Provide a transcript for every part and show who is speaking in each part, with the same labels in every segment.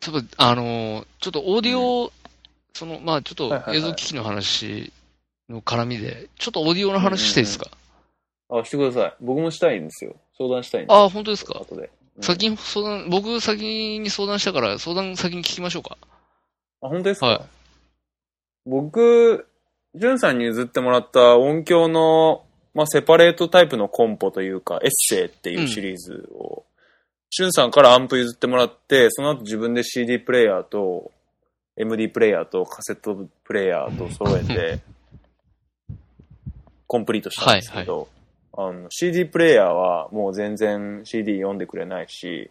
Speaker 1: ちょっと、あのーちょっとオーディオ、その、まあちょっ
Speaker 2: はいはい
Speaker 1: と
Speaker 2: はい
Speaker 1: 映像機器の話の絡みで、ちょっとオーディオの話していいですか、
Speaker 2: あ、してください。僕もしたいんですよ。相談したいん
Speaker 1: ああ、本当ですか、
Speaker 2: 後で。うん
Speaker 1: 先に相談、僕先に相談したから、相談先に聞きましょうか。
Speaker 2: あ、本当ですか、
Speaker 1: はい
Speaker 2: 僕、ジュンさんに譲ってもらった音響の、まあ、セパレートタイプのコンポというか、エッセイっていうシリーズを、ジュンさんからアンプ譲ってもらって、その後自分で CD プレイヤーと、MD プレイヤーとカセットプレイヤーと揃え て、コンプリートしたんですけど、あの CD プレイヤーはもう全然 CD 読んでくれないし、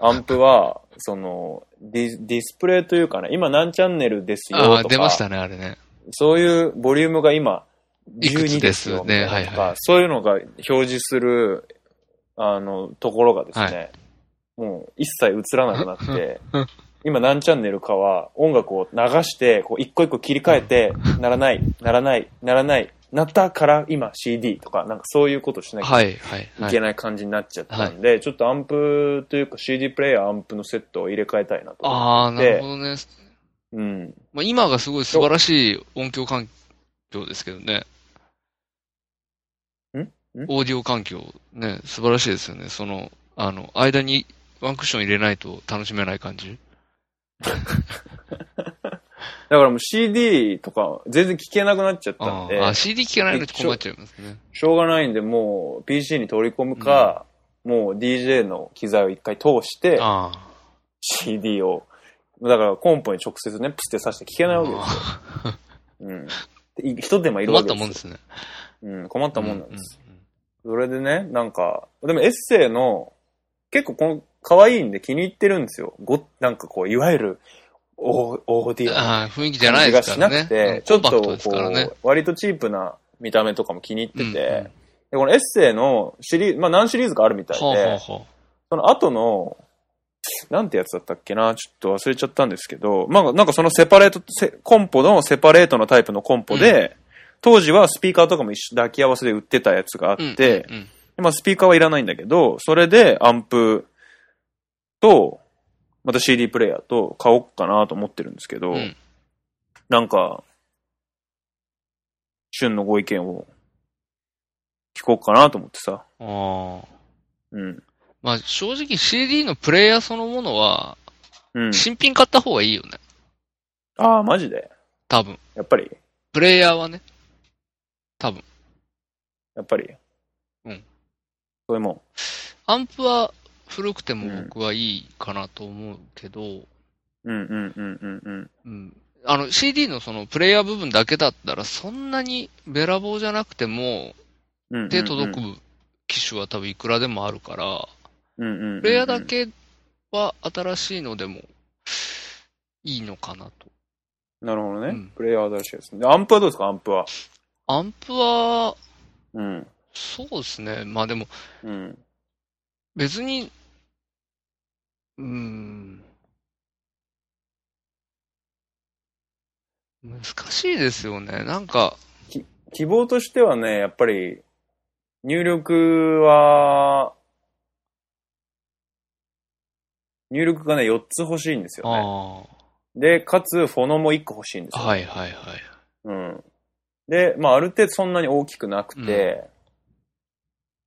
Speaker 2: アンプは、そのディ、ディスプレイというかね、今何チャンネルですよと
Speaker 1: あ
Speaker 2: か、
Speaker 1: あ、出ましたね、あれね。
Speaker 2: そういうボリュームが今、
Speaker 1: いくつで
Speaker 2: 12ですす
Speaker 1: よ
Speaker 2: よ
Speaker 1: ね
Speaker 2: みたいなとか
Speaker 1: はいはい
Speaker 2: そういうのが表示する、あの、ところがですね、もう一切映らなくな って、今何チャンネルかは音楽を流して、こう一個一個切り替えて、 ならない、ならない、ならない、なったから今 CD とか、なんかそういうことしなきゃ
Speaker 1: はい、はい、
Speaker 2: い
Speaker 1: は
Speaker 2: け
Speaker 1: い。
Speaker 2: ない感じになっちゃったんで、ちょっとアンプというか CD プレイヤーアンプのセットを入れ替えたいなと。
Speaker 1: ああ、なるほどね。
Speaker 2: うん。
Speaker 1: まあ、今がすごい素晴らしい音響環境ですけどね。
Speaker 2: んん
Speaker 1: オーディオ環境、ね、素晴らしいですよね。その、あの、間にワンクッション入れないと楽しめない感じ。
Speaker 2: だからもう CD とか全然聞けなくなっちゃった
Speaker 1: あ
Speaker 2: ん
Speaker 1: ー
Speaker 2: で、
Speaker 1: あ、CD 聞かないのって困っちゃいますね。
Speaker 2: しょうがないんで、もう PC に取り込むか、もう DJ の機材を一回通して、
Speaker 1: ああ。
Speaker 2: CD を、だからコンポに直接ね、プスって刺して聞けないわけですよ。うんでい。一手間いる
Speaker 1: 困
Speaker 2: わ
Speaker 1: っ
Speaker 2: け
Speaker 1: た
Speaker 2: です
Speaker 1: もんで
Speaker 2: よ
Speaker 1: すね。
Speaker 2: うん、困ったもんなんです。
Speaker 1: うんうん
Speaker 2: それでね、なんか、でもエッセイの、結構この、可愛いんで気に入ってるんですよ。ご、なんかこう、いわゆる、オー、オーディオ。
Speaker 1: ああ、雰囲気じゃないですからね。
Speaker 2: 感じがしなくて、ち
Speaker 1: う
Speaker 2: ょ
Speaker 1: ん
Speaker 2: っ
Speaker 1: コンパクト
Speaker 2: と
Speaker 1: ですからね
Speaker 2: こ。う、割とチープな見た目とかも気に入ってて、
Speaker 1: うんうん
Speaker 2: で、このエッセイのシリーズ、まあ何シリーズかあるみたいで、
Speaker 1: ほうほうほ
Speaker 2: その後の、なんてやつだったっけな、ちょっと忘れちゃったんですけど、まあなんかそのセパレート、セコンポのセパレートのタイプのコンポで、当時はスピーカーとかも一緒抱き合わせで売ってたやつがあっ
Speaker 1: う。うん
Speaker 2: て、
Speaker 1: うんうん
Speaker 2: まあ、スピーカーはいらないんだけど、それでアンプと、また CD プレイヤーと買おうかなと思ってるんですけど、
Speaker 1: うん
Speaker 2: なんか、旬のご意見を聞こうかなと思ってさ。
Speaker 1: ああ。
Speaker 2: うん。
Speaker 1: まあ正直 CD のプレイヤーそのものは、
Speaker 2: うん。
Speaker 1: 新品買った方がいいよね。
Speaker 2: ああ、マジで
Speaker 1: 多分。
Speaker 2: やっぱり
Speaker 1: プレイヤーはね。多分。
Speaker 2: やっぱり
Speaker 1: うん。
Speaker 2: そういうもん。
Speaker 1: アンプは古くて
Speaker 2: う
Speaker 1: も
Speaker 2: ん
Speaker 1: 僕はいいかなと思うけど、
Speaker 2: うんうんうんうんうん。
Speaker 1: うん。あの CD のそのプレイヤー部分だけだったら、そんなにべらぼうじゃなくても、
Speaker 2: うんうんうん
Speaker 1: 手届く機種は多分いくらでもあるから、
Speaker 2: うんうんうんうん
Speaker 1: プレイヤーだけは新しいのでもいいのかなと。
Speaker 2: なるほどね。
Speaker 1: うん
Speaker 2: プレイヤーは新しいですね。でアンプはどうですかアンプは。
Speaker 1: アンプは、
Speaker 2: うん。
Speaker 1: そうですね。まあでも
Speaker 2: うん。
Speaker 1: 別に、うーん。難しいですよね。なんか、
Speaker 2: 希望としてはね、やっぱり、入力は、入力がね、4つ欲しいんですよね。
Speaker 1: あ
Speaker 2: で、かつ、フォノも1個欲しいんです
Speaker 1: あ、
Speaker 2: よ。
Speaker 1: はいはいはい。
Speaker 2: うん。で、まあ、ある程度そんなに大きくなくて、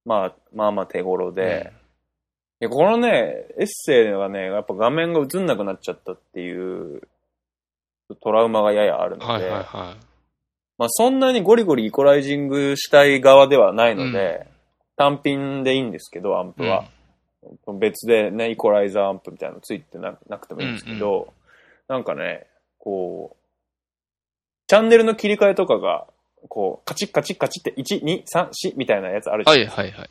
Speaker 2: まあ、まあまあ手頃で、いやこのね、エッセイがね、やっぱ画面が映んなくなっちゃったっていう、トラウマがややある
Speaker 1: う
Speaker 2: の
Speaker 1: ん、
Speaker 2: で、
Speaker 1: はいはいはい。
Speaker 2: まあそんなにゴリゴリイコライジングしたい側ではないので、単品でいいんですけど、アンプは。別でね、イコライザーアンプみたいなのついてななくてもいいんですけど、なんかね、こう、チャンネルの切り替えとかが、こう、カチッカチッカチッって、1、2、3、4みたいなやつあるじゃ
Speaker 1: は
Speaker 2: な
Speaker 1: い
Speaker 2: いですか。
Speaker 1: はいはい。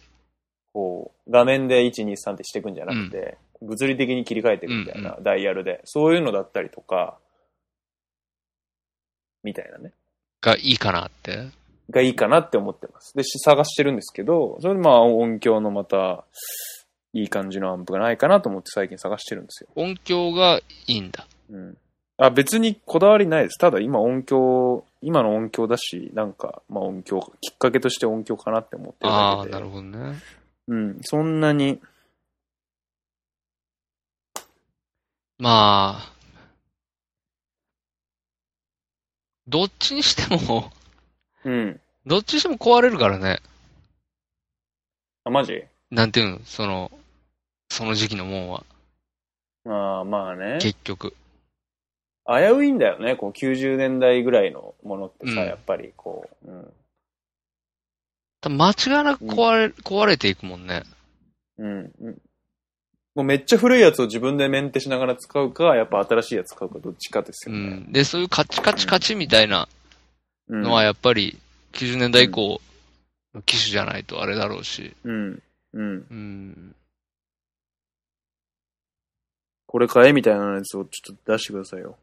Speaker 2: こう、画面で1、2、3ってしていくんじゃなくて、物理的に切り替えていくみたいな、ダイヤルで。そういうのだったりとか、みたいなね。
Speaker 1: がいいかなって。
Speaker 2: がいいかなって思ってます。で、し探してるんですけど、それでまあ音響のまた、いい感じのアンプがないかなと思って最近探してるんですよ。
Speaker 1: 音響がいいんだ。
Speaker 2: うん。あ、別にこだわりないです。ただ今音響、今の音響だし、なんか、まあ音響、きっかけとして音響かなって思ってるだ
Speaker 1: ああ、
Speaker 2: けで。
Speaker 1: なるほどね。
Speaker 2: うん、そんなに、
Speaker 1: まあ、どっちにしても、
Speaker 2: うん。
Speaker 1: どっちにしても壊れるからね。
Speaker 2: あ、マジ
Speaker 1: なんていうのその、その時期のもんは、
Speaker 2: ああ、まあね。
Speaker 1: 結局。
Speaker 2: 危ういんだよね、こう90年代ぐらいのものってさ、
Speaker 1: うん
Speaker 2: やっぱりこう、うん。
Speaker 1: 多分間違いなく壊れ、壊れていくもんね。
Speaker 2: うん。うんもうめっちゃ古いやつを自分でメンテしながら使うか、やっぱ新しいやつ買うかどっちかです
Speaker 1: う
Speaker 2: よね。
Speaker 1: ん。で、そういうカチカチカチみたいな
Speaker 2: うん。
Speaker 1: のはやっぱり90年代以降の機種じゃないとあれだろうし。
Speaker 2: うん。うん。
Speaker 1: うん。
Speaker 2: これ買えみたいなやつをちょっと出してくださいよ。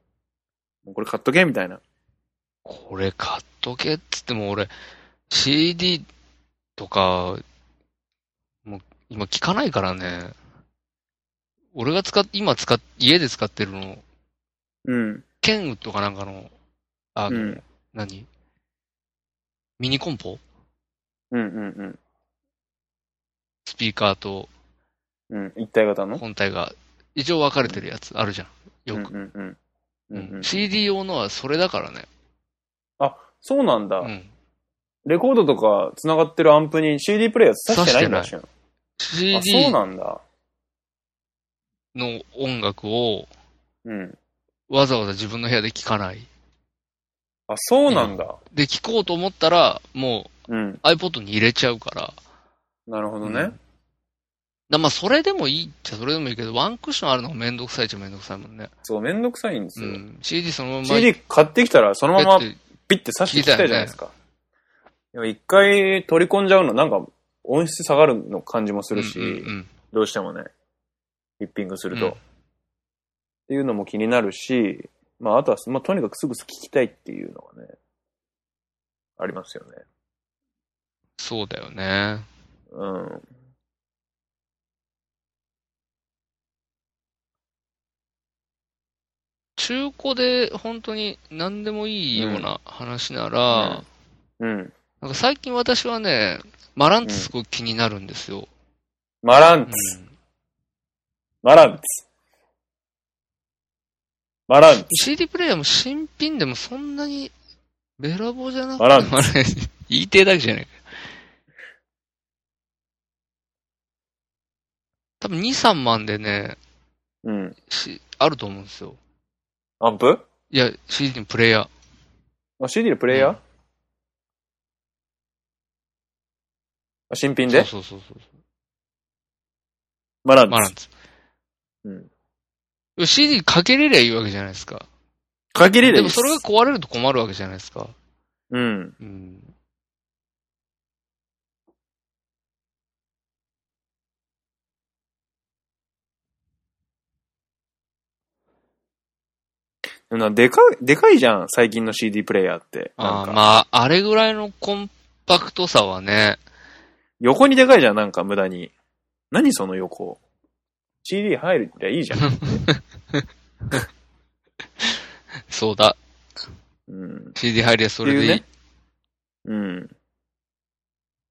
Speaker 2: もうこれ買っとけみたいな。
Speaker 1: これ買っとけっつっても俺、CD とか、もう今聞かないからね。俺が使っ、今使っ、家で使ってるの、
Speaker 2: うん。
Speaker 1: ケンウッドかなんかの、あ
Speaker 2: うん。う
Speaker 1: の、
Speaker 2: ん
Speaker 1: 何ミニコンポ
Speaker 2: うん
Speaker 1: スピーカーと
Speaker 2: うん。うん。一体型の
Speaker 1: 本体が、一応分かれてるやつあるじゃん。よく。
Speaker 2: うんうんうん。うん
Speaker 1: う
Speaker 2: うんん、
Speaker 1: CD 用のはそれだからね。
Speaker 2: そうなんだ、
Speaker 1: うん。
Speaker 2: レコードとか繋がってるアンプに CD プレイヤー挿してないん
Speaker 1: 挿
Speaker 2: だ
Speaker 1: し
Speaker 2: しあ、そう
Speaker 1: CD
Speaker 2: なんだ。
Speaker 1: の音楽を
Speaker 2: うん。
Speaker 1: わざわざ自分の部屋で聴かない。
Speaker 2: あ、そうなんだ。
Speaker 1: で、聴こうと思ったら、も
Speaker 2: うん。
Speaker 1: う iPod に入れちゃうから。
Speaker 2: なるほど
Speaker 1: うん
Speaker 2: ね。
Speaker 1: だまあ、それでもいいっちゃそれでもいいけど、ワンクッションあるのがめんどくさいっちゃめんどくさいもんね。
Speaker 2: そう、めんどくさいんです
Speaker 1: う
Speaker 2: よ。
Speaker 1: ん。CD そのまま、
Speaker 2: CD 買ってきたらそのまま
Speaker 1: ペッて
Speaker 2: ピッて刺してきたじゃないですか。でも一回取り込んじゃうの、なんか音質下がるの感じもするし、
Speaker 1: うんうんうん
Speaker 2: どうしてもね、リッピングすると。
Speaker 1: うん
Speaker 2: っていうのも気になるし、まああとは、まあとにかくすぐ聞きたいっていうのがね、ありますよね。
Speaker 1: そうだよね。
Speaker 2: うん。
Speaker 1: 中古で本当に何でもいいような話なら、
Speaker 2: うんうん。
Speaker 1: なんか最近私はね、マランツすごい気になるんですよ。
Speaker 2: マランツ、マランツ。マランツ。
Speaker 1: CD プレイヤーも新品でもそんなに、べらぼうじゃなくて
Speaker 2: マランツ
Speaker 1: もね、言いてえだけじゃない多分2、3万でね、
Speaker 2: うん。
Speaker 1: しあると思うんですよ。
Speaker 2: アンプ
Speaker 1: いや、CD のプレイヤー。
Speaker 2: あ、CD のプレイヤー、
Speaker 1: うん
Speaker 2: あ新品で
Speaker 1: そうそうそうそ
Speaker 2: マラン
Speaker 1: う。
Speaker 2: ツ。
Speaker 1: マランツ。
Speaker 2: うん。
Speaker 1: CD かけれりゃいいわけじゃないですか。
Speaker 2: 限り
Speaker 1: で
Speaker 2: でいいっ
Speaker 1: も
Speaker 2: す
Speaker 1: それが壊れると困るわけじゃないですか。
Speaker 2: うん。
Speaker 1: うん。
Speaker 2: でもなでかい、でかいじゃん、最近の CD プレイヤーって。な
Speaker 1: あ
Speaker 2: ん
Speaker 1: ー
Speaker 2: か、
Speaker 1: まあ、あれぐらいのコンパクトさはね、
Speaker 2: 横にでかいじゃん、なんか無駄に。何その横。CD 入るりゃいいじゃん。
Speaker 1: そうだ。
Speaker 2: うん。
Speaker 1: CD 入りゃそれでいい。
Speaker 2: っていうね。うん。っ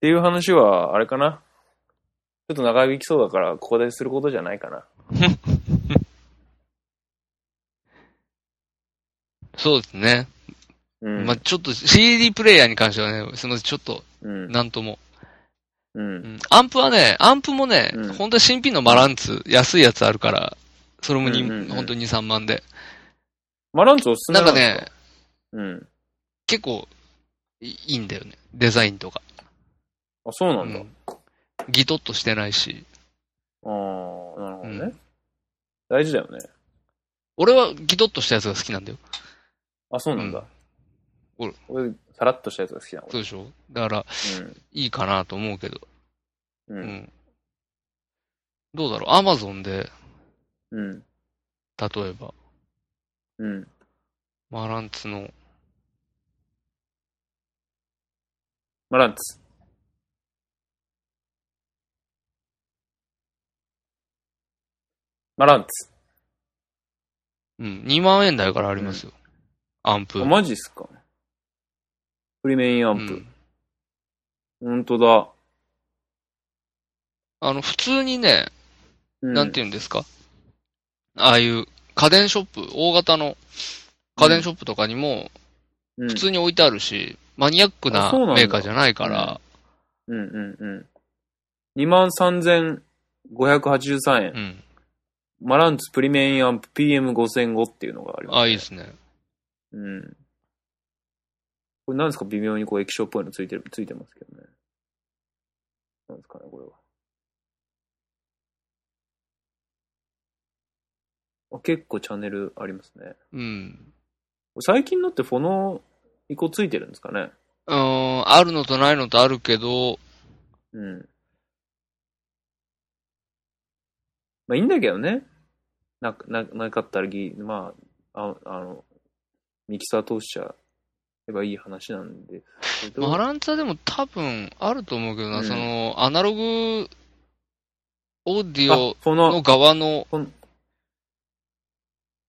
Speaker 2: ていう話は、あれかな。ちょっと長引きそうだから、ここですることじゃないかな。
Speaker 1: そうですね。
Speaker 2: うん。
Speaker 1: まあちょっと CD プレイヤーに関してはね、すみません、ちょっと、
Speaker 2: うん。
Speaker 1: なんとも。
Speaker 2: うん
Speaker 1: う。んアンプはね、アンプもね、
Speaker 2: うん
Speaker 1: 本当は新品のマランツ、安いやつあるから、それもに、
Speaker 2: うんうんうん
Speaker 1: 本当に2、3万で。
Speaker 2: マランツおすす
Speaker 1: な
Speaker 2: め
Speaker 1: ん
Speaker 2: な
Speaker 1: か
Speaker 2: んです
Speaker 1: ね
Speaker 2: か、うん。
Speaker 1: 結構いいいんだよね。デザインとか。
Speaker 2: あ、そうなんだ。
Speaker 1: うんギトッとしてないし。
Speaker 2: ああ、なるほどね。
Speaker 1: うん
Speaker 2: 大事だよね。
Speaker 1: 俺はギトッとしたやつが好きなんだよ。
Speaker 2: あ、そうなんだ。
Speaker 1: うん俺
Speaker 2: 俺、さらっとしたやつが好きなの。
Speaker 1: そうでしょだから、いいかなと思うけど。
Speaker 2: う。
Speaker 1: うんん。どうだろうアマゾンで、
Speaker 2: うん。うん。
Speaker 1: 例えば、
Speaker 2: うん。
Speaker 1: マランツの、
Speaker 2: マランツ。マランツ。
Speaker 1: うん、2万円台からありますよ。アンプ。
Speaker 2: あ、マジっすか。プリメインア
Speaker 1: ア
Speaker 2: ンプ。ほんとだ。
Speaker 1: あの、普通にね、
Speaker 2: うん
Speaker 1: なんて言うんですか、ああいう家電ショップ、大型の家電ショップとかにも
Speaker 2: うん
Speaker 1: 普通に置いてあるし、マニアック
Speaker 2: あ
Speaker 1: な
Speaker 2: そうなんだ
Speaker 1: メーカーじゃないから、
Speaker 2: うんうんうん。23,583
Speaker 1: う。
Speaker 2: 円
Speaker 1: ん。
Speaker 2: マランツプリメインアンプ PM5005 っていうのがあります、
Speaker 1: ああ、いいですね。
Speaker 2: うん。これなんですか微妙にこう液晶っぽいのついてる、ついてますけどね。なんですかね、これは。あ結構チャンネルありますね。
Speaker 1: うん。
Speaker 2: 最近のってフォノ2個ついてるんですかね。
Speaker 1: うーん、あるのとないのとあるけど、
Speaker 2: うん。まあいいんだけどね。な、な、なかったらぎ、まあ、ああの、ミキサー通しちゃえばいい話なんですけど。
Speaker 1: マランツァでも多分あると思うけどな、
Speaker 2: うん
Speaker 1: その、アナログオーディ
Speaker 2: あ
Speaker 1: オ
Speaker 2: こ
Speaker 1: の
Speaker 2: の、
Speaker 1: 側の
Speaker 2: この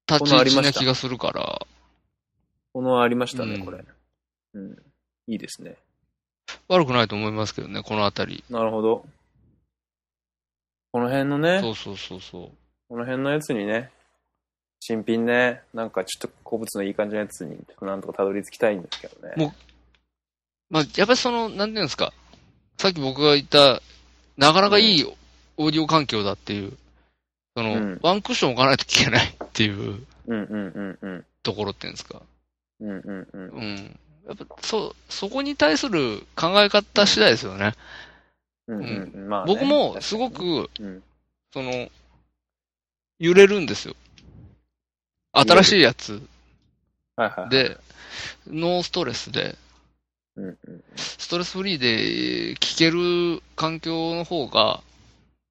Speaker 1: 立ち
Speaker 2: この
Speaker 1: 位
Speaker 2: あり
Speaker 1: 置
Speaker 2: ま
Speaker 1: な
Speaker 2: した
Speaker 1: 気がするから、
Speaker 2: このありましたね、
Speaker 1: うん
Speaker 2: これ。うん。いいですね。
Speaker 1: 悪くないと思いますけどね、このあたり。
Speaker 2: なるほど。この辺の
Speaker 1: そ
Speaker 2: ね、
Speaker 1: うそうそうそう。
Speaker 2: この辺のやつにね、新品ね、なんかちょっと古物のいい感じのやつに、ちょっとなんとかたどり着きたいんですけどね。
Speaker 1: もまあ、やっぱりその、なんていうんですか、さっき僕が言った、なかなかいいオーディオ環境だっていう、その、
Speaker 2: うん
Speaker 1: ワンクッション置かないと聞けないっていう
Speaker 2: うんうんうんうん。
Speaker 1: ところっていうんですか。
Speaker 2: うんうんうん。
Speaker 1: うん。やっぱ、そ、そこに対する考え方次第ですよね。
Speaker 2: うんうんうんまあね
Speaker 1: 僕も、すご、く、
Speaker 2: うん
Speaker 1: その、揺れるんですよ。新しいやつ
Speaker 2: はいはいはい
Speaker 1: で、ノーストレスで、
Speaker 2: うんうん
Speaker 1: ストレスフリーで聞ける環境の方が、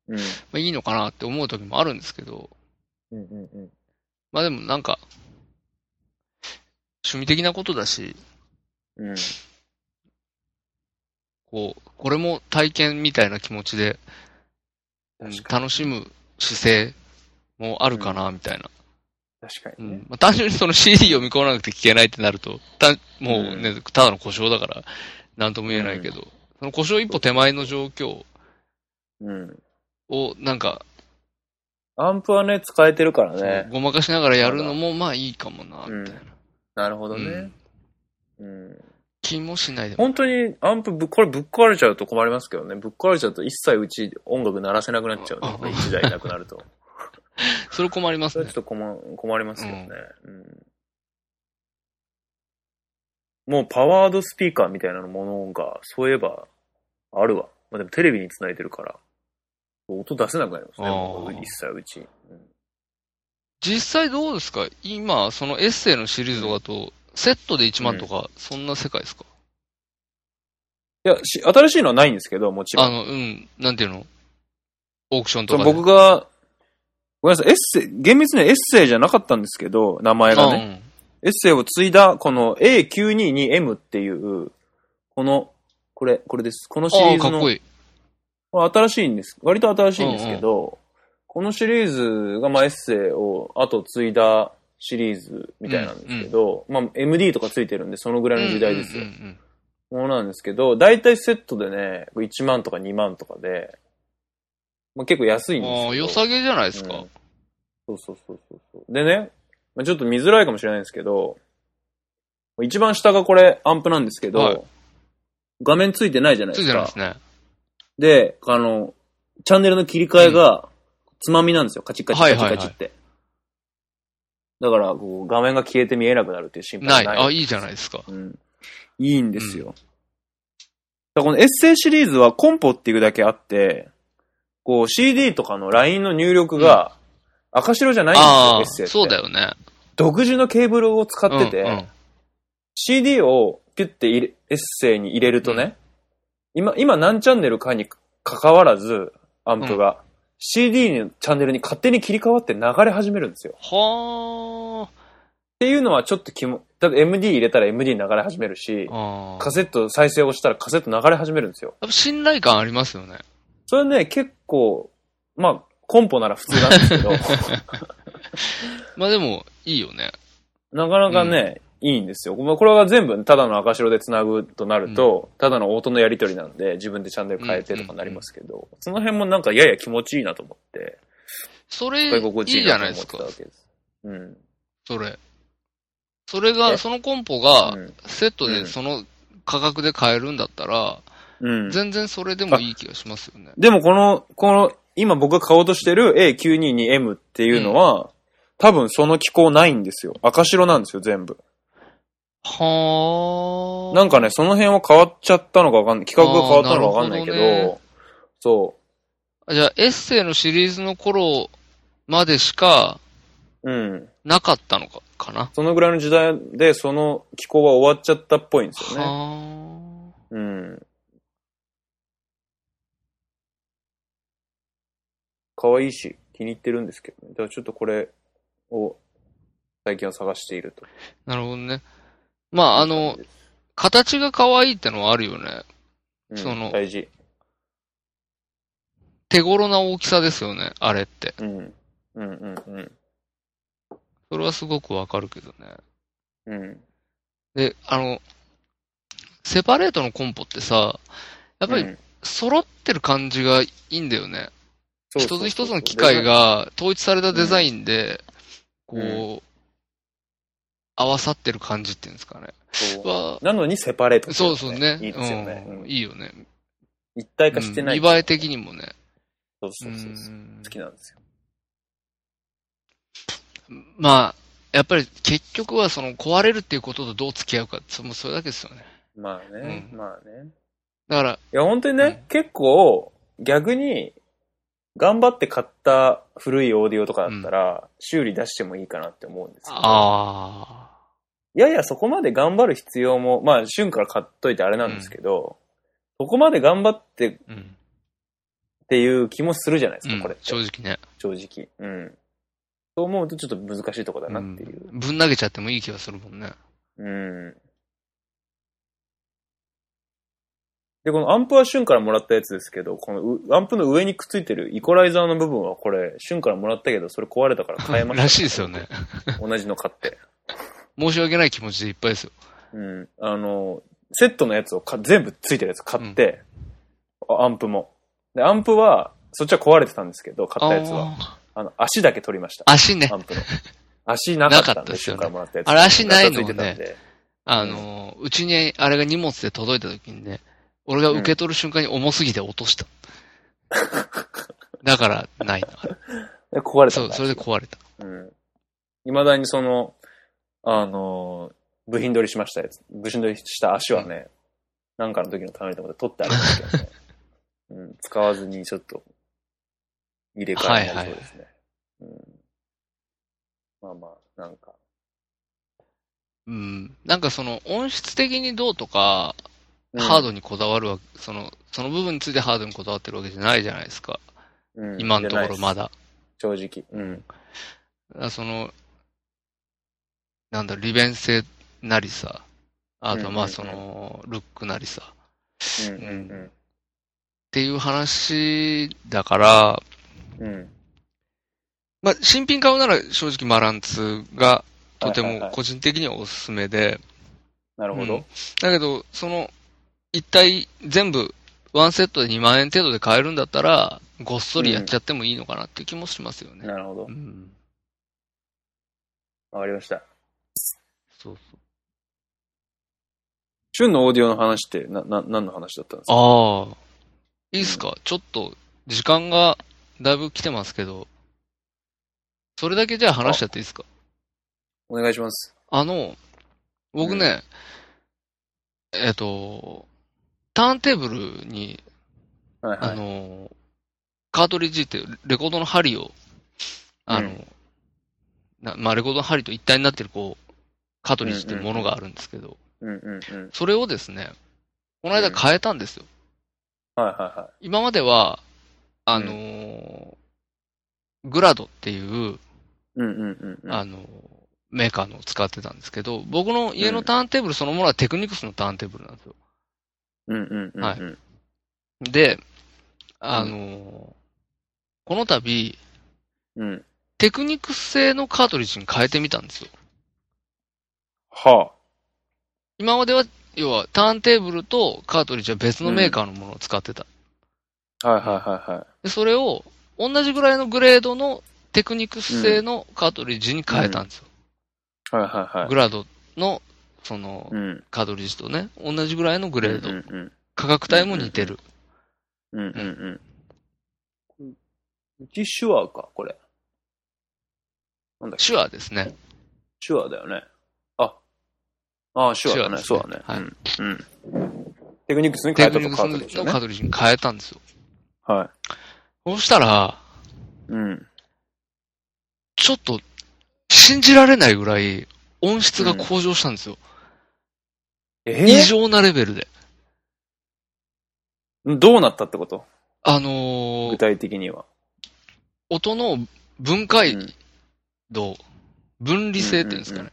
Speaker 2: うん
Speaker 1: まあ、いいのかなって思う時もあるんですけど、
Speaker 2: うんうんうん
Speaker 1: まあでもなんか、趣味的なことだし、
Speaker 2: うん
Speaker 1: こう、これも体験みたいな気持ちで、うん
Speaker 2: 確かに
Speaker 1: 楽しむ姿勢もあるかな、みたいな。
Speaker 2: 確か
Speaker 1: う
Speaker 2: に
Speaker 1: ん
Speaker 2: ね。
Speaker 1: まあ、単純にその CD 読み込まなくて聞けないってなると、たもうね、ただの故障だから、なんとも言えないけど、その故障一歩手前の状況
Speaker 2: うん。
Speaker 1: を、なんか、
Speaker 2: アンプはね、使えてるからね。
Speaker 1: ごまかしながらやるのも、まあいいかもな、
Speaker 2: うん
Speaker 1: みたいな。
Speaker 2: なるほど
Speaker 1: う
Speaker 2: ね
Speaker 1: ん。
Speaker 2: うん。
Speaker 1: 気もしないでも。
Speaker 2: 本当にアンプぶっ、これぶっ壊れちゃうと困りますけどね。ぶっ壊れちゃうと一切うち音楽鳴らせなくなっちゃう
Speaker 1: ああ
Speaker 2: ね。一台なくなる と。
Speaker 1: それ困りま
Speaker 2: そ
Speaker 1: す
Speaker 2: れは
Speaker 1: ね
Speaker 2: ちょっ。と困困りますよね。うん。もうパワードスピーカーみたいなものが、そういえば、あるわ。まあでもテレビに繋いでるから、音出せなくなりますね。
Speaker 1: あー
Speaker 2: もう一切うち。うん
Speaker 1: 実際どうですか今、そのエッセイのシリーズとかと、セットで1万とか、そんな世界ですか、
Speaker 2: いや、し新しいのはないんですけど、もちろ
Speaker 1: あ
Speaker 2: ん。
Speaker 1: の、うん、なんていうのオークション
Speaker 2: そ
Speaker 1: と
Speaker 2: の
Speaker 1: かで。
Speaker 2: 僕が、ごめんなさい、エッセイ、厳密にはエッセイじゃなかったんですけど、名前がね。エッセイを継いだ、この A922M っていう、この、これ、これです。この
Speaker 1: あ
Speaker 2: シ
Speaker 1: うん、あ
Speaker 2: リ
Speaker 1: あ、
Speaker 2: ーズ
Speaker 1: かっ
Speaker 2: の
Speaker 1: こいい。
Speaker 2: これ新しいんです。割と新しいんですけど、このシリーズが、まあ、エッセイを後継いだシリーズみたいなんですけど、まあ、MD とかついてるんで、そのぐらいの時代ですよ
Speaker 1: うん。うん
Speaker 2: ものなんですけど、大体セットでね、1万とか2万とかで、まあ、結構安いん
Speaker 1: う
Speaker 2: で
Speaker 1: ん
Speaker 2: すけ
Speaker 1: あ
Speaker 2: ど。
Speaker 1: あ、良さげじゃないですか。
Speaker 2: うんそうそうそうそうそう。でね、まあ、ちょっと見づらいかもしれないんですけど、一番下がこれアンプなんですけど、
Speaker 1: はい
Speaker 2: 画面ついてないじゃない
Speaker 1: つ
Speaker 2: で
Speaker 1: い
Speaker 2: す
Speaker 1: て
Speaker 2: か。
Speaker 1: ないですね。
Speaker 2: で、あの、チャンネルの切り替えが、つまみなんですよ。カチッカチッカチッカチッって。だから、こう、画面が消えて見えなくなるっていう心
Speaker 1: な
Speaker 2: 配
Speaker 1: い。
Speaker 2: は
Speaker 1: あ、いいじゃないですか。
Speaker 2: うん。いいんですよ。だからこのエッセイシリーズはコンポっていうだけあって、こう CD とかの LINE の入力が赤白じゃないんですよ、
Speaker 1: あ
Speaker 2: エ
Speaker 1: あ
Speaker 2: ッセイって。
Speaker 1: そうだよね。
Speaker 2: 独自のケーブルを使ってて、
Speaker 1: うんうん、
Speaker 2: CD をピュッて入れエッセイに入れるとね、今、今何チャンネルかに関わらず、アンプが、CD のチャンネルに勝手に切り替わって流れ始めるんですよ。
Speaker 1: は
Speaker 2: っていうのはちょっと気も、だって MD 入れたら MD 流れ始めるし、
Speaker 1: あ。ああ。
Speaker 2: カセット再生をしたらカセット流れ始めるんですよ。
Speaker 1: やっぱ信頼感ありますよね。
Speaker 2: それね、結構、まあ、コンポなら普通 なんですけど、
Speaker 1: まあでも、いいよね。
Speaker 2: なかなかね、いいんですよ。まあこれは全部ただの赤白で繋ぐとなると、ただの音のやり取りなんで、自分でチャンネル変えてとかなりますけど、その辺もなんかやや気持ちいいなと思って、
Speaker 1: そ
Speaker 2: こ
Speaker 1: れ、
Speaker 2: れ
Speaker 1: い
Speaker 2: 心
Speaker 1: い
Speaker 2: 地いい
Speaker 1: じゃ
Speaker 2: な
Speaker 1: ないで
Speaker 2: と思っ
Speaker 1: す
Speaker 2: て
Speaker 1: か
Speaker 2: た。わけです。う
Speaker 1: そ
Speaker 2: ん。
Speaker 1: れ。それが、
Speaker 2: え
Speaker 1: そのコンポが
Speaker 2: う、ん
Speaker 1: セット
Speaker 2: う
Speaker 1: で
Speaker 2: ん
Speaker 1: その価格で買えるんだったら、
Speaker 2: うん。
Speaker 1: 全然それでもいい気がしますよね。
Speaker 2: でもこの、この、今僕が買おうとしてる A922M っていうのは、多分その機構ないんですよ。赤白なんですよ、全部。
Speaker 1: はあ。
Speaker 2: なんかね、その辺は変わっちゃったのかわかんない。企画が変わったのかわかんないけど、
Speaker 1: あーなるほどね
Speaker 2: そ
Speaker 1: じゃあ、エッセイのシリーズの頃までしか
Speaker 2: う。うん。
Speaker 1: なかったのか、かな。
Speaker 2: そのぐらいの時代で、その機構は終わっちゃったっぽいんですよ
Speaker 1: は
Speaker 2: ね。
Speaker 1: あ。
Speaker 2: うん。可愛いし、気に入ってるんですけど、ね、だからちょっとこれを、最近は探していると。
Speaker 1: なるほどね。まあ、あの、、形が可愛いってのはあるよね。
Speaker 2: うん、
Speaker 1: その
Speaker 2: 大事。
Speaker 1: 手頃な大きさですよね、あれって。
Speaker 2: うん。うんうんうん。
Speaker 1: それはすごくわかるけどね。
Speaker 2: うん。
Speaker 1: で、あの、セパレートのコンポってさ、やっぱ
Speaker 2: う
Speaker 1: り
Speaker 2: ん
Speaker 1: 揃ってる感じがいいんだよね。
Speaker 2: そうそ
Speaker 1: 一
Speaker 2: うそう
Speaker 1: つ一つの機械が統一されたデザインで、こう、
Speaker 2: う
Speaker 1: 合わさってる感じっていうんですかね。
Speaker 2: そう
Speaker 1: は、
Speaker 2: なのにセパレート、
Speaker 1: そうそうね。
Speaker 2: いいですよね。
Speaker 1: う
Speaker 2: うんん
Speaker 1: いいよね。
Speaker 2: 一体化してない。
Speaker 1: うん見栄え的にもね。
Speaker 2: そうそうそうそう。
Speaker 1: うん
Speaker 2: 好きなんですよ。
Speaker 1: まあ、やっぱり結局はその壊れるっていうこととどう付き合うか、そもうそれだけですよね。
Speaker 2: まあね、
Speaker 1: うん
Speaker 2: まあね。
Speaker 1: だから、
Speaker 2: いや、本当にね、結構、逆に、頑張って買った古いオーディオとかだったら、修理出してもいいかなって思うんですけど、
Speaker 1: あ
Speaker 2: いやいや、そこまで頑張る必要も、まあ、旬から買っといてあれなんですけど、そこまで頑張ってっ
Speaker 1: あ、うん。
Speaker 2: ていう気もするじゃないですか、
Speaker 1: うん
Speaker 2: これって。
Speaker 1: 正直ね。
Speaker 2: 正直。うん。そう思うとちょっと難しいとこだなっていう。
Speaker 1: うんぶん投げちゃってもいい気がするもんね。
Speaker 2: うん。で、このアンプは旬からもらったやつですけど、このうアンプの上にくっついてるイコライザーの部分はこれ、旬からもらったけど、それ壊れたから変えました、
Speaker 1: らしいですよね。
Speaker 2: 同じの買って。
Speaker 1: 申し訳ない気持ちでいっぱいですよ。
Speaker 2: うん。あの、セットのやつをか全部ついてるやつ買って、あアンプも。で、アンプは、そっちは壊れてたんですけど、買ったやつは。
Speaker 1: あ
Speaker 2: あの、足だけ取りました
Speaker 1: ー。足ね
Speaker 2: ア。 ンプの。足なかった
Speaker 1: なか
Speaker 2: ん
Speaker 1: った
Speaker 2: で、
Speaker 1: ですよ
Speaker 2: 旬
Speaker 1: ね
Speaker 2: からもらったやつ。
Speaker 1: あれ足ないのね
Speaker 2: ついてたんで。
Speaker 1: あの、うちにあれが荷物で届いた時にね、俺が受け取る瞬間に重すぎて落とした。だから、ないな。
Speaker 2: で壊れた
Speaker 1: そ
Speaker 2: ん
Speaker 1: う、
Speaker 2: だ
Speaker 1: それで壊れた。
Speaker 2: うん。未だにその、あのー、部品取りしましたやつ、部品取りした足はね、なんかの時のためにと思って取ってあるんですけどね。 うん、使わずにちょっと、入れ替えになりそうですね。うん、まあまあ、なんか。
Speaker 1: うん。なんかその、音質的にどうとか、ハー
Speaker 2: ド、
Speaker 1: ドにこだわるわけ、その、その部分についてハードにこだわってるわけじゃないじゃないですか。
Speaker 2: うん
Speaker 1: 今のところま。
Speaker 2: 出ない
Speaker 1: だ。
Speaker 2: です正直。うん。
Speaker 1: だからその、なんだろう、利便性なりさ、あとはまあ
Speaker 2: うんうんうん
Speaker 1: その、ルックなりさ、っ
Speaker 2: うんうん
Speaker 1: ていう話だから、
Speaker 2: うん。うん。
Speaker 1: まあ、新品買うなら正直マランツがとて
Speaker 2: はいはいは
Speaker 1: も
Speaker 2: い
Speaker 1: 個人的にはおすすめで、
Speaker 2: なるほ
Speaker 1: うん
Speaker 2: ど。
Speaker 1: だけど、その、一体全部、ワンセットで2万円程度で買えるんだったら、ごっそりやっちゃってもいいのかなっていう気もしますよね。
Speaker 2: なるほど
Speaker 1: う。ん。
Speaker 2: わかりました。
Speaker 1: そうそう。
Speaker 2: 旬のオーディオの話って、な、な、何の話だったんですか
Speaker 1: ああ。いいっすか、ちょっと、時間がだいぶ来てますけど、それだけじゃあ話しちゃっていいですか
Speaker 2: お願いします。
Speaker 1: あの、僕ね、えっと、ターンテーブルに、
Speaker 2: はいは
Speaker 1: あ
Speaker 2: い。
Speaker 1: の、カートリッジっていうレコードの針を、あの、
Speaker 2: うん
Speaker 1: なまあ、レコードの針と一体になってる、こう、カートリッジっていうものがあるんですけど、
Speaker 2: うんうんうん。
Speaker 1: それをですね、この間変えたんですよ。
Speaker 2: はいはいはい。
Speaker 1: 今までは、あのグラドっていう、
Speaker 2: うんうんうんうん。
Speaker 1: あのメーカーのを使ってたんですけど、僕の家のターンテーブルそのものはテクニクスのターンテーブルなんですよ。
Speaker 2: うんうんうんうん。
Speaker 1: はいで、あのこの度、
Speaker 2: うん。
Speaker 1: テクニクス製のカートリッジに変えてみたんですよ。
Speaker 2: は
Speaker 1: 今までは、要はターンテーブルとカートリッジは別のメーカーのものを使ってた。
Speaker 2: あ。はいはいはいはい。
Speaker 1: で、それを同じぐらいのグレードのテクニクス製のカートリッジに変えたんですよ。
Speaker 2: はいはいはい。
Speaker 1: グラドの、その、
Speaker 2: うん。
Speaker 1: カートリッジとね、同じぐらいのグレード。
Speaker 2: うんうん
Speaker 1: 価格帯も似てる。
Speaker 2: うんうんうんうん。うちシュアーか、これ。なんだっけ
Speaker 1: シュアですね。
Speaker 2: シュアーだよね。あ、ああ、シュアーだね。
Speaker 1: シュ
Speaker 2: そ
Speaker 1: ア
Speaker 2: う
Speaker 1: ー
Speaker 2: だ
Speaker 1: ですね
Speaker 2: ね。
Speaker 1: はい
Speaker 2: うん。うんテクニクスに変
Speaker 1: テ
Speaker 2: え
Speaker 1: ク
Speaker 2: た
Speaker 1: ニクス
Speaker 2: とカートリッジ
Speaker 1: の
Speaker 2: だね
Speaker 1: カー。トリッジに変えたんですよ。
Speaker 2: は
Speaker 1: そうしたら、
Speaker 2: い。うん。
Speaker 1: ちょっと、信じられないぐらい、音質が向上したんですよ。
Speaker 2: え
Speaker 1: 異常なレベルで。
Speaker 2: どうなったってこと
Speaker 1: あの
Speaker 2: 具
Speaker 1: ー、
Speaker 2: 体的には。
Speaker 1: 音の分
Speaker 2: う
Speaker 1: 解
Speaker 2: ん
Speaker 1: 度、分離性っていうんですかね。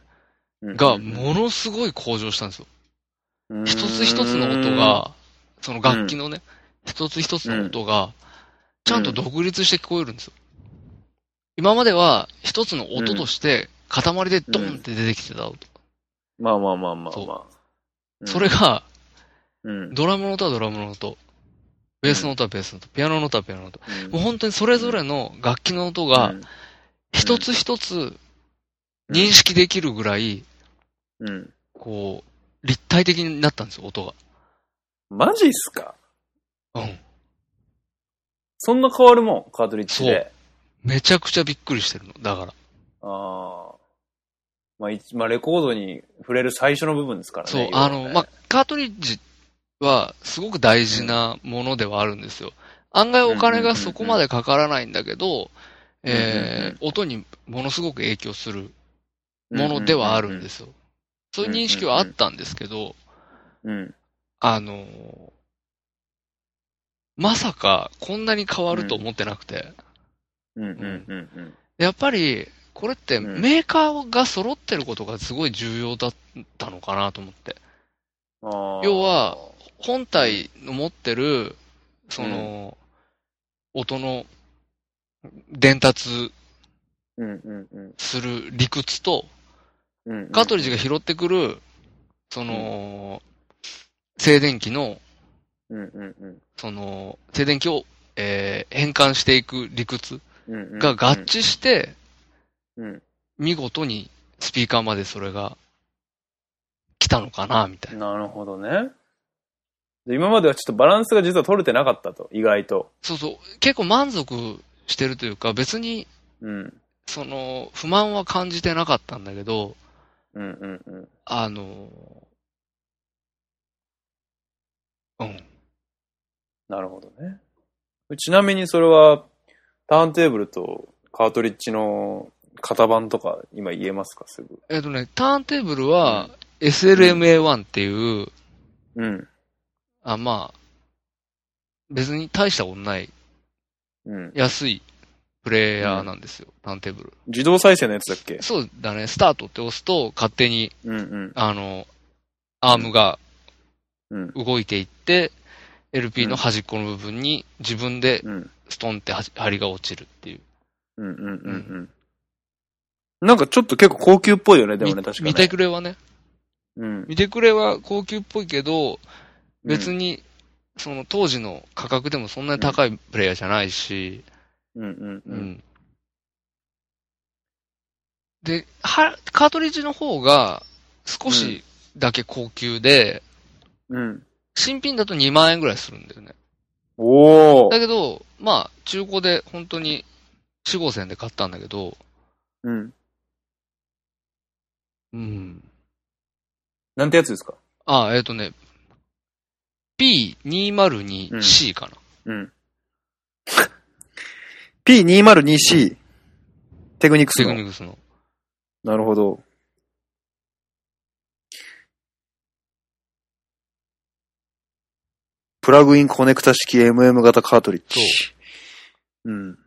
Speaker 2: うん
Speaker 1: が、ものすごい向上したんですよ。
Speaker 2: うん
Speaker 1: 一つ一つの音、が、その楽器のね、一つ一つの音が、ちゃんと独立して聞こえるんですよ。今までは、一つの音として、塊でドンって出てきてた音。
Speaker 2: まあまあまあまあまあうん。
Speaker 1: それが、
Speaker 2: うん、
Speaker 1: ドラムの音はドラムの音、ベースの音はベースの音、ピアノの音はピアノの音。もう本当にそれぞれの楽器の音が、一つ一つ認識できるぐらい、
Speaker 2: うん、うん。
Speaker 1: こう、立体的になったんですよ、音が。
Speaker 2: マジっすか
Speaker 1: うん。
Speaker 2: そんな変わるもん、カートリッジで。
Speaker 1: めちゃくちゃびっくりしてるの。だから。
Speaker 2: ああ。まあ、一まあ、レコードに触れる最初の部分ですからね。
Speaker 1: そう、
Speaker 2: いわ
Speaker 1: あ
Speaker 2: ゆるね
Speaker 1: の、まあ、カートリッジはすごく大事なものではあるんですよ。案外お金がそこまでかからないんだけど、
Speaker 2: うんうんうん
Speaker 1: えー、音にものすごく影響するものではあるんですよ。そういう認識はあったんですけど、
Speaker 2: うん。うん
Speaker 1: あのー、まさかこんなに変わると思ってなくて。
Speaker 2: うんうんうんうん。
Speaker 1: やっぱり、これって
Speaker 2: うん
Speaker 1: メーカーが揃ってることがすごい重要だったのかなと思って。
Speaker 2: ああ
Speaker 1: 要は、本体の持ってる、その、音の伝達
Speaker 2: うんうんうん
Speaker 1: する理屈と、
Speaker 2: うんうん。
Speaker 1: カートリッジが拾ってくる、その、静電気の、
Speaker 2: うんうんうん
Speaker 1: その、静電気を、えー変換していく理屈
Speaker 2: うんうん。
Speaker 1: が合致して、
Speaker 2: うん
Speaker 1: 見事にスピーカーまでそれが来たのかな、みたいな。
Speaker 2: なるほどね。で今まではちょっとバランスが実は取れてなかったと、意外と。
Speaker 1: そうそう。結構満足してるというか、別に、
Speaker 2: うん。
Speaker 1: その、不満は感じてなかったんだけど、
Speaker 2: うんうんうん。
Speaker 1: あの、うん。
Speaker 2: なるほどね。ちなみにそれは、ターンテーブルとカートリッジの型番とか今言えますかすぐ。
Speaker 1: えっ、とね、ターンテーブルは SLMA1 っていう、
Speaker 2: うん。
Speaker 1: あ、まあ、別に大したことない、
Speaker 2: うん。
Speaker 1: 安いプレイヤーなんですよ、ターンテーブル。
Speaker 2: 自動再生のやつだっけ
Speaker 1: そうだね、スタートって押すと、勝手に、
Speaker 2: うんうん。
Speaker 1: あの、アームが
Speaker 2: うん。
Speaker 1: 動いていって、LP の端っこの部分に自分で
Speaker 2: うん。
Speaker 1: ストンってはじ針が落ちるっていう。
Speaker 2: うんうんうんうん。なんかちょっと結構高級っぽいよね、でもね、
Speaker 1: み
Speaker 2: 確かに、ね。
Speaker 1: 見てくれはね、
Speaker 2: うん。
Speaker 1: 見てくれは高級っぽいけど、別に、その当時の価格でもそんなに高いプレイヤーじゃないし、
Speaker 2: うんうんう。
Speaker 1: うんんで、は、カートリッジの方が少しだけ高級で、
Speaker 2: うん。
Speaker 1: 新品だと2万円ぐらいするんだよね。
Speaker 2: お
Speaker 1: だ
Speaker 2: ー。
Speaker 1: けど、まあ、中古で本当に4、5千で買ったんだけど、
Speaker 2: うん。
Speaker 1: うん。
Speaker 2: なんてやつですか
Speaker 1: あ、えっ、とね、P202C かな。
Speaker 2: うん。P202C。テクニクス
Speaker 1: セグ
Speaker 2: の
Speaker 1: ミ。グスの。
Speaker 2: なるほど。プラグインコネクタ式 MM 型カートリッジ。うん。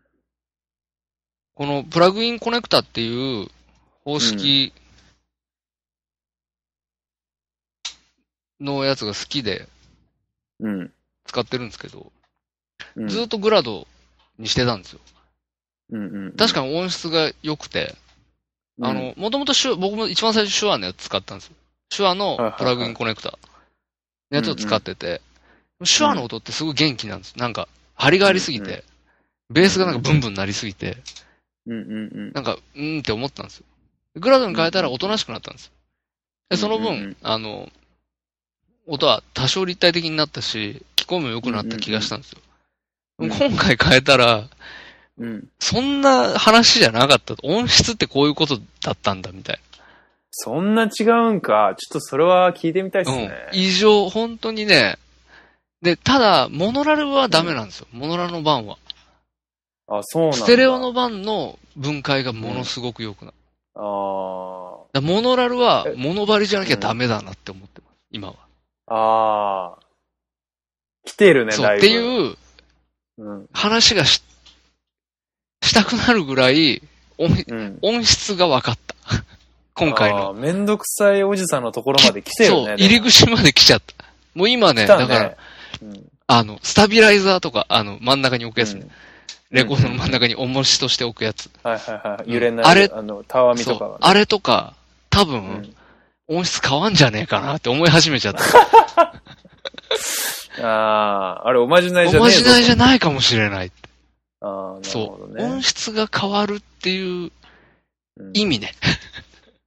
Speaker 1: このプラグインコネクタっていう方式のやつが好きで
Speaker 2: うん。
Speaker 1: 使ってるんですけど、
Speaker 2: うん。
Speaker 1: ずっとグラドにしてたんですよ。
Speaker 2: うんうん、
Speaker 1: 確かに音質が良くて、
Speaker 2: うん
Speaker 1: あの、もともと手話僕も一番最初手話のやつ使ったんですよ。手話の
Speaker 2: はいはいはい
Speaker 1: プラグインコネクターのやつを使ってて、手話の音ってすごい元気なんです。なんか、張りがありすぎ
Speaker 2: うんう
Speaker 1: て、ベースがなんかブンブンなりすぎて、
Speaker 2: うんうんうん。
Speaker 1: なんか、うーんって思ったんですよ。グラドに変えたらおとなしくなったんですよ。で、その
Speaker 2: うんうんう
Speaker 1: 分
Speaker 2: ん、
Speaker 1: あの、音は多少立体的になったし、聞こえも良くなった気がしたんですよ。
Speaker 2: うんうんうん
Speaker 1: 今回変えたら、
Speaker 2: うん。
Speaker 1: そんな話じゃなかったと。音質ってこういうことだったんだ、みたい
Speaker 2: そんな違うんか。ちょっとそれは聞いてみたいで
Speaker 1: な。
Speaker 2: すね。
Speaker 1: うん。異常、本当にね。で、ただ、モノラルはダメなんですよ。モノラルの版は。
Speaker 2: あ、そうなんだ。
Speaker 1: ステレオの版の分解がものすごく良くなる。
Speaker 2: あ
Speaker 1: だからモノラルは
Speaker 2: え、
Speaker 1: モノバリじゃなきゃダメだなって思ってます。今は。
Speaker 2: あ。ああ。来てるね、
Speaker 1: そう、
Speaker 2: だい
Speaker 1: っ
Speaker 2: ぶ。
Speaker 1: ていう
Speaker 2: うん。
Speaker 1: 話がし、したくなるぐらい、音
Speaker 2: うん。
Speaker 1: 音質が分か った。今回の。
Speaker 2: あー。めんどくさいおじさんのところまで来てるね。
Speaker 1: そう、入り口まで来ちゃった。もう今ね、
Speaker 2: 来た
Speaker 1: だ
Speaker 2: ね
Speaker 1: から、
Speaker 2: うん。
Speaker 1: あの、スタビライザーとか、あの、真ん中に置くやつね。
Speaker 2: うん
Speaker 1: レコードの真ん中に重しとして置くやつ。
Speaker 2: はいはいは
Speaker 1: うん
Speaker 2: い。揺れない。
Speaker 1: あれ
Speaker 2: あの、たわみ
Speaker 1: そ
Speaker 2: とか
Speaker 1: う
Speaker 2: が。。
Speaker 1: あれとか、多分、
Speaker 2: うん
Speaker 1: 音質変わんじゃねえかなって思い始めちゃった。
Speaker 2: ああ、あれおまじないじ
Speaker 1: お
Speaker 2: ゃね
Speaker 1: ま
Speaker 2: えぞ
Speaker 1: じないじゃないかもしれない。
Speaker 2: ああ、なる
Speaker 1: そ
Speaker 2: ほど
Speaker 1: う、
Speaker 2: ね。
Speaker 1: 音質が変わるっていう
Speaker 2: うん
Speaker 1: 意味ね。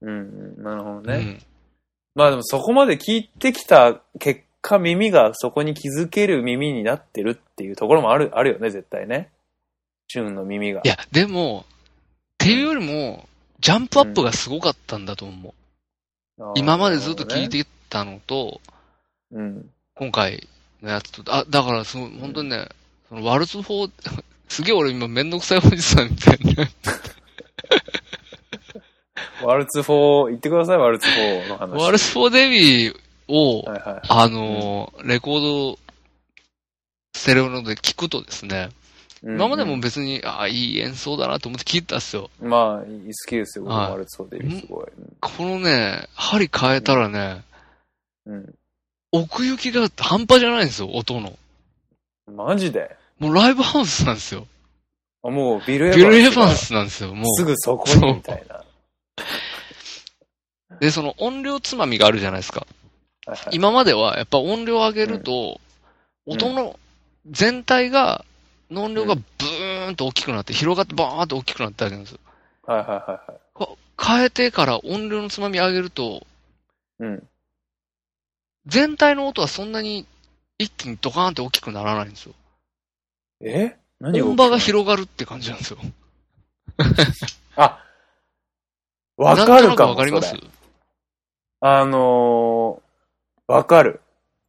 Speaker 2: うんうん、なるほど
Speaker 1: う
Speaker 2: ね。
Speaker 1: ん。
Speaker 2: まあでもそこまで聞いてきた結果耳がそこに気づける耳になってるっていうところもある、あるよね、絶対ね。チューンの耳が。
Speaker 1: いや、でも、っていうよりも、ジャンプアップがすごかったんだと思う。
Speaker 2: あー
Speaker 1: 今までずっと聞い
Speaker 2: なる
Speaker 1: てたのと、
Speaker 2: ほどね
Speaker 1: 今回のやつと、あ、だからその、本当にね、そのワルツ4、す げえ俺今めんどくさいおじさんみたいな。
Speaker 2: うん。ワルツ4、言ってください、ワルツ4の話。
Speaker 1: ワルツ4デビューを、
Speaker 2: はいはい。
Speaker 1: あのー、レコード、ステレオので聞くとですね、今までも別に、あいい演奏だなと思って聞いてたんですよ。
Speaker 2: うん。まあ、好きですよ、僕も
Speaker 1: はい
Speaker 2: ワルツ4で、すごい。
Speaker 1: このね、針変えたらね、
Speaker 2: うん。
Speaker 1: 奥行きが半端じゃないんですよ、音の。
Speaker 2: マジで
Speaker 1: もうライブハウスなんですよ。
Speaker 2: あ、もうビル・エヴァン
Speaker 1: ビ
Speaker 2: スが。
Speaker 1: ル・エヴァンスなんですよ、も
Speaker 2: す
Speaker 1: う。
Speaker 2: ぐそこにみたいな。
Speaker 1: で、その音量つまみがあるじゃないですか。
Speaker 2: はいはい
Speaker 1: 今まではやっぱ音量上げると、
Speaker 2: うん
Speaker 1: 音の全体が、の音量がブーンと大きくなって、広がってバーンと大きくなってあげるんですよ。
Speaker 2: はいはいはいはい。
Speaker 1: こ変えてから音量のつまみ上げると、
Speaker 2: うん。
Speaker 1: 全体の音はそんなに一気にドカーンって大きくならないんですよ。
Speaker 2: え何
Speaker 1: 音場が
Speaker 2: 広
Speaker 1: 広がるって感じなんですよ。
Speaker 2: あ、わか
Speaker 1: なんとな
Speaker 2: る
Speaker 1: く
Speaker 2: かも。
Speaker 1: わかりま
Speaker 2: そ
Speaker 1: す
Speaker 2: れあのー、わかる。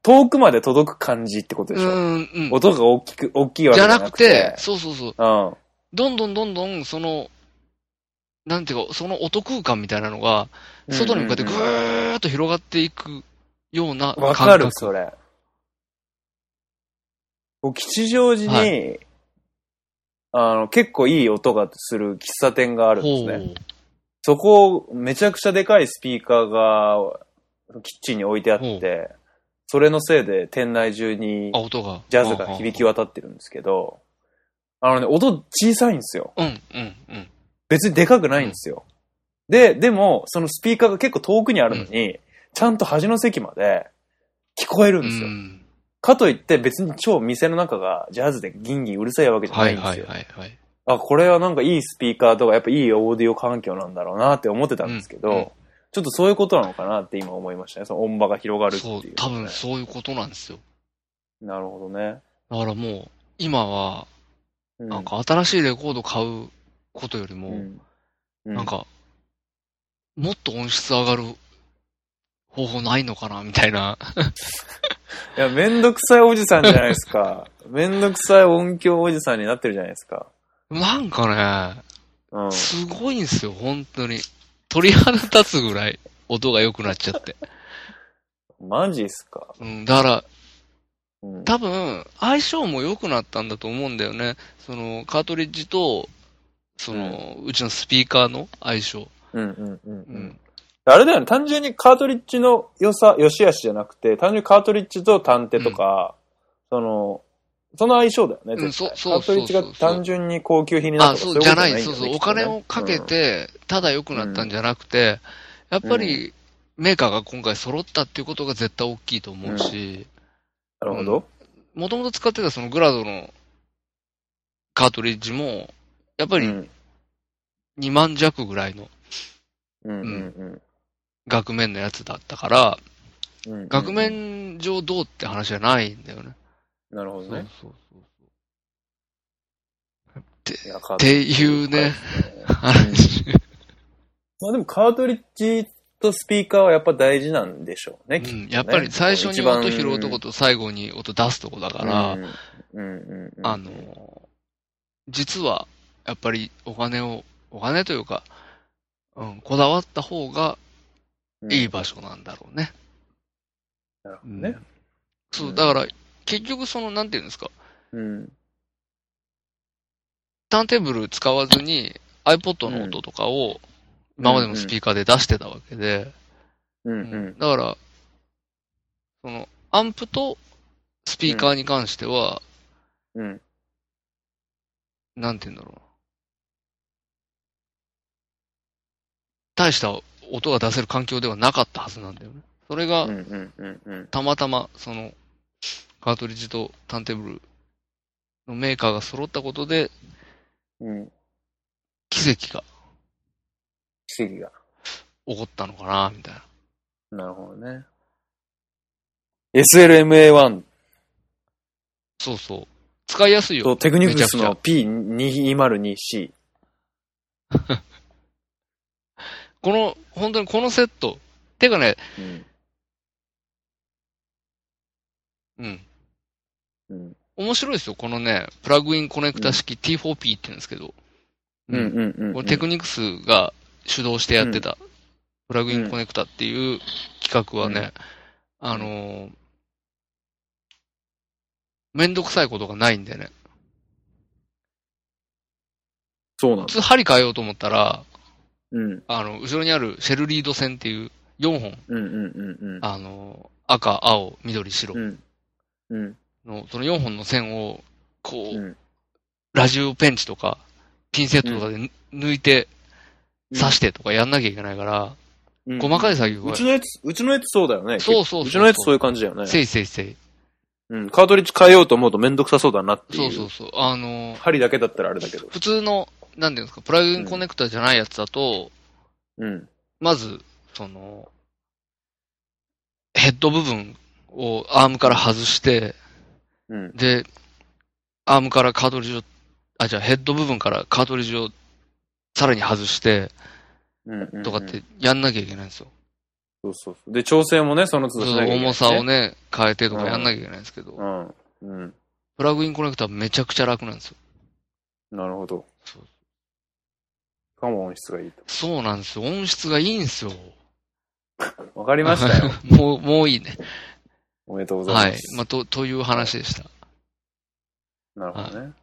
Speaker 2: 遠くまで届く感じってこと
Speaker 1: う
Speaker 2: でしょ、
Speaker 1: ん、うん。
Speaker 2: 音が大きく、大きいわけ
Speaker 1: じ
Speaker 2: じ
Speaker 1: ゃ
Speaker 2: ゃな
Speaker 1: なく
Speaker 2: くて
Speaker 1: て、。そうそうそう。
Speaker 2: うん。
Speaker 1: どんどんどんどん、その、なんていうか、その音空間みたいなのが、外に向かってぐ
Speaker 2: うんうん
Speaker 1: ーっと広がっていくような
Speaker 2: うんわ
Speaker 1: 感覚。
Speaker 2: かる、それ。僕吉祥寺に、
Speaker 1: は
Speaker 2: あの、結構いい音がする喫茶店があるんです
Speaker 1: ほ
Speaker 2: ね。
Speaker 1: う。
Speaker 2: そこ、めちゃくちゃでかいスピーカーが、キッチンに置いてあっ
Speaker 1: ほ
Speaker 2: て、それのせいで店内中に
Speaker 1: あ、音が。
Speaker 2: ジャズが響き渡ってるんですけど、あのね、音小さいんですよ。
Speaker 1: うん、うん、うん。
Speaker 2: 別にでかくないんですよ。で、でも、そのスピーカーが結構遠くにあるのに、ちゃんと端の席まで聞こえるんですよ。
Speaker 1: うん
Speaker 2: かといって別に超店の中がジャズでギンギンうるさいわけじゃな
Speaker 1: はい
Speaker 2: ん
Speaker 1: い
Speaker 2: ですよ。
Speaker 1: はいはいはい。
Speaker 2: あ、これはなんかいいスピーカーとか、やっぱいいオーディオ環境なんだろうなって思ってたんですけど、
Speaker 1: うんうん
Speaker 2: ちょっとそういうことなのかなって今思いましたね。その音場が広がるっていう
Speaker 1: そ
Speaker 2: ね、
Speaker 1: う、多分そういうことなんですよ。
Speaker 2: なるほどね。
Speaker 1: だからもう、今は、
Speaker 2: う
Speaker 1: なん、か新しいレコード買うことより
Speaker 2: う
Speaker 1: も、
Speaker 2: ん。う
Speaker 1: なん、か、もっと音質上がる方法ないのかな、みたいな。
Speaker 2: いや、めんどくさいおじさんじゃないですか。 めんどくさい音響おじさんになってるじゃないですか。
Speaker 1: なんかね、
Speaker 2: うん。
Speaker 1: すごいんですよ、本当に。鳥肌立つぐらい音が良くなっちゃって。
Speaker 2: マジっすか。
Speaker 1: うん、だから、
Speaker 2: うん。
Speaker 1: 多分、相性も良くなったんだと思うんだよね。その、カートリッジと、その、うちのスピーカーの相性。
Speaker 2: うんうんうん
Speaker 1: う
Speaker 2: うん
Speaker 1: ん。。
Speaker 2: あれだよね、単純にカートリッジの良さ、良し悪しじゃなくて、単純にカートリッジと探偵とか、その、その相性だよね、
Speaker 1: うん
Speaker 2: 絶対
Speaker 1: そうそうそうそう
Speaker 2: カトリッチが単純に高級品にな
Speaker 1: あ、
Speaker 2: ったとか
Speaker 1: そう、じゃない、
Speaker 2: い
Speaker 1: そう
Speaker 2: こと
Speaker 1: そう、
Speaker 2: よね
Speaker 1: お金をかけ、て、ただ良くなったんじゃなくて、やっぱり、メーカーが今回揃ったっていうことが絶対大きいと思うし、
Speaker 2: きっとねうんなるほど。
Speaker 1: もともと使ってたそのグラドのカートリッジも、やっぱり
Speaker 2: り、
Speaker 1: 2万弱ぐらいの
Speaker 2: うんうん
Speaker 1: 額面のやつだったから、
Speaker 2: うんうん
Speaker 1: 額、面上どうって話じゃないんだよね。
Speaker 2: なるほ
Speaker 1: そう
Speaker 2: どね。
Speaker 1: そうそう。
Speaker 2: いやカー
Speaker 1: っ
Speaker 2: トリッ
Speaker 1: ていうね、
Speaker 2: ジ
Speaker 1: 話。
Speaker 2: まあでもカートリッジとスピーカーはやっぱ大事なんでしょうね、きっ と
Speaker 1: うん
Speaker 2: ね
Speaker 1: やっぱり最初
Speaker 2: 一
Speaker 1: に
Speaker 2: 番
Speaker 1: 音拾うとこと最後に音出すとこだから、
Speaker 2: うんうんうん、
Speaker 1: あの、実は、やっぱりお金を、お金というか、うん、こだわった方が
Speaker 2: うん、
Speaker 1: いい場所なんだろうね。
Speaker 2: なるほどね。
Speaker 1: そうう、
Speaker 2: ん
Speaker 1: だから、結局その、なんていうんですか、
Speaker 2: うん。
Speaker 1: ターンテーブル使わずに iPod の音とかを今までのスピーカーで出してたわけで、
Speaker 2: う
Speaker 1: うん
Speaker 2: うん
Speaker 1: んだから、その、アンプとスピーカーに関しては、
Speaker 2: うん。
Speaker 1: なんて言うんだろうな。大した音が出せる環境ではなかったはずなんだよね。それ
Speaker 2: う
Speaker 1: が
Speaker 2: ん、うんうんうん。
Speaker 1: たまたま、その、カートリッジとターンテーブルのメーカーが揃ったことで、
Speaker 2: うん。
Speaker 1: 奇跡が
Speaker 2: 奇跡が。
Speaker 1: 起こったのかな、みたいな。
Speaker 2: なるほどね。SLMA1
Speaker 1: そうそう。使いやすいよ。
Speaker 2: とテクニクス
Speaker 1: め
Speaker 2: の P202C。
Speaker 1: この、本当にこのセット。てかね、
Speaker 2: うん。
Speaker 1: うん。
Speaker 2: うん。
Speaker 1: 面白いですよ。このね、プラグインコネクタ式 T4P って言うんですけど。
Speaker 2: うんうんうん。
Speaker 1: これテクニクスが主導してやってた、プラグインコネクタっていう企画はね、あのーめんどくさいことがないんでね。
Speaker 2: そうなん
Speaker 1: 普通
Speaker 2: だ。
Speaker 1: 針変えようと思ったら、
Speaker 2: うん。
Speaker 1: あの、後ろにあるシェルリード線っていう4本、
Speaker 2: うんうんうんうん。
Speaker 1: あのー赤、青、緑、白
Speaker 2: うん。うん。
Speaker 1: の、その4本の線を、こう、
Speaker 2: うん
Speaker 1: ラジオペンチとか、ピンセットとかでぬ抜いて、刺してとかやんなきゃいけないから、
Speaker 2: うん
Speaker 1: 細かい作業
Speaker 2: う
Speaker 1: が
Speaker 2: ち、のやつ、うちのやつそうだよね。
Speaker 1: そうそうそう
Speaker 2: うちのやつそういう感じだよね。
Speaker 1: せいせいせい。
Speaker 2: うん。カートリッジ変えようと思うとめんどくさそうだなってい。
Speaker 1: そううそうそう。あのー
Speaker 2: 針だけだったらあれだけど。
Speaker 1: 普通の、なんていうんですか、プラグインコネクタじゃないやつだと、
Speaker 2: うん。
Speaker 1: まず、その、ヘッド部分をアームから外して、
Speaker 2: うん。
Speaker 1: で、アームからカートリッジを、あ、じゃあヘッド部分からカートリッジをさらに外して、
Speaker 2: うん。
Speaker 1: とかってやんなきゃいけないんですよ。
Speaker 2: そうそうそう。で、調整もね、その都
Speaker 1: そう
Speaker 2: 度し
Speaker 1: そう
Speaker 2: なきゃいけない
Speaker 1: 重さを
Speaker 2: ね。
Speaker 1: ね、変えてとかやんなきゃいけないんですけど、
Speaker 2: うん。うん。
Speaker 1: プラグインコネクタめちゃくちゃ楽なんですよ。
Speaker 2: なるほど。
Speaker 1: そう
Speaker 2: しかも音質がいいと。
Speaker 1: そうなんですよ。音質がいいんですよ。
Speaker 2: わかりましたよ。
Speaker 1: もう、もういいね。
Speaker 2: おめでとうござ
Speaker 1: はい
Speaker 2: ま
Speaker 1: い。
Speaker 2: す。
Speaker 1: まあ、と、という話でした。
Speaker 2: なるほどね。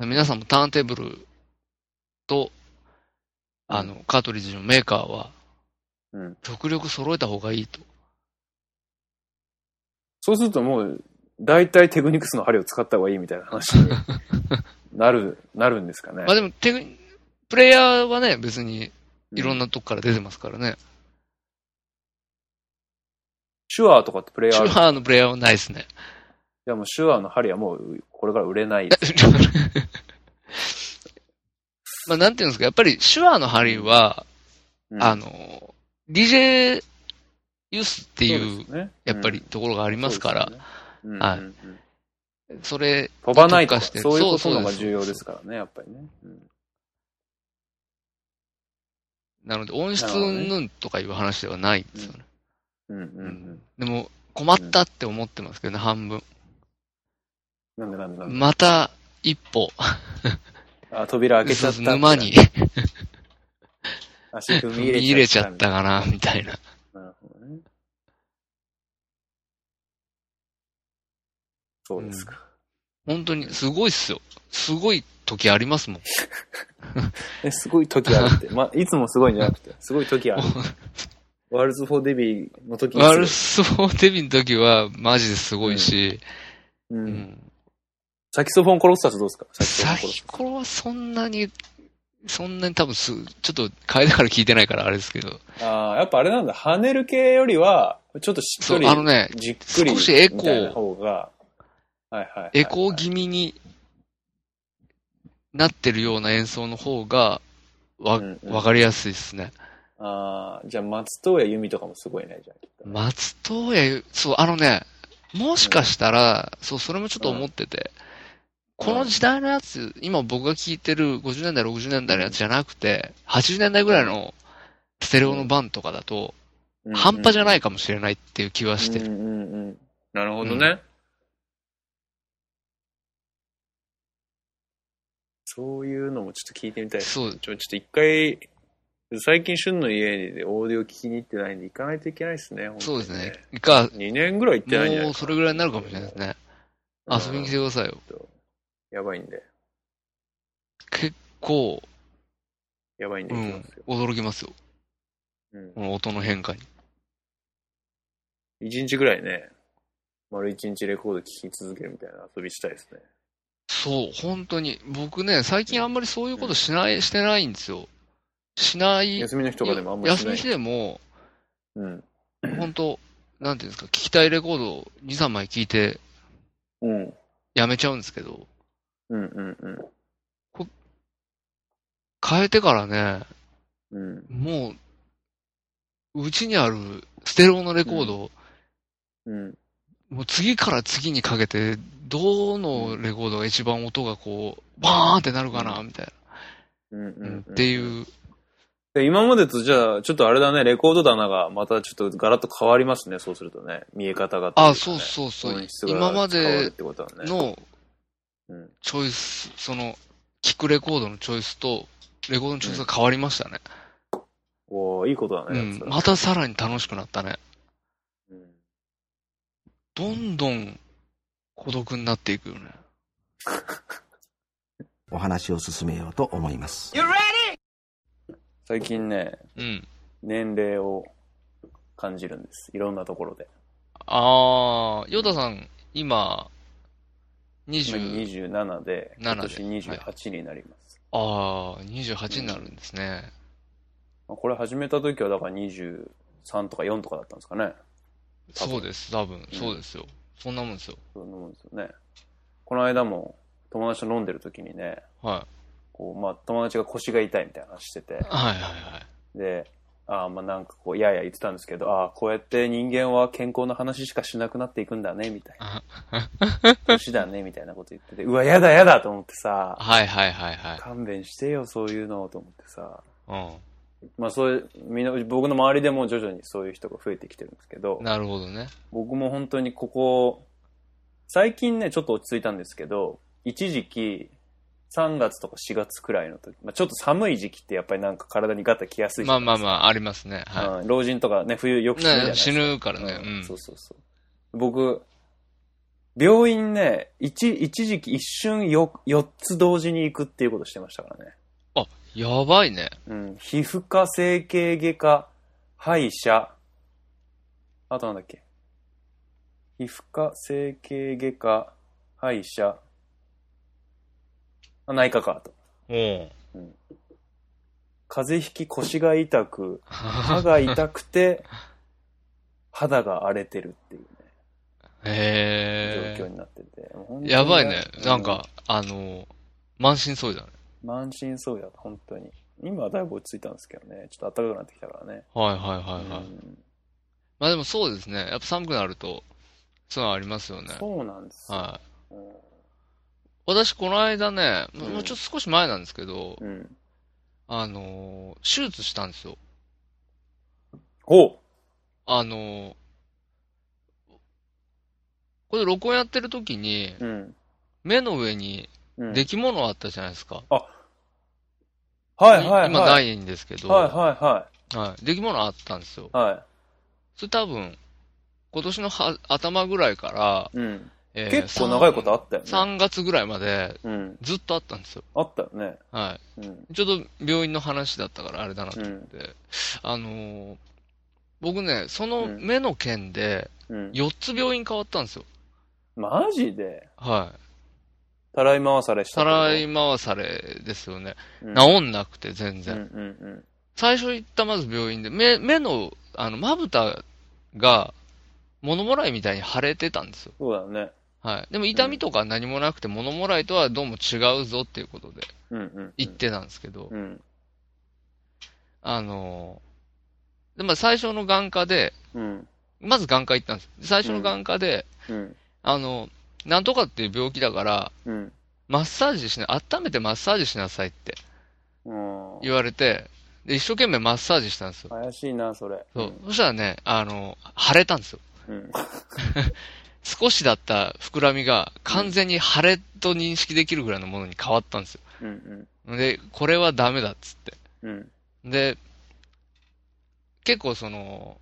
Speaker 1: 皆さんもターンテーブルと、あの、カートリッジのメーカーは、
Speaker 2: うん。
Speaker 1: 極力揃えた方がいいと。
Speaker 2: そうするともう、大体テクニクスの針を使った方がいいみたいな話 になる、なるんですかね。
Speaker 1: まあでも、テクプレイヤーはね、別にいろん
Speaker 2: な。
Speaker 1: なとこから出てますからね。
Speaker 2: シュアーとかってプレイ
Speaker 1: シ
Speaker 2: ヤーある
Speaker 1: ュアーのプレイヤーはないですね。
Speaker 2: でもシュアーの針はもう、これから売れない。
Speaker 1: まあなんていうんですか、やっぱりシュアーのハリーは、
Speaker 2: うん
Speaker 1: あの、DJ ユースって
Speaker 2: そ
Speaker 1: いう
Speaker 2: で、すね
Speaker 1: やっぱりところがありますから、。
Speaker 2: うん
Speaker 1: はい
Speaker 2: そうですよねうんうんうん
Speaker 1: それ、
Speaker 2: 飛ばないとか
Speaker 1: 特化して、る
Speaker 2: そういうこと
Speaker 1: そうそう
Speaker 2: の
Speaker 1: で
Speaker 2: が
Speaker 1: す
Speaker 2: 重要ですからね、やっぱりね。うん
Speaker 1: なので音質うんぬんとかいう話ではないんですよね。
Speaker 2: うんうんうん。
Speaker 1: でも、困ったって思ってますけどね、半分。
Speaker 2: なんでなんでなんで。
Speaker 1: また、一歩、
Speaker 2: あ、扉開けちゃった。
Speaker 1: 沼に。
Speaker 2: 足踏み
Speaker 1: 踏み
Speaker 2: 入
Speaker 1: 入
Speaker 2: れ
Speaker 1: れ
Speaker 2: ち
Speaker 1: ちゃ
Speaker 2: ゃった。
Speaker 1: ったかな、みたいな。
Speaker 2: なるほどね。そうですか。
Speaker 1: 本当に、すごいっすよ。すごい時ありますもん。
Speaker 2: え、すごい時 あるって。まあ、いつもすごいんじゃなくて、すごい時ある。ワールズ・フォー・デビーの時にすごい
Speaker 1: ワルス・フォー・デビの時は、マジですごいし、
Speaker 2: う。
Speaker 1: うんん
Speaker 2: サキソフォンコロッサスどうですか
Speaker 1: サヒコロはそんなに、そんなに多分す、ちょっと変えだから聞いてないからあれですけど。
Speaker 2: ああ、やっぱあれなんだ。跳ねる系よりは、ちょっとしっとり、
Speaker 1: そうあのね
Speaker 2: じっくり、
Speaker 1: 少しエコー
Speaker 2: みたいな方が、はいはいはいはい
Speaker 1: エコー気味になってるような演奏の方が、わ、
Speaker 2: うんうん
Speaker 1: わかりやすいですね。
Speaker 2: ああ、じゃあ松任谷由実とかもすごいね、じゃあきっとね。
Speaker 1: 松任谷、そう、あのね、もしかしたら、そう、それもちょっと思ってて、
Speaker 2: うん
Speaker 1: この時代のやつ、今僕が聴いてる50年代、60年代のやつじゃなくて、80年代ぐらいのステレオの版とかだと、
Speaker 2: うんうん
Speaker 1: 半端じゃないかもしれないっていう気はして
Speaker 2: う
Speaker 1: る。
Speaker 2: んうんうん。なるほ
Speaker 1: どね
Speaker 2: そういうのもちょっと聞いてみたいです。
Speaker 1: そう、
Speaker 2: ちょ、ちょっと一回、最近、旬の家でオーディオ聞きに行ってないんで行かないといけないですね、本当
Speaker 1: そ
Speaker 2: に
Speaker 1: うですね。が、
Speaker 2: 2年ぐらい行ってないんじゃな
Speaker 1: も
Speaker 2: いう
Speaker 1: それぐらいになるかもしれないですね。遊びに来てくださいよ。
Speaker 2: やばいんで、
Speaker 1: 結構、
Speaker 2: やばいんで
Speaker 1: う
Speaker 2: 行き
Speaker 1: ん
Speaker 2: ますよ。、
Speaker 1: 驚きますよ。
Speaker 2: うん
Speaker 1: この音の変化に。
Speaker 2: 一日ぐらいね、丸一日レコード聴き続けるみたいな遊びしたいですね。
Speaker 1: そう、本当に。僕ね、最近あんまりそういうことしない、してないんですよ。しない。
Speaker 2: 休みの日とかでもあんまり
Speaker 1: 休
Speaker 2: しな
Speaker 1: み
Speaker 2: い
Speaker 1: 日。でも、
Speaker 2: うん。
Speaker 1: 本当なんていうんですか、聞きたいレコードを2、3枚聞いて
Speaker 2: うん。
Speaker 1: やめちゃうんですけど、
Speaker 2: うんうんうん。
Speaker 1: 変えてからね、
Speaker 2: うん。
Speaker 1: もう、うちにあるステレオのレコードを、
Speaker 2: うん。
Speaker 1: もう次から次にかけて、どのレコードが一番音がこう、バーンってなるかな、みたい
Speaker 2: うんう
Speaker 1: な、
Speaker 2: ん。。
Speaker 1: っていうう、
Speaker 2: で今までとじゃあ、ちょっとあれだね、レコード棚がまたちょっとガラッと変わりますね、そうするとね。見え方がといかね、
Speaker 1: あ、そうそうそう
Speaker 2: 音、質が
Speaker 1: 今ま
Speaker 2: 変わるっ
Speaker 1: で
Speaker 2: てことはね。
Speaker 1: の
Speaker 2: うん
Speaker 1: チョイス、その、聞くレコードのチョイスと、レコードのチョイスが変わりましたね。
Speaker 2: おーいいことだ
Speaker 1: う
Speaker 2: ね、
Speaker 1: ん
Speaker 2: そ。れ
Speaker 1: またさらに楽しくなったね。
Speaker 2: うん
Speaker 1: どんどん孤独になっていくよね。
Speaker 3: お話を進めようと思います。
Speaker 2: 最近ね、
Speaker 1: うん。
Speaker 2: 年齢を感じるんです。いろんなところで。
Speaker 1: あー、ヨタさん、今、20、
Speaker 2: 27で、今
Speaker 1: 7で
Speaker 2: 年28になります。
Speaker 1: あー、28になるんですね。
Speaker 2: まあこれ始めた時はだから23とか4とかだったんですかね。多分
Speaker 1: そうです、多分、
Speaker 2: うん
Speaker 1: そうですよ。そんなもんですよ。
Speaker 2: そう思うんですよね。この間も友達と飲んでる時にね、
Speaker 1: は
Speaker 2: こう、まあ友達が腰が痛いみたいな話してて
Speaker 1: い。、はいはいはい。
Speaker 2: で、ああまあなんかこう、いやいや言ってたんですけど、ああ、こうやって人間は健康な話しかしなくなっていくんだね、みたいな。年だね、みたいなこと言ってて、うわ、やだやだと思ってさ、
Speaker 1: はいはいはいはい。
Speaker 2: 勘弁してよ、そういうの、と思ってさ。
Speaker 1: う
Speaker 2: まあそういう、みんな、僕の周りでも徐々にそういう人が増えてきてるんですけど
Speaker 1: ん。、なるほどね。
Speaker 2: 僕も本当にここ、最近ね、ちょっと落ち着いたんですけど、一時期、3月とか4月くらいの時、まあ、ちょっと寒い時期ってやっぱりなんか体にガタきやすいじ
Speaker 1: ま
Speaker 2: ゃ
Speaker 1: あ
Speaker 2: ない
Speaker 1: ま
Speaker 2: で
Speaker 1: あ
Speaker 2: す
Speaker 1: まあ、ありますね。
Speaker 2: か
Speaker 1: は
Speaker 2: うん老人とかね、冬よく
Speaker 1: い。
Speaker 2: 死ぬじゃない
Speaker 1: ね
Speaker 2: ですか
Speaker 1: 死。ぬからね。う
Speaker 2: うん
Speaker 1: ん。
Speaker 2: そうそうそう。僕、病院ね、一一時期一瞬よ4つ同時に行くっていうことしてましたからね。
Speaker 1: やばいね。
Speaker 2: うん、皮膚科、整形外科、歯医者、あとなんだっけ。皮膚科、整形外科、歯医者、あ内科か、あと。
Speaker 1: おう。
Speaker 2: 風邪ひき、腰が痛く、歯が痛くて、肌が荒れてるっていうね、
Speaker 1: へ
Speaker 2: 状況
Speaker 1: え。
Speaker 2: になってて。もう本当に
Speaker 1: やばいね。
Speaker 2: う
Speaker 1: なんか、あの、満身創痍だね。
Speaker 2: 満身創痍だ、本当に。今はだいぶ落ち着いたんですけどね。ちょっと暖かくなってきたからね。
Speaker 1: はいはいはいはい。
Speaker 2: うん
Speaker 1: まあでもそうですね。やっぱ寒くなると、そういうのありますよね。
Speaker 2: そうなんですよ。
Speaker 1: はい。
Speaker 2: うん
Speaker 1: 私、この間ね、もう
Speaker 2: うん
Speaker 1: もうちょっと少し前なんですけど、
Speaker 2: うん。
Speaker 1: あの、手術したんですよ。
Speaker 2: ほう
Speaker 1: あの、これ録音やってる時に、
Speaker 2: うん。
Speaker 1: 目の上に
Speaker 2: うん
Speaker 1: 出来物あったじゃないですか。
Speaker 2: はいはいはい。
Speaker 1: 今ないんですけど、
Speaker 2: はいはいは
Speaker 1: はい出来物あったんですよ
Speaker 2: い。。は
Speaker 1: それ多分、今年のは頭ぐらいから、
Speaker 2: い。うん。
Speaker 1: えー
Speaker 2: 結構長いことあったよね。
Speaker 1: 3月ぐらいまで
Speaker 2: うん。
Speaker 1: ずっとあったんですよ。
Speaker 2: あったよね。
Speaker 1: は
Speaker 2: うん。
Speaker 1: い。ちょっと病院の話だったからあれだなと
Speaker 2: う
Speaker 1: 思っ
Speaker 2: ん。
Speaker 1: て。あのー僕ね、その目の件で
Speaker 2: うん。
Speaker 1: 4つ病院変わったんですよ。
Speaker 2: マジで
Speaker 1: は
Speaker 2: たらい回されした
Speaker 1: た
Speaker 2: けど。
Speaker 1: らい回されですよね。
Speaker 2: うん、
Speaker 1: 治んなくて、全
Speaker 2: うん
Speaker 1: 然。
Speaker 2: うん
Speaker 1: 最初行ったまず病院で、目、目の、あの、まぶたが、物もらいみたいに腫れてたんですよ。
Speaker 2: そうだね。
Speaker 1: はい。でも痛みとか何もなくて、物もらいとはどうも違うぞっていうことで、
Speaker 2: うんうん。
Speaker 1: 行っ。てたんですけど、
Speaker 2: うん。
Speaker 1: あのー、で、まあ最初の眼科で、
Speaker 2: うん。
Speaker 1: まず眼科行ったんです。最初の眼科で、
Speaker 2: うん。
Speaker 1: あの、なんとかっていう病気だから、
Speaker 2: うん。
Speaker 1: マッサージしな、温めてマッサージしなさいって
Speaker 2: うん。
Speaker 1: 言われて、で、一生懸命マッサージしたんですよ。
Speaker 2: 怪しいな、それ。
Speaker 1: そう。そしたらね、あの、腫れたんですよ。
Speaker 2: うん。
Speaker 1: 少しだった膨らみが完全に腫れと認識できるぐらいのものに変わったんですよ。
Speaker 2: うん。
Speaker 1: で、これはダメだっつって。
Speaker 2: うん。うん。
Speaker 1: で、結構その、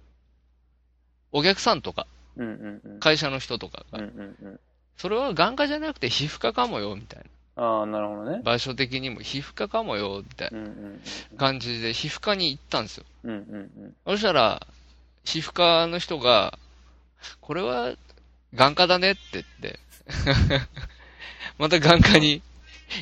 Speaker 1: お客さんとか、
Speaker 2: うん。うん。うん。
Speaker 1: 会社の人とか
Speaker 2: う
Speaker 1: が、
Speaker 2: んうんうん。
Speaker 1: それは眼科じゃなくて皮膚科かもよ、みたいな。
Speaker 2: ああ、なるほどね。
Speaker 1: 場所的にも皮膚科かもよ、みたい
Speaker 2: うん。
Speaker 1: な感じで皮膚科に行ったんですよ。
Speaker 2: うん。うん。うん。
Speaker 1: そしたら、皮膚科の人が、これは眼科だねって言って、 また眼科に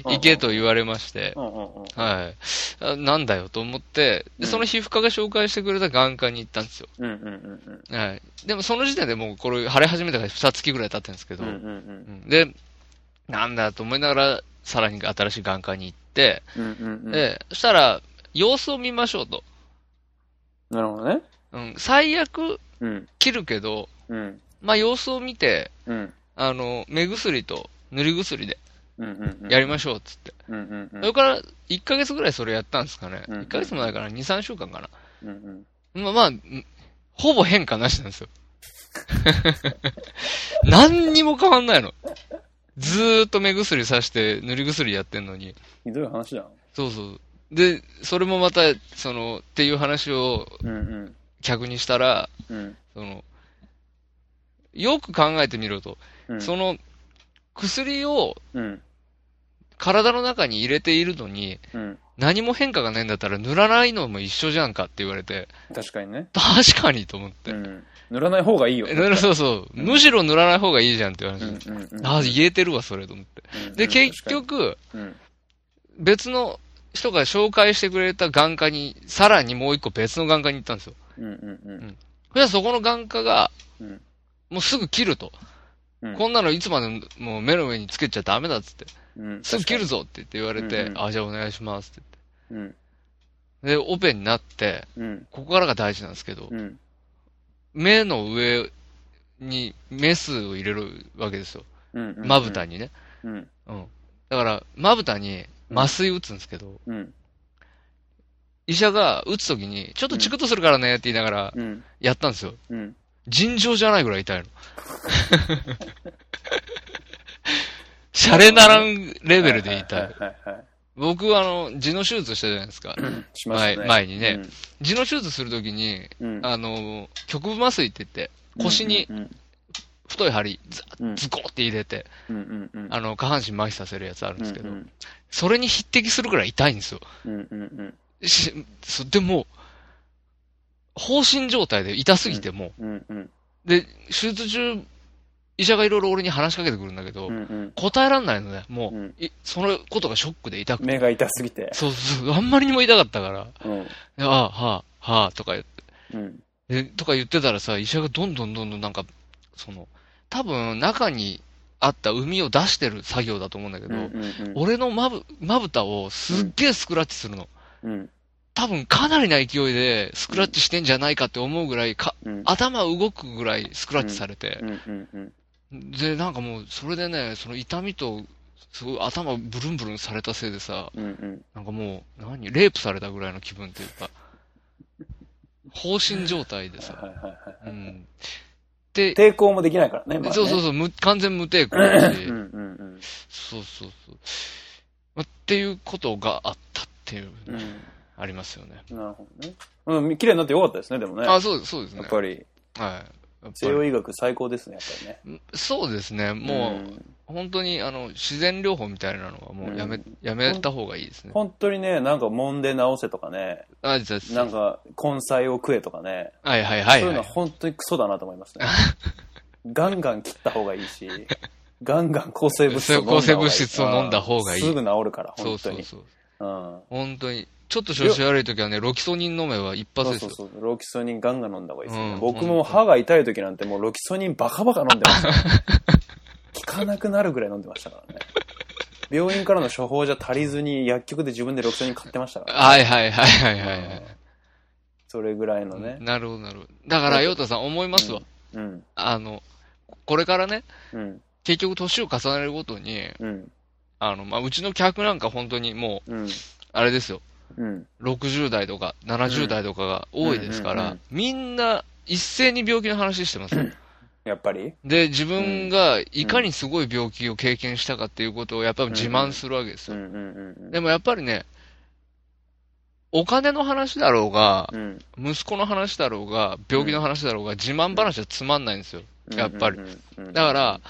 Speaker 1: 行けと言われまして
Speaker 2: う、ん。うん。うん。
Speaker 1: はいあ。なんだよと思って、
Speaker 2: う
Speaker 1: で、
Speaker 2: ん
Speaker 1: その皮膚科が紹介してくれた眼科に行ったんですよ。
Speaker 2: うん。うん。うん。
Speaker 1: はい。でもその時点でもうこれ腫れ始めたから2月ぐらい経ってるんですけど、
Speaker 2: うん。うん。うん。
Speaker 1: うんで、なんだと思いながら、さらに新しい眼科に行って、
Speaker 2: うん。うん。
Speaker 1: で、そしたら、様子を見ましょうと。
Speaker 2: なるほどね。
Speaker 1: うん、最悪
Speaker 2: うん。
Speaker 1: 切るけど、
Speaker 2: うん。
Speaker 1: まあ様子を見て、
Speaker 2: うん。
Speaker 1: あの、目薬と塗り薬で
Speaker 2: うん。うん。
Speaker 1: やりま
Speaker 2: し
Speaker 1: しょうっつって。
Speaker 2: うん。うん。うん
Speaker 1: それ。から1ヶ月ぐらいそれやったんですかね。
Speaker 2: うん
Speaker 1: 1ヶ月もないから2、3週間かな。
Speaker 2: うん。うん。
Speaker 1: まあまあ、んほぼ変化なしなんですよ。 何にも変わんないの。ずーっと目薬さして塗り薬やってんのに。
Speaker 2: ひどい話だ。
Speaker 1: そうそう。で、それもまた、その、っていう話を
Speaker 2: うん。うん。
Speaker 1: 客にしたら、
Speaker 2: うん。
Speaker 1: その、よく考えてみろと。
Speaker 2: うん。
Speaker 1: その、薬を
Speaker 2: うん。
Speaker 1: 体の中に入れているのに、
Speaker 2: うん。
Speaker 1: 何も変化がないんだったら塗らないのも一緒じゃんかって言われて、
Speaker 2: 確かにね。
Speaker 1: 確かにと思って。
Speaker 2: うん。塗らない方がいいよ。
Speaker 1: え塗ら そうそう。
Speaker 2: うん
Speaker 1: むしろ塗らない方がいいじゃんって言われ
Speaker 2: う
Speaker 1: て。
Speaker 2: んうんうん。
Speaker 1: ああ、言えてるわ、それと思って。
Speaker 2: うん
Speaker 1: で、結、局、
Speaker 2: うんうん
Speaker 1: 別の人が紹介してくれた眼科に、さらにもう一個別の眼科に行ったんですよ。
Speaker 2: うんうん
Speaker 1: そしたらそこの眼科が、
Speaker 2: うんうん
Speaker 1: もうすぐ切ると。
Speaker 2: うん
Speaker 1: こんなのいつまでも目の上につけちゃダメだっつって。
Speaker 2: うん。
Speaker 1: すぐ切るぞって言って言われて、
Speaker 2: うんうん
Speaker 1: あ、じゃあお願いしますって
Speaker 2: うん
Speaker 1: 言って。で、オペになって、
Speaker 2: うん
Speaker 1: ここからが大事なんですけど、
Speaker 2: うん。
Speaker 1: 目の上にメスを入れるわけですよ。
Speaker 2: うんうん。
Speaker 1: まぶたにね。
Speaker 2: うん
Speaker 1: うん。だから、まぶたに麻酔打つんですけど、
Speaker 2: うん
Speaker 1: 医者が打つときに、ちょっとチクッとするからねって言いながら
Speaker 2: うん
Speaker 1: やったんですよ。
Speaker 2: うん。
Speaker 1: 尋常じゃないぐらい痛いの。シャレならんレベルで痛
Speaker 2: はい
Speaker 1: い。
Speaker 2: はいはい。
Speaker 1: 僕はあの、痔の手術したじゃないですか。
Speaker 2: しましたね。
Speaker 1: 前前にね痔の手術するときに、
Speaker 2: うん。うん
Speaker 1: あの、局部麻酔って言って、腰に
Speaker 2: うん
Speaker 1: 太い針、ザ
Speaker 2: うん
Speaker 1: ズコって入れて、
Speaker 2: うんうんうん。
Speaker 1: あの、下半身麻痺させるやつあるんですけど
Speaker 2: う、ん
Speaker 1: それに匹敵するぐらい痛いんですよ。
Speaker 2: うんうん
Speaker 1: し、そでも、放心状態で痛すぎても、
Speaker 2: うんうん
Speaker 1: で、手術中、医者がいろいろ俺に話しかけてくるんだけど、
Speaker 2: うんうん
Speaker 1: 答えらんないのね、もう、
Speaker 2: うん
Speaker 1: いそのことがショックで痛くて。
Speaker 2: 目が痛すぎて。
Speaker 1: そうそう、あんまりにも痛かったから、
Speaker 2: うん
Speaker 1: でああ、はあ、はあ、とか言って、
Speaker 2: うん
Speaker 1: でとか言ってたらさ、医者がどんどんどんどんなんか、その、多分中にあった膿を出してる作業だと思うんだけど、
Speaker 2: うんうん
Speaker 1: 俺のまぶ、まぶたをすっげえスクラッチするの。
Speaker 2: うん
Speaker 1: 多分かなりな勢いでスクラッチしてんじゃないかって思うぐらいか、
Speaker 2: うん
Speaker 1: 頭動くぐらいスクラッチされて
Speaker 2: う、んうんうん
Speaker 1: で、なんかもう、それでね、その痛みと、すごい頭ブルンブルンされたせいでさ、
Speaker 2: うんうん
Speaker 1: なんかもう、何、レイプされたぐらいの気分っていうか、放心状態でさ、
Speaker 2: はいはいはい。
Speaker 1: うん。で、
Speaker 2: 抵抗もできないからね。まあね
Speaker 1: そうそうそう、無完全無抵抗だし
Speaker 2: う、んうんうん
Speaker 1: そうそうそう。まっていうことがあったっていう、
Speaker 2: うん。
Speaker 1: ありますよね。
Speaker 2: なるほどね。うん、綺麗になってよかったですね、でもね。
Speaker 1: あ、そうです、そうですね。
Speaker 2: や
Speaker 1: は
Speaker 2: っ
Speaker 1: い
Speaker 2: ぱり、。
Speaker 1: やっぱり
Speaker 2: 西洋医学最高ですね、やっぱりね。
Speaker 1: そうですね、もう、本当にあの自然療法みたいなのはもうやめ,、
Speaker 2: うん
Speaker 1: やめた方がいいですね。
Speaker 2: 本当にね、なんか揉んで治せとかね、
Speaker 1: あ、じゃあ
Speaker 2: なんか根菜を食えとかね、
Speaker 1: はいはいはい
Speaker 2: そういう
Speaker 1: はい
Speaker 2: の は。本当にクソだなと思いますね。ガンガン切った方がいいし、ガンガン抗生物質を飲んだ方が
Speaker 1: 抗生
Speaker 2: いい。
Speaker 1: 物質を飲んだ方がいい
Speaker 2: すぐ治るから、
Speaker 1: そう
Speaker 2: 本当
Speaker 1: そう
Speaker 2: に。
Speaker 1: そう。
Speaker 2: うん
Speaker 1: 本当に。ちょっと調子悪い時はね、ロキソニン飲めば一発
Speaker 2: そ
Speaker 1: です
Speaker 2: うそ
Speaker 1: よ
Speaker 2: う。そう。ロキソニンガンガン飲んだ方がいいですね。
Speaker 1: うん
Speaker 2: 僕も歯が痛い時なんてもうロキソニンバカバカ飲んでました。 効かなくなるぐらい飲んでましたからね。病院からの処方じゃ足りずに薬局で自分でロキソニン買ってましたから、
Speaker 1: はいはいはいはいはいは
Speaker 2: うんそれぐらいのね
Speaker 1: い。。なるほどなるほど。だから、ヨウタさん思いますわ。
Speaker 2: うん。
Speaker 1: あの、これからね、
Speaker 2: うん。
Speaker 1: 結局年を重ねるごとに、
Speaker 2: うん。
Speaker 1: あの、まあ、うちの客なんか本当にもう、
Speaker 2: うん。
Speaker 1: あれですよ、
Speaker 2: うん。
Speaker 1: 60代とか70代とかが多いですか
Speaker 2: うんうんう
Speaker 1: ら
Speaker 2: ん、
Speaker 1: みんな一斉に病気の話してますよ。
Speaker 2: やっぱり
Speaker 1: で、自分がいかにすごい病気を経験したかっていうことをやっぱり自慢するわけです
Speaker 2: う
Speaker 1: よ。
Speaker 2: んうんうん
Speaker 1: でもやっぱりね、お金の話だろうが
Speaker 2: う、ん。
Speaker 1: 息子の話だろうが、病気の話だろうが、自慢話はつまんないんですよ。
Speaker 2: うん。
Speaker 1: やっぱり
Speaker 2: うん。うん
Speaker 1: だから、、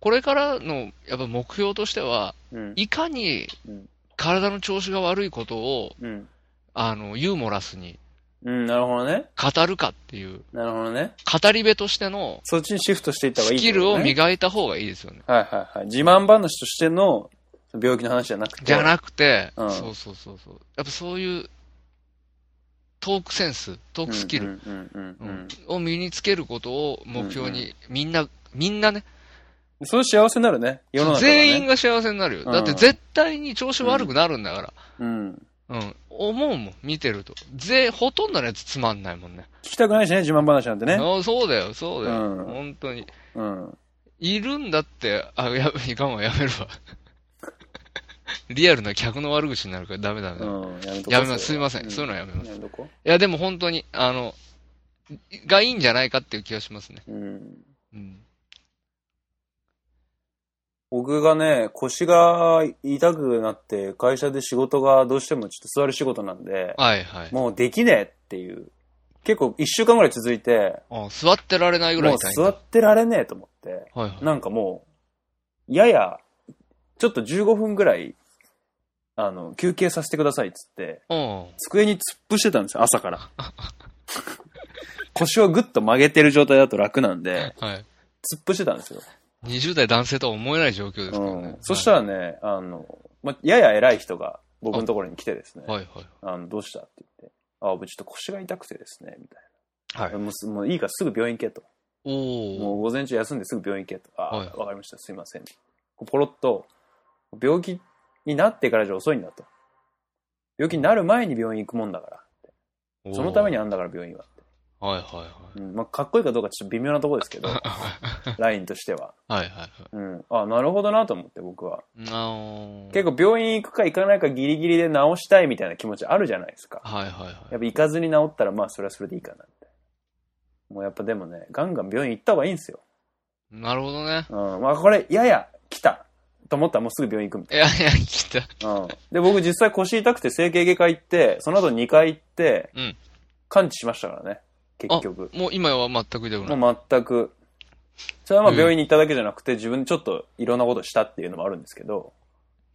Speaker 1: これからのやっぱ目標としては、
Speaker 2: うん。
Speaker 1: いかに
Speaker 2: うん
Speaker 1: 体の調子が悪いことを、
Speaker 2: うん。
Speaker 1: あの、ユーモラスに
Speaker 2: うん、なるほどね。
Speaker 1: 語るかっていう、
Speaker 2: なるほどね。
Speaker 1: 語り部としての
Speaker 2: そっちにシフトしていった方がい
Speaker 1: ス
Speaker 2: いっ
Speaker 1: キ
Speaker 2: てこと
Speaker 1: ル
Speaker 2: ね、
Speaker 1: を磨いた方がいいですよね。
Speaker 2: はいはいはい。自慢話としての病気の話じゃなくて。
Speaker 1: じゃなくて、
Speaker 2: うん
Speaker 1: そうそうそうそう。やっぱそういうトークセンス、トークスキル、
Speaker 2: うんうんうんうんうん
Speaker 1: を身につけることを目標に、みんな、みんなね、
Speaker 2: それ幸せになるね。世の中が、ね。
Speaker 1: 全員が幸せになるよ。
Speaker 2: うん
Speaker 1: だって絶対に調子悪くなるんだから。
Speaker 2: うん。
Speaker 1: うん。思うもん、見てると。ぜ、ほとんどのやつつまんないもんね。
Speaker 2: 聞きたくないしね、自慢話なんてね。
Speaker 1: あそうだよ、そうだよ。
Speaker 2: うん
Speaker 1: 本当に。
Speaker 2: うん。い
Speaker 1: いるんだって、あ、やべ、いかんわ、やめるわ。 リアルな客の悪口になるからダメだね。い
Speaker 2: うん。やめとこ
Speaker 1: やめますすいませんそういうのはやめます
Speaker 2: やめとこ
Speaker 1: や、でも本当に、あの、がいいんじゃないかっていう気がしますね。
Speaker 2: う。うん。
Speaker 1: うん。
Speaker 2: 僕がね、腰が痛くなって、会社で仕事がどうしてもちょっと座る仕事なんで、
Speaker 1: はいはい。
Speaker 2: もうできねえっていう。結構一週間ぐらい続いて、
Speaker 1: あ座ってられないぐら
Speaker 2: も
Speaker 1: いう痛いんだ。
Speaker 2: 座ってられねえと思って。
Speaker 1: はいはい。
Speaker 2: なんかもう、やや、ちょっと15分ぐらい、あの、休憩させてくださいっつって、
Speaker 1: うん。
Speaker 2: 机に突っ伏してたんですよ、朝から。腰をぐっと曲げてる状態だと楽なんで、
Speaker 1: はい。
Speaker 2: 突っ伏してたんですよ。
Speaker 1: 20代男性とは思えない状況ですから
Speaker 2: う
Speaker 1: ね
Speaker 2: ん。。そしたらね、あの、ま、やや偉い人が僕のところに来てですね、
Speaker 1: はいはい
Speaker 2: あの、どうしたって言って、あ、僕ちょっと腰が痛くてですね、みたい
Speaker 1: はい。
Speaker 2: な。
Speaker 1: はい。
Speaker 2: もうすもういいからすぐ病院行けと。
Speaker 1: お
Speaker 2: も
Speaker 1: お。
Speaker 2: う午前中休んですぐ病院行けと。あ、
Speaker 1: はい
Speaker 2: わかりました。すいません。ポロッと、病気になってからじゃ遅いんだと。病気になる前に病院行くもんだから。そのためにあんだから病院
Speaker 1: お
Speaker 2: は。
Speaker 1: ー。はいはいはい。
Speaker 2: うん、まあ、かっこいいかどうかちょっと微妙なとこです けど、ラインとしては。
Speaker 1: はいはいは
Speaker 2: うん。あ、なるほどなと思って僕は。
Speaker 1: い。あのー
Speaker 2: 結構病院行くか行かないかギリギリで治したいみたいな気持ちあるじゃないですか。
Speaker 1: はいはいはい。
Speaker 2: やっぱ行かずに治ったらまあそれはそれでいいかなみたいな。もうやっぱでもね、ガンガン病院行った方がいいんですよ。
Speaker 1: なるほどね。
Speaker 2: うん。まあこれ、やや来たと思ったらもうすぐ病院行くみたい
Speaker 1: いやいや、来た。
Speaker 2: な。うん。で、僕実際腰痛くて整形外科行って、その後2回行って、
Speaker 1: うん
Speaker 2: 完治しましたからね。結局。
Speaker 1: もう今は全く痛くない。
Speaker 2: もう全く。それはまあ
Speaker 1: うん
Speaker 2: 病院に行っただけじゃなくて、自分でちょっといろんなことしたっていうのもあるんですけど、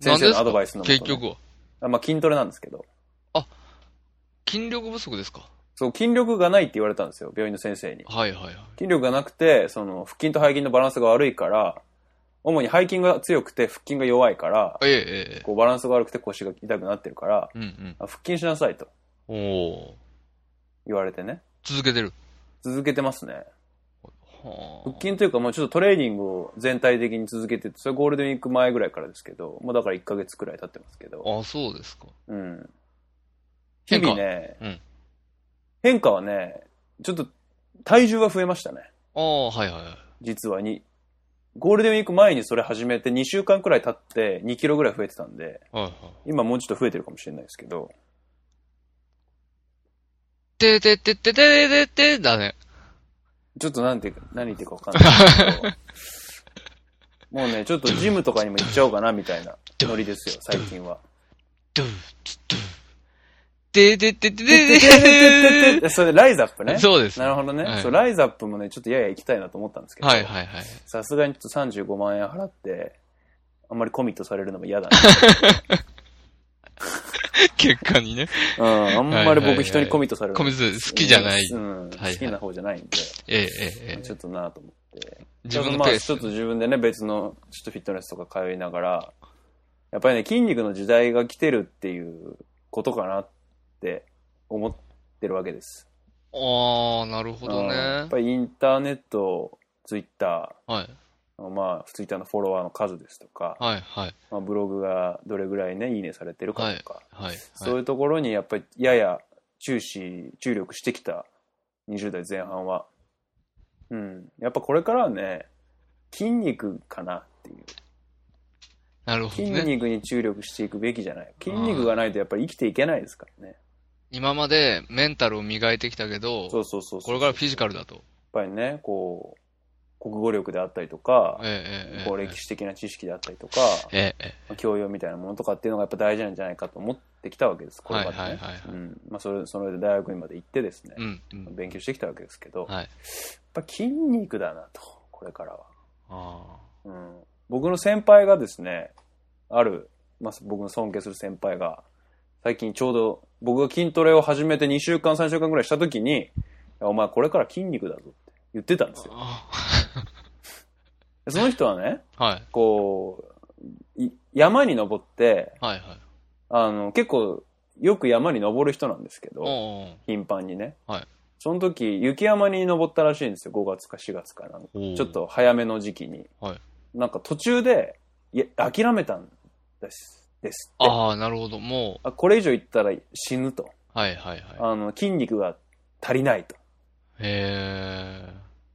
Speaker 1: なん
Speaker 2: 先
Speaker 1: です
Speaker 2: 生の
Speaker 1: か
Speaker 2: アドバイスのもとね
Speaker 1: 結局は。
Speaker 2: あまあ筋トレなんですけど。
Speaker 1: 筋力不足ですか
Speaker 2: そう、筋力がないって言われたんですよ、病院の先生に。
Speaker 1: はいはいはい。
Speaker 2: 筋力がなくて、その、腹筋と背筋のバランスが悪いから、主に背筋が強くて腹筋が弱いから、
Speaker 1: ええええ。
Speaker 2: こうバランスが悪くて腰が痛くなってるから、
Speaker 1: うんうん。
Speaker 2: あ腹筋しなさいと
Speaker 1: おお。
Speaker 2: 言われてね。
Speaker 1: 続けてる。
Speaker 2: 続けてますね。
Speaker 1: はあ
Speaker 2: 腹筋というかもうちょっとトレーニングを全体的に続けてて、それゴールデンウィーク前ぐらいからですけど、もうだから1ヶ月くらい経ってますけど、
Speaker 1: あ、そうですか。
Speaker 2: うん。日
Speaker 1: 変化
Speaker 2: 々ね、
Speaker 1: うん
Speaker 2: 変化はね、ちょっと体重は増えましたね。
Speaker 1: ああ、はいはいはい。
Speaker 2: 実はに。ゴールデンウィーク前にそれ始めて2週間くらい経って2キロぐらい増えてたんで、
Speaker 1: はいはい。
Speaker 2: 今もうちょっと増えてるかもしれないですけど、
Speaker 1: ててててててててだね。
Speaker 2: ちょっとなんていうか、何言ってるかわかんないですけ ど、もうね、ちょっとジムとかにも行っちゃおうかなみたいなノリですよ、最近は。
Speaker 1: ドゥドゥてててててて
Speaker 2: ててててててそれライズアップね。
Speaker 1: そうです。
Speaker 2: なるほどね、
Speaker 1: はい
Speaker 2: そう。ライズアップもね、ちょっとやや行きたいなと思ったんですけど、
Speaker 1: はいはいはい。
Speaker 2: さすがにちょっと35 万円払って、あんまりコミットされるのも嫌だ
Speaker 1: 結果にね。
Speaker 2: うん、あんまり僕人にコミットされる
Speaker 1: コ
Speaker 2: の
Speaker 1: ミット好きじゃない。
Speaker 2: う
Speaker 1: え
Speaker 2: ん、好
Speaker 1: はい
Speaker 2: きな方じゃないんで、
Speaker 1: えええええ。
Speaker 2: ちょっとなぁと思って。
Speaker 1: 自分の
Speaker 2: まあ
Speaker 1: ペー
Speaker 2: ち
Speaker 1: ス
Speaker 2: ょっ。と自分でね、別のちょっとフィットネスとか通いながら、やっぱりね、筋肉の時代が来てるっていうことかなって思ってるわけです。
Speaker 1: ああ、なるほど
Speaker 2: うん
Speaker 1: ね。
Speaker 2: やっぱりインターネット、ツイッタ
Speaker 1: はい。
Speaker 2: ー、まあ、ツイッターのフォロワーの数ですとか、
Speaker 1: はい、はい、
Speaker 2: まあ、ブログがどれぐらいね、いいねされてるかとか、
Speaker 1: はい。
Speaker 2: そう
Speaker 1: はい
Speaker 2: いうところにやっぱりやや注視、注力してきた20代前半は。うん。やっぱこれからはね、筋肉かなっていう。
Speaker 1: なるほど
Speaker 2: 筋
Speaker 1: ね。
Speaker 2: 肉に注力していくべきじゃない。筋肉がないとやっぱり生きていけないですからね。
Speaker 1: 今までメンタルを磨いてきたけど、
Speaker 2: そうそうそうそう。
Speaker 1: これからフィジカルだと。
Speaker 2: やっぱりね、こう、国語力であったりとか、
Speaker 1: ええええ
Speaker 2: こう歴史的な知識であったりとか、
Speaker 1: ええええ
Speaker 2: まあ教養みたいなものとかっていうのがやっぱ大事なんじゃないかと思ってきたわけです。これまでね。
Speaker 1: はいはいはいはい
Speaker 2: うん。まあそれ、それで大学にまで行ってですね。
Speaker 1: うん、うん。
Speaker 2: 勉強してきたわけですけど、
Speaker 1: はい。
Speaker 2: やっぱ筋肉だなと、これからは。
Speaker 1: あ
Speaker 2: うん、僕の先輩がですね、ある、まあ、僕の尊敬する先輩が、最近ちょうど僕が筋トレを始めて2週間、3週間ぐらいした時に、いやお前これから筋肉だぞって言ってたんです
Speaker 1: ー
Speaker 2: よ。
Speaker 1: あ
Speaker 2: でその人はね、
Speaker 1: ー。はい、
Speaker 2: こう、い山に登って、
Speaker 1: はい、はい。
Speaker 2: あの、結構よく山に登る人なんですけ
Speaker 1: お
Speaker 2: ど、
Speaker 1: う
Speaker 2: 頻繁にね。
Speaker 1: はい
Speaker 2: その時、雪山に登ったらしいんですよ。5月か4月かなんか
Speaker 1: おう
Speaker 2: ちょっ。と早めの時期に、
Speaker 1: はい
Speaker 2: なんか途中でいや諦めたんですですって
Speaker 1: ああ、なるほど。も
Speaker 2: あこれ以上行ったら死ぬと
Speaker 1: う、はい、はい、はい。
Speaker 2: あの筋肉が足りないと
Speaker 1: へ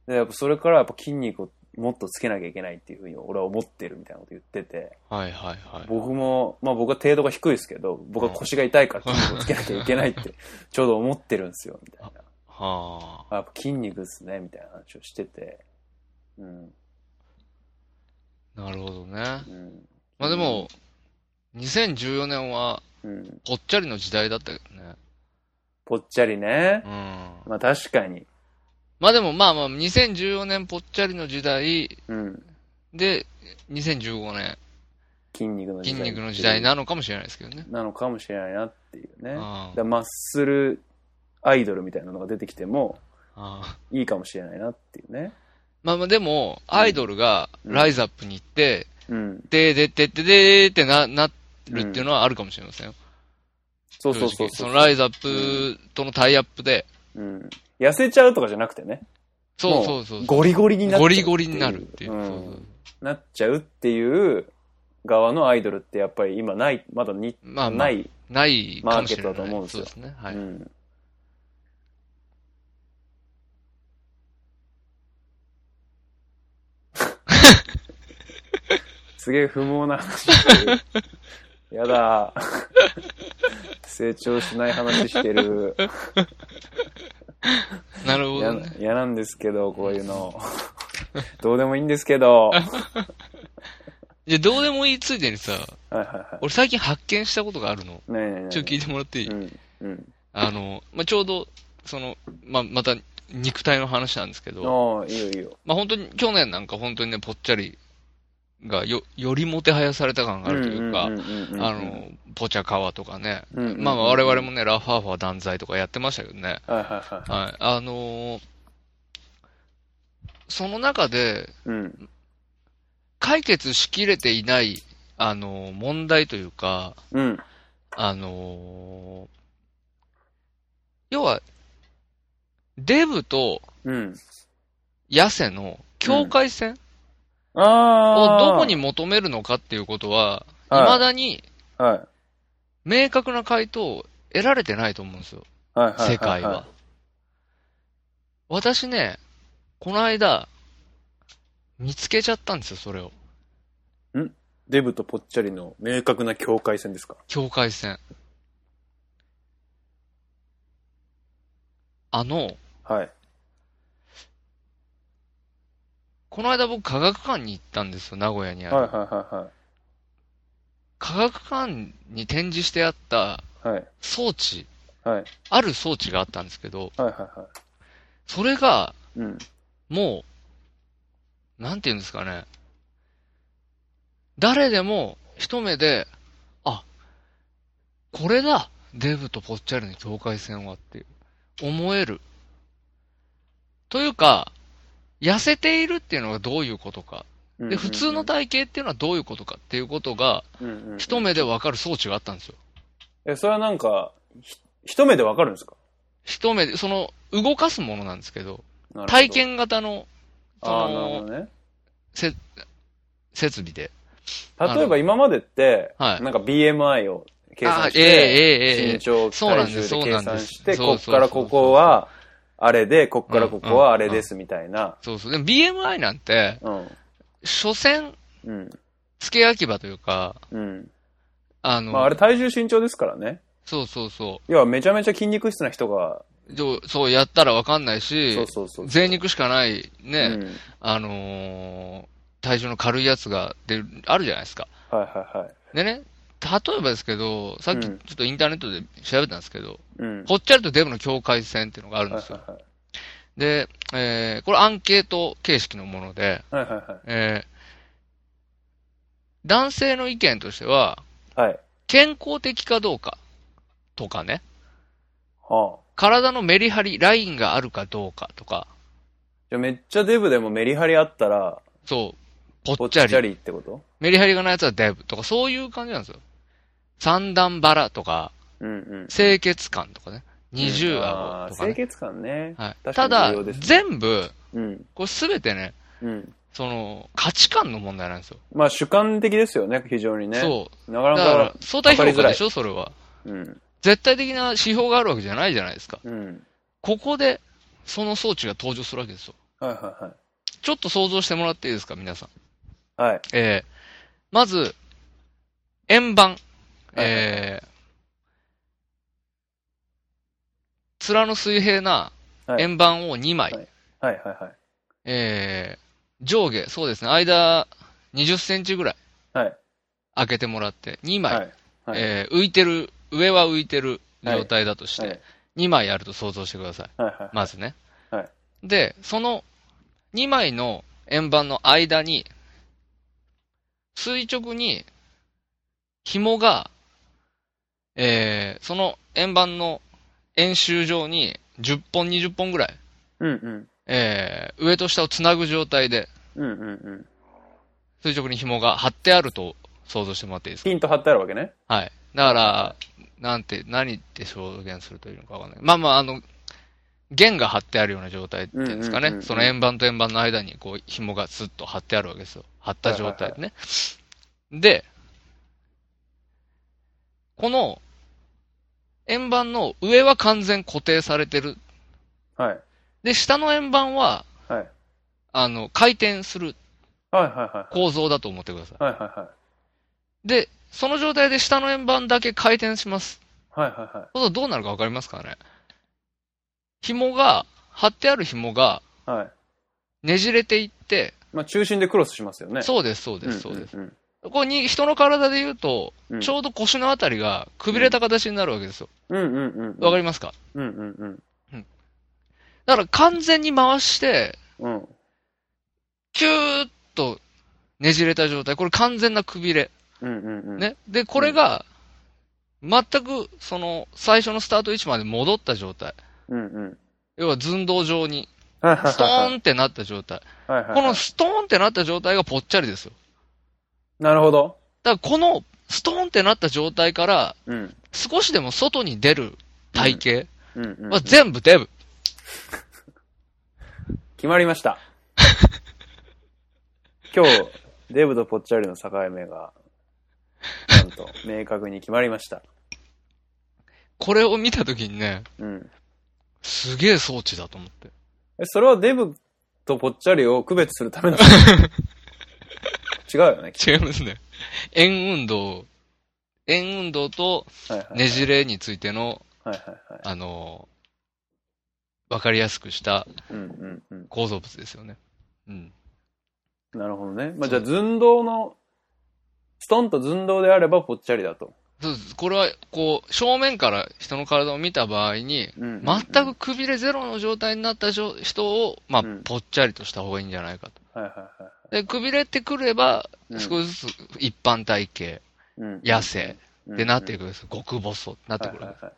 Speaker 1: え。
Speaker 2: でやっぱそれからやっぱ筋肉をもっとつけなきゃいけないっていうふうに俺は思ってるみたいなこと言ってて
Speaker 1: はい、はい、はい。
Speaker 2: 僕もまあ僕は程度が低いですけど僕は腰が痛いから筋肉をつけなきゃいけないってちょうど思ってるんですよみたいな
Speaker 1: はあ。
Speaker 2: あやっぱ筋肉ですねみたいな話をしててうん
Speaker 1: なるほどね。
Speaker 2: うん
Speaker 1: まあでも、2014年は、
Speaker 2: うん
Speaker 1: ぽっちゃりの時代だったけどね。
Speaker 2: ぽっちゃりね
Speaker 1: う、ん。
Speaker 2: まあ確かに
Speaker 1: まあでも、まあまあ、2014年ぽっちゃりの時代
Speaker 2: うん
Speaker 1: で、2015年、
Speaker 2: 筋肉の時
Speaker 1: 筋
Speaker 2: 代
Speaker 1: 肉の時代なのかもしれないですけどね。
Speaker 2: なのかもしれないなっていうねだか
Speaker 1: あ
Speaker 2: らマッスルアイドルみたいなのが出てきても
Speaker 1: あ
Speaker 2: いいかもしれないなっていうね
Speaker 1: まあまあでも、アイドルがライズアップに行って、
Speaker 2: うん
Speaker 1: で、で、で、で、で、ってな、なるっていうのはあるかもしれませんよ。
Speaker 2: そうそうそう
Speaker 1: 正
Speaker 2: そ
Speaker 1: 直
Speaker 2: う
Speaker 1: のライズアップとのタイアップで、
Speaker 2: うん、痩せちゃうとかじゃなくてね
Speaker 1: そう
Speaker 2: も
Speaker 1: そうそう。
Speaker 2: ゴリゴリになっちゃう
Speaker 1: ゴ
Speaker 2: ってい
Speaker 1: リ
Speaker 2: う
Speaker 1: ゴリになるっていう。
Speaker 2: ん
Speaker 1: そうそう
Speaker 2: なっちゃうっていう側のアイドルってやっぱり今ないまだに、
Speaker 1: まあまあ
Speaker 2: な、い、
Speaker 1: ないかもしれない。
Speaker 2: マーケットだと思うんですよ
Speaker 1: そうですね。はい。
Speaker 2: うん、 すげえ不毛な話してる。やだ。成長しない話してる。
Speaker 1: なるほ
Speaker 2: 嫌
Speaker 1: ど
Speaker 2: な
Speaker 1: ね。
Speaker 2: 嫌なんですけど、こういうの。どうでもいいんですけど。はい
Speaker 1: いや、どうでもいいついでにさ、
Speaker 2: はいは
Speaker 1: 俺最近発見したことがあるの。
Speaker 2: い。ねえねえねえ
Speaker 1: ちょっと聞いてもらっていい、
Speaker 2: うん。うん。
Speaker 1: あの、まあ、ちょうど、その、まあ、また肉体の話なんですけど、
Speaker 2: ああ、いいよいいよ。
Speaker 1: まあ、本当に、去年なんか本当にね、ぽっちゃりがよ、よりもてはやされた感があるというか
Speaker 2: ん、んうんうんうん
Speaker 1: あ、の、ぽちゃかわとかね、
Speaker 2: うんうんうん
Speaker 1: まあまあ我々もね、ラファーファー断罪とかやってましたけどね、
Speaker 2: はいはいはいはい。
Speaker 1: はい、あのーその中で
Speaker 2: うん。
Speaker 1: 解決しきれていない、あのー問題というか、
Speaker 2: うん。
Speaker 1: あのー要は、デブと
Speaker 2: うん。
Speaker 1: 痩せの境界線
Speaker 2: ああ
Speaker 1: を
Speaker 2: ー。
Speaker 1: どこに求めるのかっていうことは、
Speaker 2: はい
Speaker 1: 未だに
Speaker 2: はい。
Speaker 1: 明確な回答を得られてないと思うんですよ、
Speaker 2: はいはいいい
Speaker 1: 世界は。。私ね、この間、見つけちゃったんですよ、それを。
Speaker 2: デブとぽっちゃりの明確な境界線ですか
Speaker 1: 境界線。あの、
Speaker 2: はい。
Speaker 1: この間僕科学館に行ったんですよ、名古屋にある。
Speaker 2: はいはいは
Speaker 1: 科学館に展示してあった
Speaker 2: いはい。はい。
Speaker 1: 装置、
Speaker 2: はい。
Speaker 1: ある装置があったんですけど、
Speaker 2: はいはいは
Speaker 1: それが
Speaker 2: い。うん。
Speaker 1: もう、なんて言うんですかね。誰でも一目で、あ、これだデブとポッチャリの境界線はっていう思える。というか、痩せているっていうのがどういうことか。で、普通の体型っていうのはどういうことかっていうことが、
Speaker 2: うんうん
Speaker 1: 一目でわかる装置があったんですよ。
Speaker 2: え、それはなんか、ひ一目でわかるんですか
Speaker 1: 一目で、その、動かすものなんですけど、
Speaker 2: なるほど
Speaker 1: 体験型の、そ
Speaker 2: ああ、なるほ
Speaker 1: の、
Speaker 2: どね。
Speaker 1: せ、設備で。
Speaker 2: 例えば今までって、
Speaker 1: はい
Speaker 2: なんか BMI を計
Speaker 1: ああ
Speaker 2: 算
Speaker 1: ー
Speaker 2: し、
Speaker 1: ええ
Speaker 2: て、
Speaker 1: ええええ
Speaker 2: 身長を
Speaker 1: そうな
Speaker 2: 体
Speaker 1: んで
Speaker 2: 重
Speaker 1: す
Speaker 2: で
Speaker 1: そう
Speaker 2: 計
Speaker 1: なんで
Speaker 2: 算
Speaker 1: す
Speaker 2: して、
Speaker 1: そ
Speaker 2: こ
Speaker 1: う
Speaker 2: っ
Speaker 1: そうそう
Speaker 2: からここは、あれで、こっからここはあれですみたいな。
Speaker 1: そうそう。でも BMI なんて、
Speaker 2: うん。
Speaker 1: 所詮、
Speaker 2: うん。
Speaker 1: 付け焼き場というか、
Speaker 2: うん。
Speaker 1: あの、
Speaker 2: まああれ体重身長ですからね。
Speaker 1: そうそうそ
Speaker 2: 要はめちゃめちゃ筋肉質な人が、
Speaker 1: う。どうそう、やったらわかんないし、
Speaker 2: そうそうそう。
Speaker 1: 贅肉しかない、ね、
Speaker 2: うん。
Speaker 1: あのー体重の軽いやつが出る、あるじゃないですか。
Speaker 2: はいはいはい。
Speaker 1: でね、例えばですけど、さっきち
Speaker 2: う
Speaker 1: ょ
Speaker 2: ん
Speaker 1: っとインターネットで調べたんですけど、
Speaker 2: うん。
Speaker 1: ぽっちゃりとデブの境界線っていうのがあるん
Speaker 2: はい
Speaker 1: ですよ。
Speaker 2: は
Speaker 1: で、えーこれアンケート形式のもので、
Speaker 2: いはい。はいはいは
Speaker 1: えー男性の意見としては、
Speaker 2: い。はい。
Speaker 1: 健康的かどうかとかね、
Speaker 2: はあ。
Speaker 1: 体のメリハリ、ラインがあるかどうかとか、
Speaker 2: じゃあめっちゃデブでもメリハリあったら、
Speaker 1: そう、ぽ
Speaker 2: ぽ
Speaker 1: っ
Speaker 2: っ
Speaker 1: ち
Speaker 2: ち
Speaker 1: ゃ
Speaker 2: ゃ
Speaker 1: り、
Speaker 2: りってこと
Speaker 1: メリハリがないやつはデブとか、そういう感じなんですよ。三段バラとか、
Speaker 2: うんうん。
Speaker 1: 清潔感とかね、二重
Speaker 2: あ
Speaker 1: 顎
Speaker 2: ー
Speaker 1: とか
Speaker 2: 清
Speaker 1: ね。
Speaker 2: 潔感ね。
Speaker 1: はい、
Speaker 2: 確か
Speaker 1: た
Speaker 2: に
Speaker 1: だ
Speaker 2: 重要で、すね
Speaker 1: 全部、
Speaker 2: うん。
Speaker 1: これすべてね、
Speaker 2: うん。
Speaker 1: その、価値観の問題なんですよ。
Speaker 2: まあ主観的ですよね、非常にね。。
Speaker 1: そう
Speaker 2: なか
Speaker 1: う。だ
Speaker 2: な
Speaker 1: か、、
Speaker 2: から
Speaker 1: 相対評
Speaker 2: わかりづ
Speaker 1: 価
Speaker 2: らい
Speaker 1: でしょ、それは。
Speaker 2: うん。
Speaker 1: 絶対的な指標があるわけじゃないじゃないですか。
Speaker 2: うん。
Speaker 1: ここで、その装置が登場するわけですよ。
Speaker 2: はいは
Speaker 1: ちょっと想像してもらっていいですか、皆さん。
Speaker 2: いはい。はい。
Speaker 1: えー、まず、円盤。
Speaker 2: はい
Speaker 1: えー、面の水平な
Speaker 2: はい
Speaker 1: 円盤を2枚。
Speaker 2: はいはいはいはい。
Speaker 1: えー、上下、そうですね、間20センチぐらい
Speaker 2: はい。
Speaker 1: 開けてもらって、2枚。
Speaker 2: はい。はい
Speaker 1: えー浮いてる、上は浮いてる状態だとして、
Speaker 2: はい
Speaker 1: 2枚あると想像してください。
Speaker 2: はいはい。
Speaker 1: まずね。
Speaker 2: はい
Speaker 1: で、その2枚の円盤の間に、垂直に紐が、えーその円盤の円周上に10本、20本ぐらい、
Speaker 2: うんうん。
Speaker 1: えー上と下をつなぐ状態で
Speaker 2: うんうんうん。
Speaker 1: 垂直に紐が張ってあると想像してもらっていいですか
Speaker 2: ピンと張ってあるわけね。
Speaker 1: はい。だから、なんて、何って表現するというのかわかんない。まあまあ、あの、弦が張ってあるような状態っていうんですか
Speaker 2: うんうんうんう
Speaker 1: ね。
Speaker 2: ん
Speaker 1: その円盤と円盤の間に、こう、紐がスッと張ってあるわけですよ。張った状態でね。で、この、円盤の上は完全固定されてる。
Speaker 2: はい。
Speaker 1: で、下の円盤は、
Speaker 2: はい。はい
Speaker 1: あの、回転する
Speaker 2: はいはい。
Speaker 1: 構造だと思ってくださ。
Speaker 2: はいはいはい
Speaker 1: で、その状態で下の円盤だけ回転します。
Speaker 2: い。はいはいは
Speaker 1: そうするとどうなるかわかりますかね紐が、張ってある紐が
Speaker 2: い。はい。
Speaker 1: ねじれていって、
Speaker 2: まあ中心でクロスしますよね。
Speaker 1: そうです、そう
Speaker 2: う
Speaker 1: で
Speaker 2: んんん
Speaker 1: す、そうです。。これに、人の体で言うと、ちょうど腰のあたりがくびれた形になるわけですよ。
Speaker 2: うんうんうんうん。
Speaker 1: わか
Speaker 2: り
Speaker 1: りますか
Speaker 2: うんうんうん。
Speaker 1: だから完全に回して、
Speaker 2: うん。
Speaker 1: キューッとねじれた状態。これ完全なくびれ。
Speaker 2: うんうんうん。。
Speaker 1: ね。で、これが、全く、その、最初のスタート位置まで戻った状態。
Speaker 2: うんうん。
Speaker 1: 要は寸胴状に、
Speaker 2: はいはいはい。
Speaker 1: ストーンってなった状態。
Speaker 2: はいはいはい。
Speaker 1: このストーンってなった状態がぽっちゃりですよ。
Speaker 2: なるほど。
Speaker 1: だからこのストーンってなった状態から
Speaker 2: うん。
Speaker 1: 少しでも外に出る体型
Speaker 2: うんうんうん
Speaker 1: は全部デブ。
Speaker 2: 決まり ました。今日、デブとポッチャリの境目が、なんと、明確に決まりました。
Speaker 1: これを見たときにね、
Speaker 2: うん。
Speaker 1: すげえ装置だと思って。
Speaker 2: え、それはデブとポッチャリを区別する ための違うよね。
Speaker 1: 違いますね。円運動、円運動と
Speaker 2: はいはい。
Speaker 1: ねじれについての、
Speaker 2: はいはいはい。
Speaker 1: あの、わかりやすくした
Speaker 2: うんうん
Speaker 1: 構造物ですよね。うん。
Speaker 2: うん。なるほどね。まあ、じゃあ、寸胴の、ストンと寸胴であればポッチャリだと。
Speaker 1: そうです。これは、こう、正面から人の体を見た場合に、
Speaker 2: うんうんうん
Speaker 1: 全くくびれゼロの状態になった状人を、まあ、ぽっちゃりとした方がいいんじゃないかと。
Speaker 2: はいはいはい。
Speaker 1: で、くびれてくれば、
Speaker 2: うん
Speaker 1: 少しずつ一般体型、
Speaker 2: うん
Speaker 1: 痩せ、
Speaker 2: う
Speaker 1: でなってい
Speaker 2: く
Speaker 1: くんです。極細ってなってくる。
Speaker 2: はいはいはい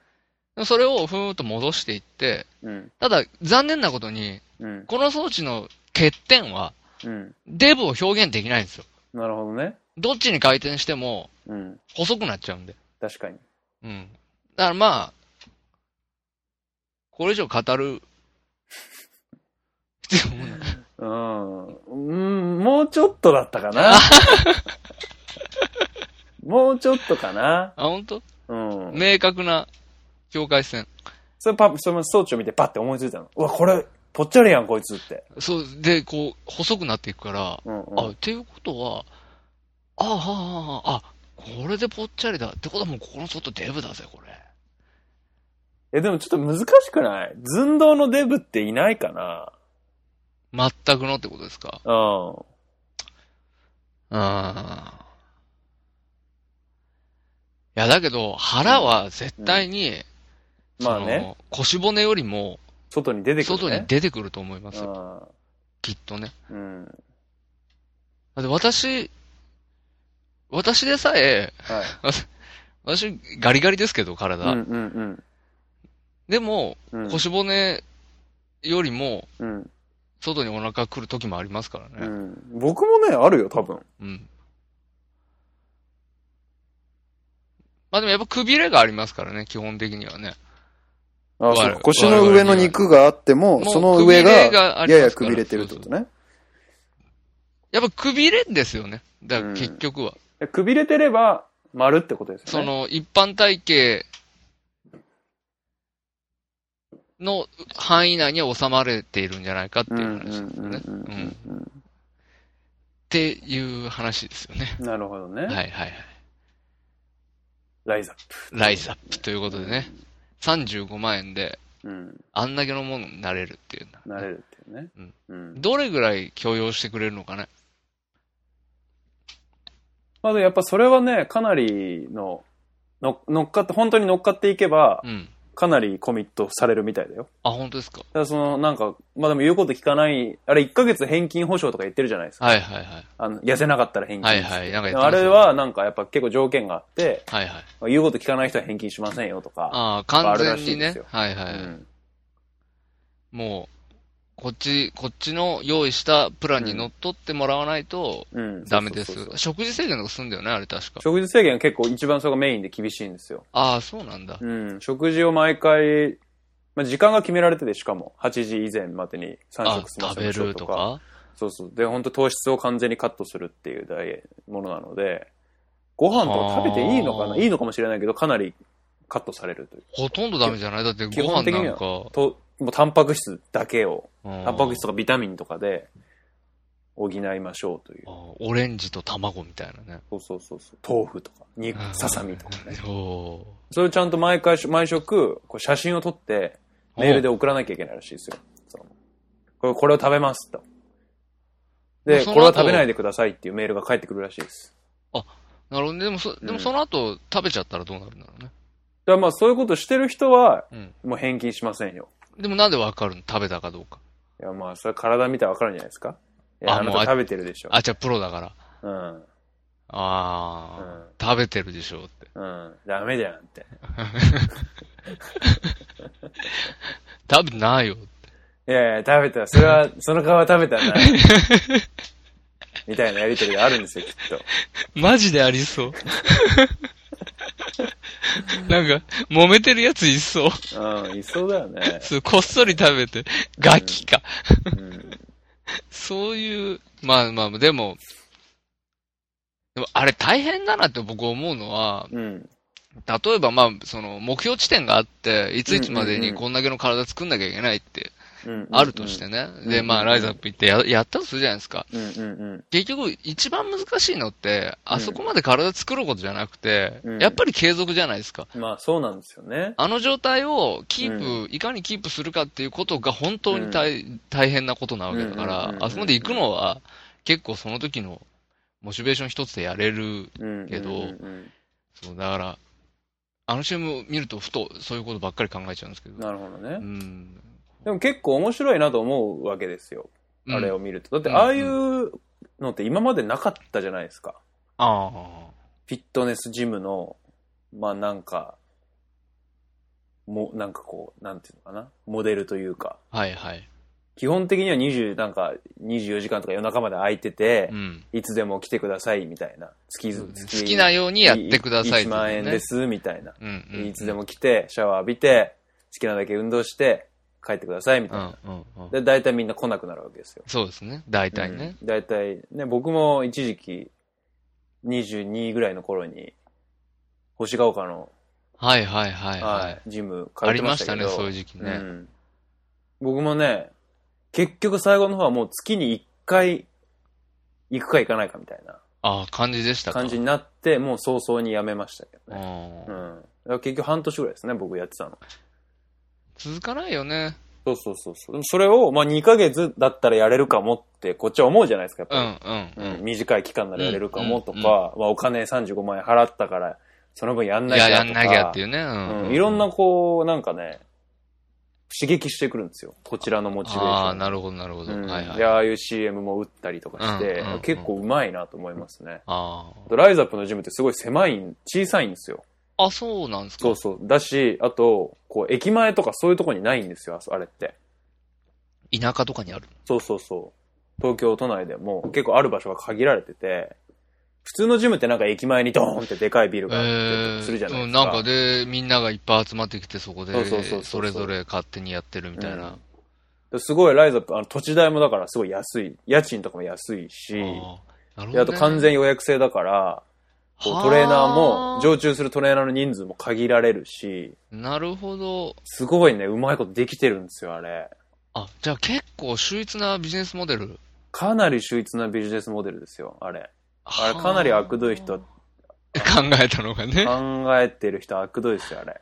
Speaker 1: でもそれをふーっと戻していって、
Speaker 2: うん。
Speaker 1: ただ残念なことに、
Speaker 2: うん。
Speaker 1: この装置の欠点は、
Speaker 2: うん。
Speaker 1: デブを表現できないんですよ。
Speaker 2: なるほどね。
Speaker 1: どっちに回転しても
Speaker 2: うん。
Speaker 1: 細くなっちゃうんで。
Speaker 2: 確かに。
Speaker 1: うん。だからまあ、これ以上語る 必要もない。
Speaker 2: うん。うん、もうちょっとだったか な。もうちょっとかな。
Speaker 1: あ、本当？
Speaker 2: うん。
Speaker 1: 明確な境界線。
Speaker 2: それパッ、その装置を見てパッて思いついたの。うわ、これ、ぽっちゃりやん、こいつって。
Speaker 1: そう、で、こう、細くなっていくから、
Speaker 2: うん、うん。
Speaker 1: あ、っていうことは、あはあ、はあ、あ、これでぽっちゃりだ。ってことはもうここの外デブだぜ、これ。
Speaker 2: え、でもちょっと難しくない寸胴のデブっていないかな
Speaker 1: 全くのってことですか。
Speaker 2: うん。
Speaker 1: あーいや、だけど、腹は絶対に、
Speaker 2: まあね、
Speaker 1: その腰骨よりも、
Speaker 2: 外に出てくる、ね。
Speaker 1: 外に出てくると思いますよ。
Speaker 2: あ
Speaker 1: きっとね。
Speaker 2: ーうん。
Speaker 1: だって私、私でさえ、
Speaker 2: はい。
Speaker 1: 私ガリガリですけど、体。
Speaker 2: うんうん
Speaker 1: でも、
Speaker 2: うん。うん。
Speaker 1: 腰骨よりも、
Speaker 2: うん。
Speaker 1: 外にお腹来る時もありますから
Speaker 2: う
Speaker 1: ね。
Speaker 2: ん。僕もね、あるよ、多分。
Speaker 1: うん。まあでもやっぱくびれがありますからね、基本的にはね。
Speaker 2: あ、
Speaker 1: 我
Speaker 2: そ
Speaker 1: 々
Speaker 2: うか腰の上の肉があっても、
Speaker 1: もう
Speaker 2: その上が、
Speaker 1: くびれがありますから
Speaker 2: ややくびれてるってことね。
Speaker 1: やっぱくびれんですよね。だから
Speaker 2: うん
Speaker 1: 結局は。
Speaker 2: くびれてれば、丸ってことです
Speaker 1: そ
Speaker 2: よね。
Speaker 1: の一般体型の範囲内には収まれているんじゃないかっていううん
Speaker 2: うん
Speaker 1: 話ですよね。
Speaker 2: う
Speaker 1: うん
Speaker 2: うん
Speaker 1: っ
Speaker 2: うん
Speaker 1: ていう話ですよね。
Speaker 2: うん。なるほどね。
Speaker 1: はいはいはい。
Speaker 2: ライザッ
Speaker 1: ライズアップということでね。35万円で
Speaker 2: プ。うん。
Speaker 1: あんだけのものになれるっていうのは
Speaker 2: なれるっていうね。
Speaker 1: うん
Speaker 2: うん。
Speaker 1: どれぐらい許容してくれるのかね。
Speaker 2: まあでもやっぱそれはね、かなりの、の乗っかって、本当に乗っかっていけば
Speaker 1: う、ん。
Speaker 2: かなりコミットされるみたいだよ。
Speaker 1: あ、本当ですか。
Speaker 2: だからその、なんか、まあでも言うこと聞かない、あれ1ヶ月返金保証とか言ってるじゃないですか。
Speaker 1: はいはいはい。
Speaker 2: あの、痩せなかったら返金。
Speaker 1: はいはい。なんかやって
Speaker 2: あ
Speaker 1: ます
Speaker 2: れ
Speaker 1: よ
Speaker 2: はなんかやっぱ結構条件があって、
Speaker 1: はいはい。
Speaker 2: まあ言うこと聞かない人は返金しませんよとか。
Speaker 1: ああ、完全
Speaker 2: あるらしい
Speaker 1: に
Speaker 2: んで
Speaker 1: ね
Speaker 2: すよ。
Speaker 1: はいは
Speaker 2: う
Speaker 1: い。
Speaker 2: ん。
Speaker 1: もう、こっち、こっちの用意したプランに乗っ取ってもらわないと、
Speaker 2: うん。
Speaker 1: ダメです
Speaker 2: そうそうそう。
Speaker 1: 食事制限とかすんだよね、あれ確か。
Speaker 2: 食事制限は結構一番それがメインで厳しいんですよ。
Speaker 1: ああ、そうなんだ。
Speaker 2: うん。食事を毎回、まあ、時間が決められてて、しかも、8時以前までに3
Speaker 1: あ
Speaker 2: 食済ま
Speaker 1: 食
Speaker 2: せ
Speaker 1: べ
Speaker 2: ましょ
Speaker 1: る
Speaker 2: うと
Speaker 1: と
Speaker 2: か。
Speaker 1: か
Speaker 2: そうそう。で、本当糖質を完全にカットするっていうダイエものなので、ご飯とか食べていいのか
Speaker 1: あ
Speaker 2: な
Speaker 1: ー
Speaker 2: いいのかもしれないけど、かなりカットされるという。
Speaker 1: ほとんどダメじゃないだって
Speaker 2: 基
Speaker 1: ご
Speaker 2: 本
Speaker 1: 飯
Speaker 2: 的に
Speaker 1: な
Speaker 2: は
Speaker 1: んか。
Speaker 2: と、もうタンパク質だけを、
Speaker 1: うん
Speaker 2: タンパク質とかビタミンとかで補いましょうという
Speaker 1: あ。ーオレンジと卵みたいなね。
Speaker 2: そうそうそうそう。豆腐とか、肉、ささみとかね。
Speaker 1: お
Speaker 2: それをちゃんと毎回、毎食、こう写真を撮って、メールで
Speaker 1: お
Speaker 2: 送らなきゃいけないらしいですよ。そのこれこれを食べますと。
Speaker 1: ま
Speaker 2: で、
Speaker 1: あその
Speaker 2: これは
Speaker 1: 後
Speaker 2: 食べないでくださいっていうメールが返ってくるらしいです。
Speaker 1: なるほどね。でもそ、でもその後食べちゃったらどうなるんだろうね。
Speaker 2: だからまあそういうことしてる人は
Speaker 1: うん、
Speaker 2: もう返金しませんよ。
Speaker 1: でもなんでわかるの食べたかどうか。
Speaker 2: いやまあそれは体見たらわかるんじゃないですか。いや
Speaker 1: あ
Speaker 2: あな
Speaker 1: もう
Speaker 2: た
Speaker 1: あ
Speaker 2: 食べてるでしょ。
Speaker 1: あ、じゃあプロだから。
Speaker 2: うん。う
Speaker 1: あ
Speaker 2: ん。
Speaker 1: あ、食べてるでしょって。
Speaker 2: うん。ダメじゃんって。
Speaker 1: 食べてないよ。
Speaker 2: いやいや、食べたら、そ れは、その顔は食べたらな。みたいなやりとりがあるんですよ、きっと。
Speaker 1: マジでありそう。 なんか、揉めてるやついそう。
Speaker 2: うん、いそうだよね。
Speaker 1: そうこっそり食べて、ガキか。
Speaker 2: うん。
Speaker 1: そういう、まあまあ、でも、でもあれ大変だなって僕思うのは、
Speaker 2: うん。
Speaker 1: 例えばまあ、その目標地点があって、いついつまで
Speaker 2: うんうん
Speaker 1: に
Speaker 2: うん
Speaker 1: こんだけの体作んなきゃいけないって、
Speaker 2: うん。
Speaker 1: あるとしてね。
Speaker 2: うん
Speaker 1: で、ま
Speaker 2: う
Speaker 1: あ、
Speaker 2: んうん
Speaker 1: ライズアップ行ってややったとするじゃないですか。
Speaker 2: うん。うんうん
Speaker 1: 結局、一番難しいのって、あそこまで体作ることじゃなくて、
Speaker 2: うん
Speaker 1: やっぱり継続じゃないですか。
Speaker 2: うん。まあそうなんですよね。
Speaker 1: あの状態をキープ、
Speaker 2: う
Speaker 1: いかにキープするかっていうことが本当に大,、大変なことなわけだから、
Speaker 2: うんうんうんうん
Speaker 1: あそこまで行くのは結構その時のモチベーション一つでやれる。
Speaker 2: うん。
Speaker 1: けど
Speaker 2: うんうん
Speaker 1: そう、だから、あの CM を見るとふとそういうことばっかり考えちゃうんですけ
Speaker 2: うん
Speaker 1: ど。
Speaker 2: なるほど
Speaker 1: う
Speaker 2: ね。
Speaker 1: ん。
Speaker 2: でも結構面白いなと思うわけですよ。あれ
Speaker 1: うん
Speaker 2: を見ると。だって、ああいうのって今までなかったじゃないですか。
Speaker 1: ああ。
Speaker 2: フィットネスジムのまあなんか、も、なんかこう、なんていうのかな、モデルというか、
Speaker 1: はいはい。
Speaker 2: 基本的には20、なんか24時間とか夜中まで空いてて、
Speaker 1: うん。
Speaker 2: いつでも来てくださいみたいな。月々、月
Speaker 1: 好きなようにやってください
Speaker 2: 1
Speaker 1: と。
Speaker 2: 万円ですすみたいな。
Speaker 1: うんうん。
Speaker 2: いつでも来て、シャワー浴びて、好きなだけ運動して、帰ってくださいみ
Speaker 1: う
Speaker 2: たい
Speaker 1: ん
Speaker 2: な。
Speaker 1: うんうん。
Speaker 2: で、大体みんな来なくなるわけですよ。
Speaker 1: そうですね。大体ね。
Speaker 2: うん。大体ね、僕も一時期、22ぐらいの頃に、星ヶ丘の、
Speaker 1: はいはいはいはい。
Speaker 2: ジム通
Speaker 1: あ
Speaker 2: っ
Speaker 1: り
Speaker 2: て
Speaker 1: ま
Speaker 2: ま
Speaker 1: し
Speaker 2: したたけ
Speaker 1: ね、
Speaker 2: ど。
Speaker 1: そういう時期
Speaker 2: う
Speaker 1: ね。
Speaker 2: ん僕もね、結局最後の方はもう月に1回、行くか行かないかみたいな。
Speaker 1: ああ、感じでしたか。
Speaker 2: 感じになって、もう早々に辞めましたけ
Speaker 1: う
Speaker 2: どね。
Speaker 1: ん
Speaker 2: うん。だから結局半年ぐらいですね、僕やってたの。
Speaker 1: 続かないよね。
Speaker 2: そうそうそうそう。それを、まあ2ヶ月だったらやれるかもって、こっちは思うじゃないですか、
Speaker 1: うん
Speaker 2: やっ
Speaker 1: うん
Speaker 2: ぱ
Speaker 1: う
Speaker 2: り。
Speaker 1: ん。
Speaker 2: 短い期間ならやれるかもと
Speaker 1: う
Speaker 2: か、
Speaker 1: んうん
Speaker 2: まあお金35万円払ったから、その分やんないきゃ
Speaker 1: や、
Speaker 2: とか。
Speaker 1: やんなきゃっていうね。
Speaker 2: うん。
Speaker 1: う
Speaker 2: いろんなこう、なんかね、刺激してくるんですよ。こちらのモチベーション。
Speaker 1: ああ、なるほどなるほど。
Speaker 2: うん
Speaker 1: はいはい。
Speaker 2: で、
Speaker 1: あ
Speaker 2: ああいう CM も打ったりとかして、
Speaker 1: うんうんうん
Speaker 2: 結構うまいなと思いますね。
Speaker 1: あ
Speaker 2: あとライズアップのジムってすごい狭い、小さいんですよ。
Speaker 1: ー。あ、そうなんですか。
Speaker 2: そうそう。だし、あと、こう、駅前とかそういうとこにないんですよ、あそあれって。
Speaker 1: 田舎とかにある。
Speaker 2: そうそうそう。東京都内でも結構ある場所が限られてて、普通のジムってなんか駅前にドーンってでかいビルがあってするじゃないですか。
Speaker 1: うん、なんかで、みんながいっぱい集まってきて、そこ
Speaker 2: そうそうそ
Speaker 1: で、
Speaker 2: うそう
Speaker 1: それぞれ勝手にやってるみたいな。
Speaker 2: ですごいライズアップ、あの土地代もだからすごい安い。家賃とかも安いし、
Speaker 1: ああなるほど、
Speaker 2: で
Speaker 1: ね。
Speaker 2: あと完全予約制だから、こうトレーナーも、
Speaker 1: は
Speaker 2: 常駐するトレーナーの人数も限られるし、
Speaker 1: あなるほど。
Speaker 2: すごいね、うまいことできてるんですよ、あれ。
Speaker 1: あ、じゃあ結構秀逸なビジネスモデル。
Speaker 2: かなり秀逸なビジネスモデルですよ、あれ。あれ、
Speaker 1: はあ
Speaker 2: かなり悪どい人、考
Speaker 1: 考えたのがね。
Speaker 2: えてる人悪どいですよ、あれ。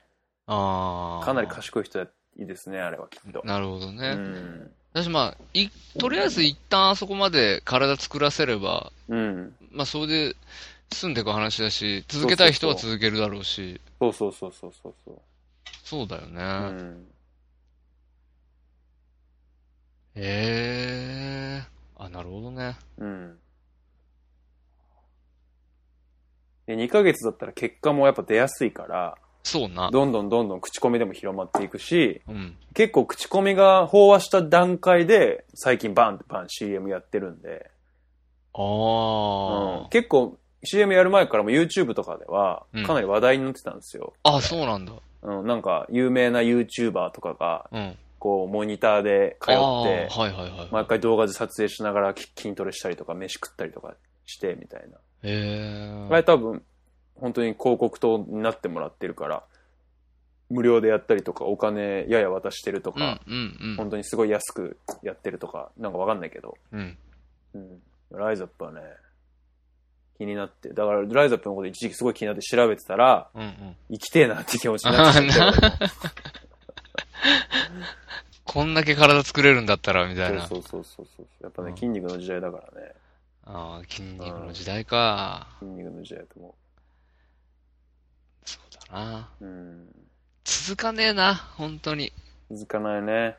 Speaker 1: ああ。
Speaker 2: かなり賢い人だいいですね、あれはきっと。
Speaker 1: なるほど
Speaker 2: う
Speaker 1: ね。
Speaker 2: ん。
Speaker 1: 私まあ、い、とりあえず一旦あそこまで体作らせれば、
Speaker 2: うん。
Speaker 1: まあそれで済んでいく話だし、続けたい人は続けるだろうし、
Speaker 2: そうそうそうそうそうそう。
Speaker 1: そうだよね。
Speaker 2: うん。
Speaker 1: ええあ、なるほどね。
Speaker 2: うん。で、2ヶ月だったら結果もやっぱ出やすいから、
Speaker 1: そうな。
Speaker 2: どんどんどんどん口コミでも広まっていくし、
Speaker 1: うん。
Speaker 2: 結構口コミが飽和した段階で、最近バンってバン CM やってるんで、
Speaker 1: あ
Speaker 2: うん結構 CM やる前からも YouTube とかでは
Speaker 1: うん、
Speaker 2: かなり話題になってたんですよ。
Speaker 1: あ。あ、そうなんだ。
Speaker 2: うん、なんか、有名な YouTuber とかが、
Speaker 1: うん。
Speaker 2: こう、モニターで通
Speaker 1: ああ
Speaker 2: って、
Speaker 1: ーはいはいはい。
Speaker 2: 毎回動画で撮影しながらき筋トレしたりとか、飯食ったりとかして、みたいな。
Speaker 1: ええ
Speaker 2: あれ多分、本当に広告塔になってもらってるから、無料でやったりとか、お金やや渡してると
Speaker 1: うん
Speaker 2: か、
Speaker 1: うんうん。
Speaker 2: 本当にすごい安くやってるとか、なんかわかんないけど、
Speaker 1: うん。
Speaker 2: うん。ライズアップはね、気になって、だからライズアップのこと一時期すごい気になって調べてたら、
Speaker 1: うんうん。
Speaker 2: 生きてえなって気持ちになってきたんだよ
Speaker 1: こんだけ体作れるんだったら、みたいな。
Speaker 2: そうそうそうそう。やっぱ
Speaker 1: う
Speaker 2: ね
Speaker 1: ん、
Speaker 2: 筋肉の時代だからね。
Speaker 1: ああ、筋肉の時代か。
Speaker 2: 筋肉の時代だと思
Speaker 1: そうだな。
Speaker 2: う。うん。
Speaker 1: 続かねえな、本当に。
Speaker 2: 続かないね。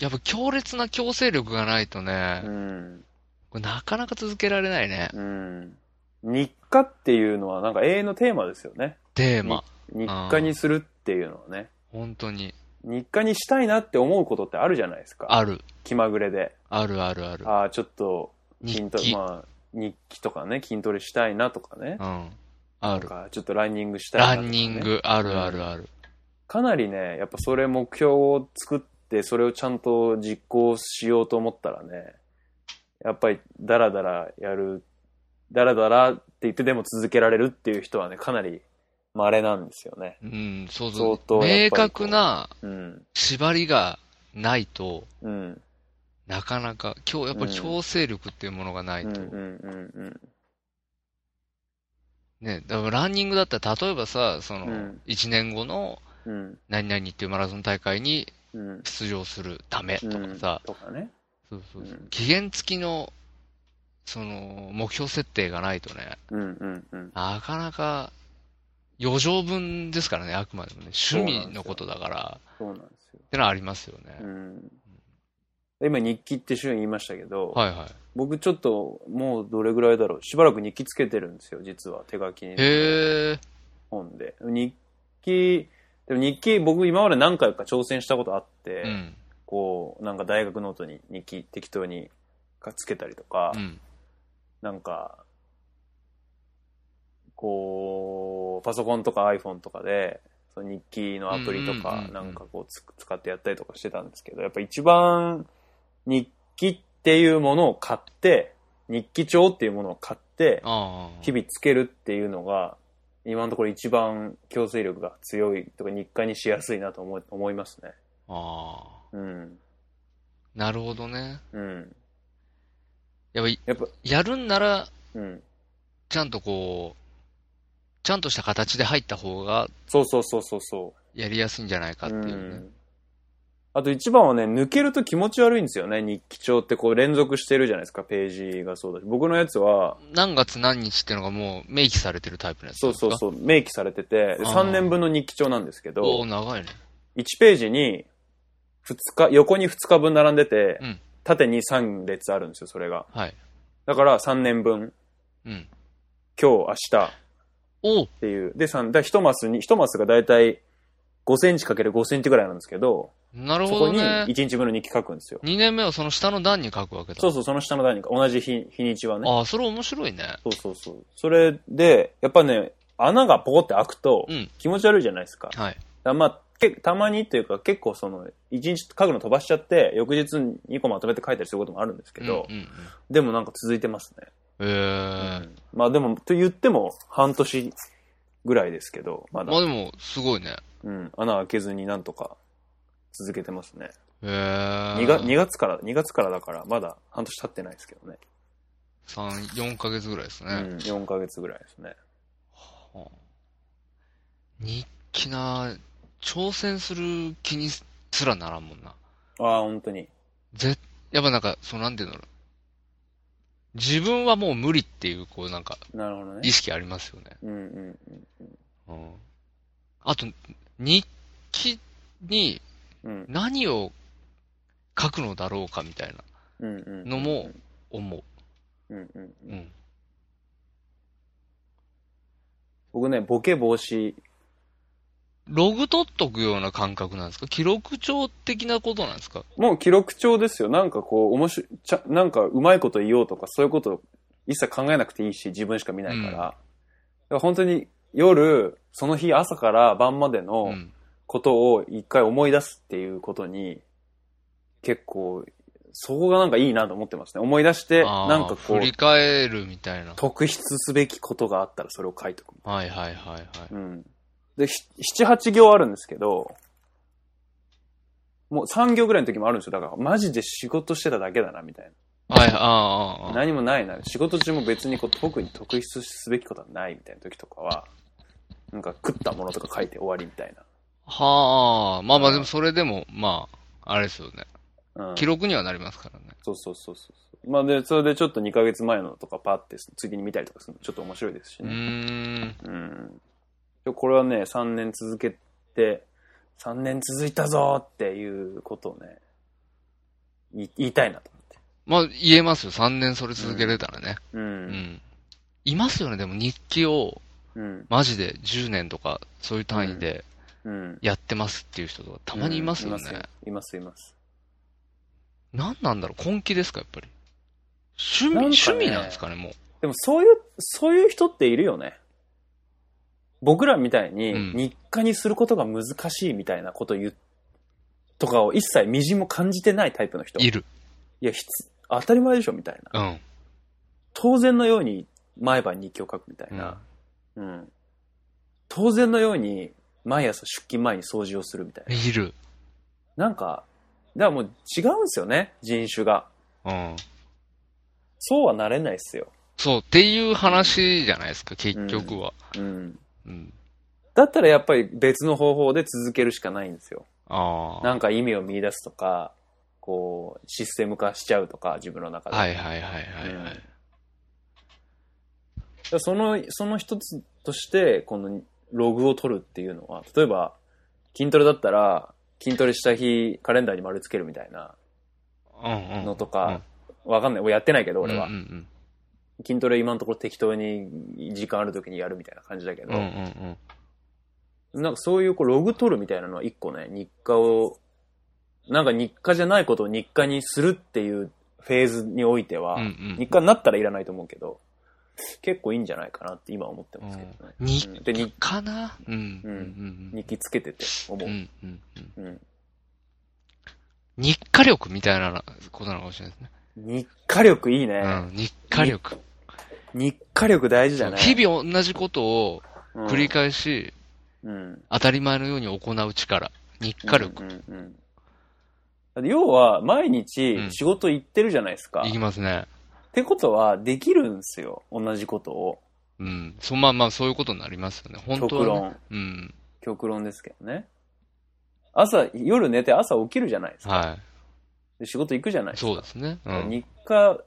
Speaker 1: やっぱ強烈な強制力がないとね、
Speaker 2: うん。
Speaker 1: これなかなか続けられないね。
Speaker 2: うん。日課っていうのはなんか永遠のテーマですよね。
Speaker 1: テーマ。
Speaker 2: 日課にするっていうのはね。
Speaker 1: 本当に。
Speaker 2: 日課にしたいなって思うことってあるじゃないですか。
Speaker 1: ある。
Speaker 2: 気まぐれで。
Speaker 1: あるあるある。
Speaker 2: ああ、ちょっと筋
Speaker 1: 日
Speaker 2: トレ、
Speaker 1: 記。
Speaker 2: まあ、日記とかね、筋トレしたいなとかね。
Speaker 1: うん。あ
Speaker 2: と
Speaker 1: る。
Speaker 2: か、ちょっとランニングしたいな
Speaker 1: ラ
Speaker 2: とかね
Speaker 1: ンニン。グ、あるあるある。
Speaker 2: かなりね、やっぱそれ目標を作って、それをちゃんと実行しようと思ったらね、やっぱりダラダラやる、ダラダラって言ってでも続けられるっていう人はね、かなり稀なんですよね。
Speaker 1: うん、そうそう
Speaker 2: 相。当や
Speaker 1: 明
Speaker 2: っぱりこう
Speaker 1: 確な
Speaker 2: うん。
Speaker 1: 縛りがないと、
Speaker 2: うん。
Speaker 1: なかなか、今日、やっぱり
Speaker 2: うん
Speaker 1: 強制力っていうものがな
Speaker 2: う
Speaker 1: い
Speaker 2: んうん
Speaker 1: と。
Speaker 2: うん
Speaker 1: ね、だからランニングだったら、例えばさ、その
Speaker 2: うん、
Speaker 1: 1年後の
Speaker 2: うん。うん。
Speaker 1: 何々っていうマラソン大会に
Speaker 2: うん。
Speaker 1: 出場するためとかさ、
Speaker 2: とかね。
Speaker 1: そうそうそう
Speaker 2: うん
Speaker 1: 期限付きの、その、目標設定がないとね、
Speaker 2: うんうんうん。
Speaker 1: なかなか、余剰分ですからね、あくまでもね、趣味のことだから、
Speaker 2: そうなんですよ
Speaker 1: っ。てのはありますよね
Speaker 2: う。ん。今日記って週に言いましたけど、
Speaker 1: はいはい。
Speaker 2: 僕ちょっともうどれぐらいだろうしばらく日記つけてるんですよ実は手書きに
Speaker 1: へえ、
Speaker 2: 本で。日記、でも日記僕今まで何回か挑戦したことあって、
Speaker 1: うん。
Speaker 2: こう、なんか大学ノートに日記適当にかつけたりとか、
Speaker 1: うん。
Speaker 2: なんか、こう、パソコンとか iPhone とかで、その日記のアプリと
Speaker 1: うんうんうん
Speaker 2: か
Speaker 1: う、ん
Speaker 2: なんかこうつ、使ってやったりとかしてたんですけど、やっぱ一番、日記っていうものを買って、日記帳っていうものを買って、
Speaker 1: ああ。
Speaker 2: 日々つけるっていうのが、今のところ一番強制力が強いとか、日課にしやすいなと思い思いますね。
Speaker 1: ああ。
Speaker 2: うん。
Speaker 1: なるほどね。
Speaker 2: うん。
Speaker 1: やっぱり、
Speaker 2: やっぱ、
Speaker 1: やるんなら、
Speaker 2: うん。
Speaker 1: ちゃんとこう、ちゃんとした形で入った方が
Speaker 2: そうそうそうそうそう。
Speaker 1: やりやすいんじゃないかっていうね。
Speaker 2: ん、あと一番はね抜けると気持ち悪いんですよね日記帳ってこう連続してるじゃないですかページがそうだし僕のやつは
Speaker 1: 何月何日っていうのがもう明記されてるタイプのやつ
Speaker 2: そうそう
Speaker 1: う。
Speaker 2: そう明記されてて
Speaker 1: あー
Speaker 2: 3年分の日記帳なんですけ
Speaker 1: おお
Speaker 2: ど
Speaker 1: 長いね。
Speaker 2: 1ページに2日横に2日分並んでて、
Speaker 1: うん
Speaker 2: 縦に3列あるんですよそれが
Speaker 1: はい。
Speaker 2: だから3年分
Speaker 1: うん。
Speaker 2: 今日明日っ
Speaker 1: おお
Speaker 2: ていうで3だ1マスに1マスが大体5センチ ×5 センチぐらいなんですけど
Speaker 1: なる
Speaker 2: そ
Speaker 1: ほ
Speaker 2: こ
Speaker 1: ど
Speaker 2: に
Speaker 1: ね
Speaker 2: 1。日分の日記書くんですよ
Speaker 1: 2年目をその下の段に書くわけだ。
Speaker 2: そうそうその下の段に同じ日日にちはね
Speaker 1: ああ、それ面白いね。
Speaker 2: そうそうそう。それで、やっぱね、穴がポコって開くと
Speaker 1: うん、
Speaker 2: 気持ち悪いじゃないですか。
Speaker 1: はい。
Speaker 2: だまあ、けたまにというか、結構その、一日書くの飛ばしちゃって、翌日2個まとめて書いたりすることもあるんですけど、
Speaker 1: うんうんうん、
Speaker 2: でもなんか続いてますね。
Speaker 1: ええ
Speaker 2: うんまあでも、と言っても、半年ぐらいですけど、まだ、
Speaker 1: まあでも、すごいね。
Speaker 2: うん、穴開けずになんとか続けてますね。
Speaker 1: ええ
Speaker 2: 2, が2月から、2月からだから、まだ半年経ってないですけどね。
Speaker 1: 3、4ヶ月ぐらいです
Speaker 2: う
Speaker 1: ね。
Speaker 2: ん、4ヶ月ぐらいですね。
Speaker 1: はあ日記な、挑戦する気にすらならんもんな。
Speaker 2: ああ、本当に。
Speaker 1: ぜ、やっぱなんか、そうなんていうんだろう。自分はもう無理っていう、こうなんか、
Speaker 2: なるほどね
Speaker 1: 意。識ありますよね。
Speaker 2: うんうん
Speaker 1: うん。あと、日記に
Speaker 2: うん。うん
Speaker 1: 何を書くのだろうかみたいなの
Speaker 2: の
Speaker 1: も、思
Speaker 2: うんうん
Speaker 1: う。
Speaker 2: う、
Speaker 1: うんん。
Speaker 2: 僕ねボケ防止
Speaker 1: ログ取っとくような感覚なんですか記録帳的なことなんですか
Speaker 2: もう記録帳ですよなんかこう面白いちゃなんかうまいこと言おうとかそういうこと一切考えなくていいし自分しか見ないか
Speaker 1: う
Speaker 2: ら,、
Speaker 1: ん
Speaker 2: だから本当に夜その日朝から晩まで
Speaker 1: う
Speaker 2: の
Speaker 1: ん。
Speaker 2: ことを一回思い出すっていうことに、結構そこがなんかいいなと思ってますね思い出して
Speaker 1: あー
Speaker 2: なんかこう
Speaker 1: 振り返るみたいな。
Speaker 2: 特筆すべきことがあったらそれを書いとく
Speaker 1: はいはいはいはい。
Speaker 2: うん。で、七八行あるんですけど、もう3行ぐらいの時もあるんですよ。だから、マジで仕事してただけだな、みたい
Speaker 1: はい、ああ、あ
Speaker 2: な。
Speaker 1: あ。
Speaker 2: 何もないな。仕事中も別にこう特に特筆すべきことはないみたいな時とかは、なんか食ったものとか書いて終わりみたい
Speaker 1: はあ、まあまあでもそれでも、まあ、あれですよね。
Speaker 2: な。うん。
Speaker 1: 記録にはなりますからね。
Speaker 2: そうそうそうそう。まあで、それでちょっと2ヶ月前のとかパってついでに見たりとかするのちょっと面白いですし
Speaker 1: うー
Speaker 2: ね。
Speaker 1: ん。
Speaker 2: うん。これはね、3年続けて、3年続いたぞっていうことをね、い言いたいなと思って。
Speaker 1: まあ言えますよ。3年それ続けれたらね。
Speaker 2: う
Speaker 1: うん。
Speaker 2: ん。
Speaker 1: いますよね。でも日記を、
Speaker 2: うん。
Speaker 1: マジで10年とか、そういう単位で
Speaker 2: うん。
Speaker 1: やってますっていう人とか、たまにいますよ
Speaker 2: うん
Speaker 1: ね。
Speaker 2: います、います。
Speaker 1: 何なんだろう根気ですか、やっぱり。趣
Speaker 2: なんかね
Speaker 1: 味、趣味なんですかね、もう。
Speaker 2: でもそういう、そういう人っているよね。僕らみたいに
Speaker 1: うん
Speaker 2: 日課にすることが難しいみたいなこと言う、とかを一切みじんも感じてないタイプの人。
Speaker 1: いる。
Speaker 2: いや、ひつ当たり前でしょみたいな。
Speaker 1: うん。
Speaker 2: 当然のように毎晩日記を書くみたいな。うん。当然のように、毎朝出勤前に掃除をするみたいな。
Speaker 1: いる。
Speaker 2: なんか、だからもう違うんですよね、人種が。
Speaker 1: うん。
Speaker 2: そうはなれないっすよ。
Speaker 1: そう、っていう話じゃないですか、結局は。
Speaker 2: うん。
Speaker 1: うん。
Speaker 2: だったらやっぱり別の方法で続けるしかないんですよ。
Speaker 1: ああ。
Speaker 2: なんか意味を見出すとか、こう、システム化しちゃうとか、自分の中で。
Speaker 1: はいはいはいはいは
Speaker 2: う
Speaker 1: い
Speaker 2: ん。だからその、その一つとして、このログを取るっていうのは、例えば、筋トレだったら、筋トレした日、カレンダーに丸つけるみたいな
Speaker 1: うんうん。
Speaker 2: のとか、わかんない。俺やってないけど、俺は。
Speaker 1: うんうん
Speaker 2: 筋トレ今のところ適当に時間ある時にやるみたいな感じだけど、
Speaker 1: うん。うんうんうん。
Speaker 2: なんかそういうこうログ取るみたいなのは一個ね、日課を、なんか日課じゃないことを日課にするっていうフェーズにおいては、
Speaker 1: うんうん
Speaker 2: 日課になったらいらないと思うけど、結構いいんじゃないかなって今思ってますけどね。
Speaker 1: うん
Speaker 2: うんで日、
Speaker 1: かなうん。
Speaker 2: うん
Speaker 1: ん。
Speaker 2: 日記つけてて思
Speaker 1: う
Speaker 2: う。
Speaker 1: ん。うん。うん
Speaker 2: うん
Speaker 1: 日課力みたいなことなのかもしれないですね。
Speaker 2: 日課力いいね。
Speaker 1: うん。日課力。
Speaker 2: 日課力大事だね。
Speaker 1: 日々同じことを
Speaker 2: 々
Speaker 1: 繰り返し、
Speaker 2: うん。
Speaker 1: 当たり前のように行う力。日課力。
Speaker 2: うんうんうんだって要は、毎
Speaker 1: う
Speaker 2: 日
Speaker 1: ん
Speaker 2: 仕事行ってるじゃないですか。
Speaker 1: いき
Speaker 2: っ
Speaker 1: ますね。
Speaker 2: てことは、できるんですよ。同じことを。
Speaker 1: うん。そ、まあまあ、そういうことになりますよね。本当
Speaker 2: 極
Speaker 1: は、ね。
Speaker 2: 論。
Speaker 1: うん。
Speaker 2: 極論ですけどね。朝、夜寝て朝起きるじゃないですか。
Speaker 1: は
Speaker 2: で仕事行くじゃな
Speaker 1: い。
Speaker 2: いですか。
Speaker 1: そうですね。うん。
Speaker 2: 日課、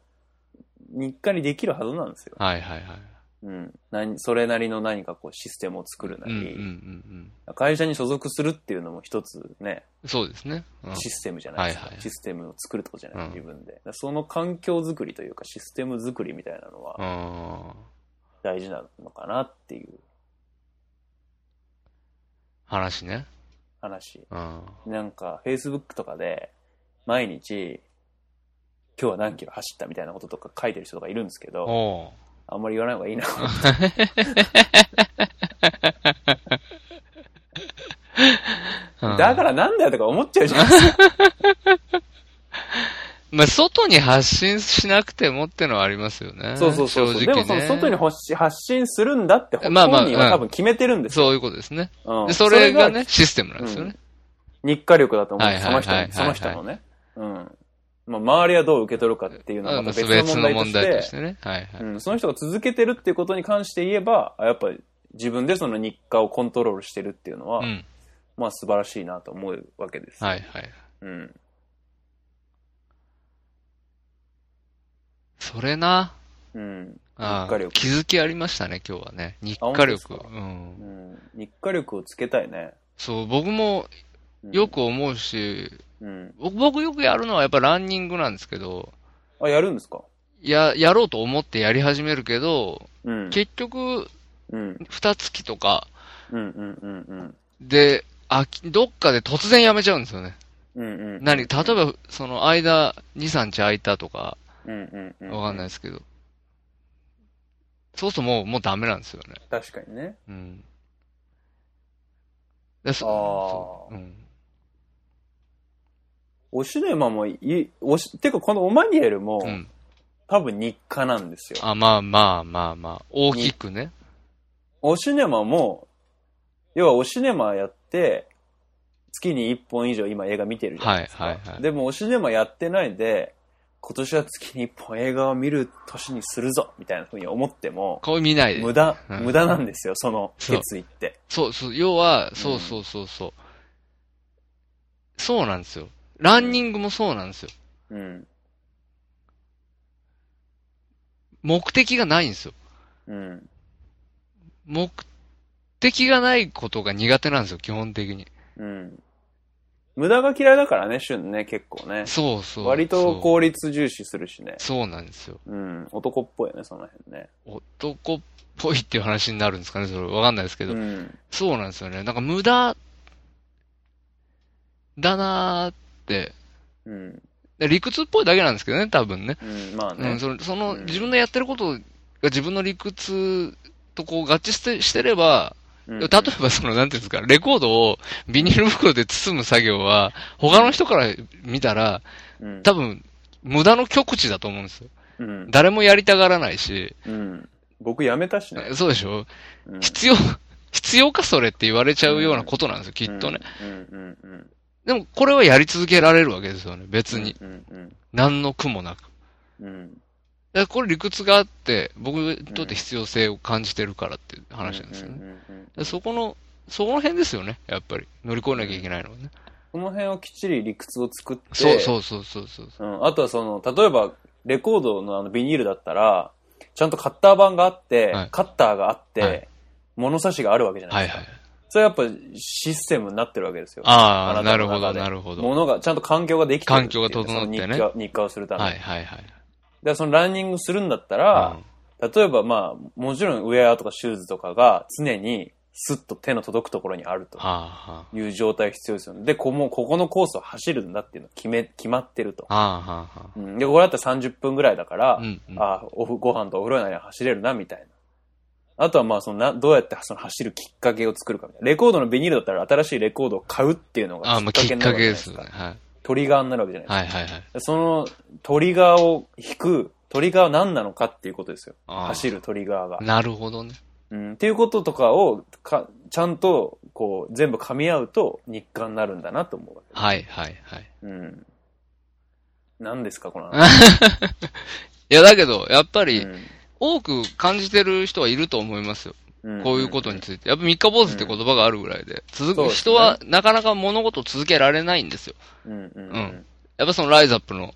Speaker 2: 日課にできるはずなんですよ。
Speaker 1: はいはいはい。
Speaker 2: うん。何、それなりの何かこうシステムを作るな
Speaker 1: うんうんう
Speaker 2: り、
Speaker 1: ん
Speaker 2: 会社に所属するっていうのも一つね、
Speaker 1: うん。そうですね。うん。
Speaker 2: システムじゃないですか。
Speaker 1: はいはい
Speaker 2: システムを作るってことじゃない、
Speaker 1: うん
Speaker 2: 自分で。だからその環境づくりというかシステムづくりみたいなのは
Speaker 1: うん。
Speaker 2: 大事なのかなっていう
Speaker 1: 話ね。
Speaker 2: 話。
Speaker 1: うん。
Speaker 2: なんか、Facebook とかで、毎日、今日は何キロ走ったみたいなこととか書いてる人とかいるんですけど、
Speaker 1: おう
Speaker 2: あんまり言わない方がい いな。
Speaker 1: うん
Speaker 2: だからなんだよとか思っちゃうじゃん。
Speaker 1: まあ、外に発信しなくてもってのはありますよね。
Speaker 2: そうそうそうそう。
Speaker 1: 正
Speaker 2: でも
Speaker 1: 直
Speaker 2: その
Speaker 1: ね。
Speaker 2: 外に発し発信するんだって本
Speaker 1: まあまあ
Speaker 2: 人は多
Speaker 1: う
Speaker 2: 分
Speaker 1: ん
Speaker 2: 決めてるんですよ。
Speaker 1: そういうことですね。
Speaker 2: うん
Speaker 1: で、それがね、、システムなんですよね。
Speaker 2: 日課力だと思
Speaker 1: は
Speaker 2: う。
Speaker 1: い
Speaker 2: そ
Speaker 1: はいは
Speaker 2: の
Speaker 1: いはいはい
Speaker 2: 人、その人のね。うん。まあ、周りはどう受け取るかっていうのは
Speaker 1: ま
Speaker 2: ま
Speaker 1: あ
Speaker 2: た別
Speaker 1: 別の
Speaker 2: の問
Speaker 1: 問
Speaker 2: 題
Speaker 1: 題
Speaker 2: と
Speaker 1: と
Speaker 2: し、
Speaker 1: しててね。はいはい。
Speaker 2: うん、その人が続けてるってことに関して言えば、あやっぱり自分でその日課をコントロールしてるっていうのは、
Speaker 1: うん。
Speaker 2: まあ素晴らしいなと思うわけです。
Speaker 1: はいはい。
Speaker 2: うん。
Speaker 1: それな。
Speaker 2: うん。
Speaker 1: あ
Speaker 2: 日課
Speaker 1: あ
Speaker 2: 力
Speaker 1: 気づきありましたね、今日はね。日
Speaker 2: あ本当
Speaker 1: 課
Speaker 2: です
Speaker 1: 力。
Speaker 2: か
Speaker 1: うん
Speaker 2: う。ん。日課力をつけたいね。
Speaker 1: そう、僕も
Speaker 2: うん
Speaker 1: よ。く思うし、
Speaker 2: うん。
Speaker 1: 僕僕よくやるのはやっぱランニングなんですけど、
Speaker 2: あ、やるんですか
Speaker 1: や、やろうと思ってやり始めるけど、
Speaker 2: うん。
Speaker 1: 結局、
Speaker 2: うん。
Speaker 1: 二月とか
Speaker 2: うんうんうんうん。
Speaker 1: で、あきどっかで突然やめちゃうんですよね。
Speaker 2: うんうんうん。
Speaker 1: 何例えば、その間、2、3日空いたとか、
Speaker 2: うんうんうん。
Speaker 1: わかんないですけど。そうするともう、もうダメなんですよね。
Speaker 2: 確かにね。
Speaker 1: うん。でそ
Speaker 2: あー
Speaker 1: そううん。
Speaker 2: おしねまもい、おし、てかこのオマニエルも、
Speaker 1: うん。
Speaker 2: 多分日課なんですよ。
Speaker 1: あ、まあまあまあまあ。大きくね。
Speaker 2: おしねまも、要はおしねまやって、月に1本以上今映画見てるじゃないですか。
Speaker 1: はいはいはい
Speaker 2: でもおしねまやってないで、今年は月に1本映画を見る年にするぞみたいなふうに思っても、
Speaker 1: 顔見ないで
Speaker 2: 無。駄、
Speaker 1: うん
Speaker 2: 無駄なんですよ、その決意って。
Speaker 1: そうそう。要は、そうそうそうそう。そうなんですよ。ランニングもそうなんですよ。
Speaker 2: うん。
Speaker 1: 目的がないんですよ。
Speaker 2: うん。
Speaker 1: 目的がないことが苦手なんですよ、基本的に。
Speaker 2: うん。無駄が嫌いだからね、旬ね、結構ね。
Speaker 1: そうそう。
Speaker 2: 割と
Speaker 1: う。
Speaker 2: 効率重視するしね。
Speaker 1: そうなんですよ。
Speaker 2: うん。男っぽいよね、その辺ね。
Speaker 1: 男っぽいっていう話になるんですかね、それわかんないですけど。
Speaker 2: うん。
Speaker 1: そうなんですよね。なんか無駄だなーって。
Speaker 2: うん。
Speaker 1: で理屈っぽいだけなんですけどね、多分ね。
Speaker 2: うん。まあ
Speaker 1: う
Speaker 2: ね
Speaker 1: ん、。その、その、
Speaker 2: うん
Speaker 1: 自分のやってることが自分の理屈とこう合致して、してれば、
Speaker 2: うん
Speaker 1: 例えばその、なんていうんですか、レコードをビニール袋で包む作業は、他の人から見たら、
Speaker 2: うん。
Speaker 1: 多分、無駄の極致だと思うんですよ。
Speaker 2: うん。
Speaker 1: 誰もやりたがらないし、
Speaker 2: うん。僕辞めたしね。
Speaker 1: そうでしょ
Speaker 2: うん
Speaker 1: 必要、必要かそれって言われちゃうようなことなんですよ、きっとね。。
Speaker 2: うんうんうん。
Speaker 1: でも、これはやり続けられるわけですよね、別に。
Speaker 2: うんうん
Speaker 1: 何の苦もなく。だか
Speaker 2: うん。
Speaker 1: らこれ理屈があって、僕にとって必要性を感じてるからっていう話なんですよね。だか
Speaker 2: うんうんうんう
Speaker 1: ら
Speaker 2: ん。
Speaker 1: そこの、そこの辺ですよね、やっぱり。乗り越えなきゃいけないのはね。
Speaker 2: この辺をきっちり理屈を作って、
Speaker 1: そうそうそうそうそう。
Speaker 2: うん。あとはその、例えば、レコードのあのビニールだったら、ちゃんとカッター版があって、
Speaker 1: はい
Speaker 2: カッターがあって、
Speaker 1: はい
Speaker 2: 物差しがあるわけじゃな
Speaker 1: はいい
Speaker 2: ですか。
Speaker 1: はい。
Speaker 2: それはやっぱシステムになってるわけですよ。
Speaker 1: ああ、
Speaker 2: な
Speaker 1: な
Speaker 2: た
Speaker 1: る
Speaker 2: の
Speaker 1: ほ
Speaker 2: 中
Speaker 1: ど、
Speaker 2: で
Speaker 1: なるほど。
Speaker 2: 物が、ちゃんと環境ができてるっていう。
Speaker 1: 環境が整ってね
Speaker 2: その日課日課をするために。
Speaker 1: はいはいはい。
Speaker 2: で、そのランニングするんだったら、
Speaker 1: うん
Speaker 2: 例えばまあ、もちろんウェアとかシューズとかが常にスッと手の届くところにあると
Speaker 1: はあ、は
Speaker 2: いう状態が必要ですよね。で、こもうここのコースを走るんだっていうのが決め、決まってると。
Speaker 1: あ、はあ、はあ、は
Speaker 2: うん、で、これだったら30分ぐらいだから、
Speaker 1: あ。うん、うん。
Speaker 2: あおふご飯とお風呂の間に走れるな、みたいな。あとはまあ、そのな、どうやってその走るきっかけを作るかみたいな。レコードのビニールだったら新しいレコードを買うっていうの
Speaker 1: あ
Speaker 2: が
Speaker 1: あ、
Speaker 2: き
Speaker 1: まあ、
Speaker 2: っ
Speaker 1: き
Speaker 2: か
Speaker 1: っ
Speaker 2: けにな
Speaker 1: か
Speaker 2: るわ
Speaker 1: け
Speaker 2: けじゃない
Speaker 1: で
Speaker 2: です
Speaker 1: す。
Speaker 2: か。
Speaker 1: はい。
Speaker 2: トリガーになるわけじゃないですか。
Speaker 1: はい、はい、はい。
Speaker 2: そのトリガーを引く、トリガーは何なのかっていうことですよ。
Speaker 1: ああ
Speaker 2: 走るトリガーが。
Speaker 1: なるほどね。
Speaker 2: うん、っていうこととかをか、ちゃんと、こう、全部噛み合うと日韓になるんだなと思うわ
Speaker 1: はい、はい、はい。
Speaker 2: け。うん。何ですか、この
Speaker 1: あ
Speaker 2: 話。
Speaker 1: いや、だけど、やっぱり、
Speaker 2: ん
Speaker 1: 多く感じてる人はいると思いますよ。
Speaker 2: うん
Speaker 1: こういうことについて。やっぱ三日坊主って言葉があるぐらいで。続
Speaker 2: そう
Speaker 1: く、
Speaker 2: です
Speaker 1: 人
Speaker 2: ね
Speaker 1: はなかなか物事を続けられないんですよ。
Speaker 2: うんうんう
Speaker 1: うんんやっぱそのライズアップの、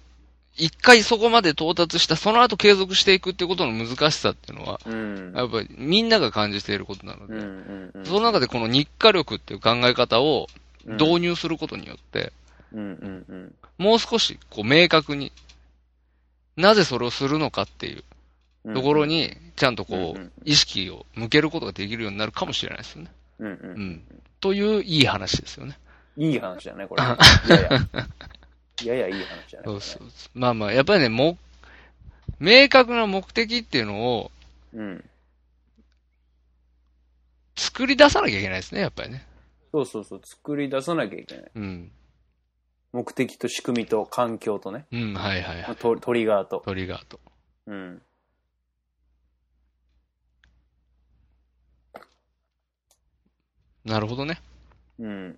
Speaker 1: 一回そこまで到達した、その後継続していくってことの難しさっていうのは、
Speaker 2: うん
Speaker 1: やっぱりみんなが感じていることなの
Speaker 2: うんう
Speaker 1: で、
Speaker 2: んうん
Speaker 1: その中でこの日課力っていう考え方を
Speaker 2: うん
Speaker 1: 導入することによって、
Speaker 2: うんうんうん
Speaker 1: もう少しこう明確に、なぜそれをするのかっていう
Speaker 2: うん
Speaker 1: ところ、に、ちゃんとこ
Speaker 2: うんう、
Speaker 1: うん意識を向けることができるようになるかもしれないですよね。
Speaker 2: うんうん
Speaker 1: うん。といういい話ですよね。
Speaker 2: いい話だね、これ。いやいや。いやいや、いい話だね。
Speaker 1: そ
Speaker 2: これ
Speaker 1: う
Speaker 2: ね
Speaker 1: そうそうまあまあ、やっぱりね、も、明確な目的っていうのを
Speaker 2: うん。
Speaker 1: 作り出さなきゃいけないですね、やっぱりね。
Speaker 2: そうそうそう、作り出さなきゃいけない。
Speaker 1: うん。
Speaker 2: 目的と仕組みと環境とね。
Speaker 1: うん、はいはいはい。
Speaker 2: トトリガーと。
Speaker 1: トリガーと。
Speaker 2: うん。
Speaker 1: なるほどね。
Speaker 2: うん。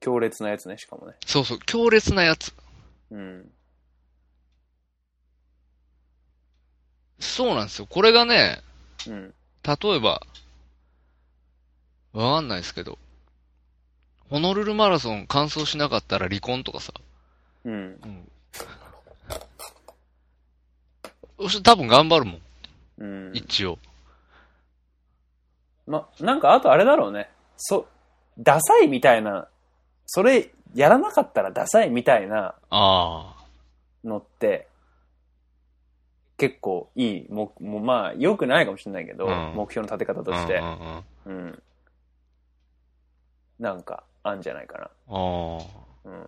Speaker 2: 強烈なやつね、しかもね。
Speaker 1: そうそう、強烈なやつ。
Speaker 2: うん。
Speaker 1: そうなんですよ。これがね、
Speaker 2: うん。
Speaker 1: 例えば、わかんないですけど、ホノルルマラソン完走しなかったら離婚とかさ、
Speaker 2: うん。
Speaker 1: うん。そして多分頑張るもん、
Speaker 2: うん。
Speaker 1: 一応。
Speaker 2: ま、なんか、あとあれだろうね。そ、ダサいみたいな、それ、やらなかったらダサいみたいな、
Speaker 1: ああ。
Speaker 2: のって、結構いい、もう、もうまあ、良くないかもしれないけど、
Speaker 1: うん
Speaker 2: 目標の立て方として
Speaker 1: うん、うんうんあ
Speaker 2: うんなんか、あんじゃないか
Speaker 1: あ。
Speaker 2: な。うん。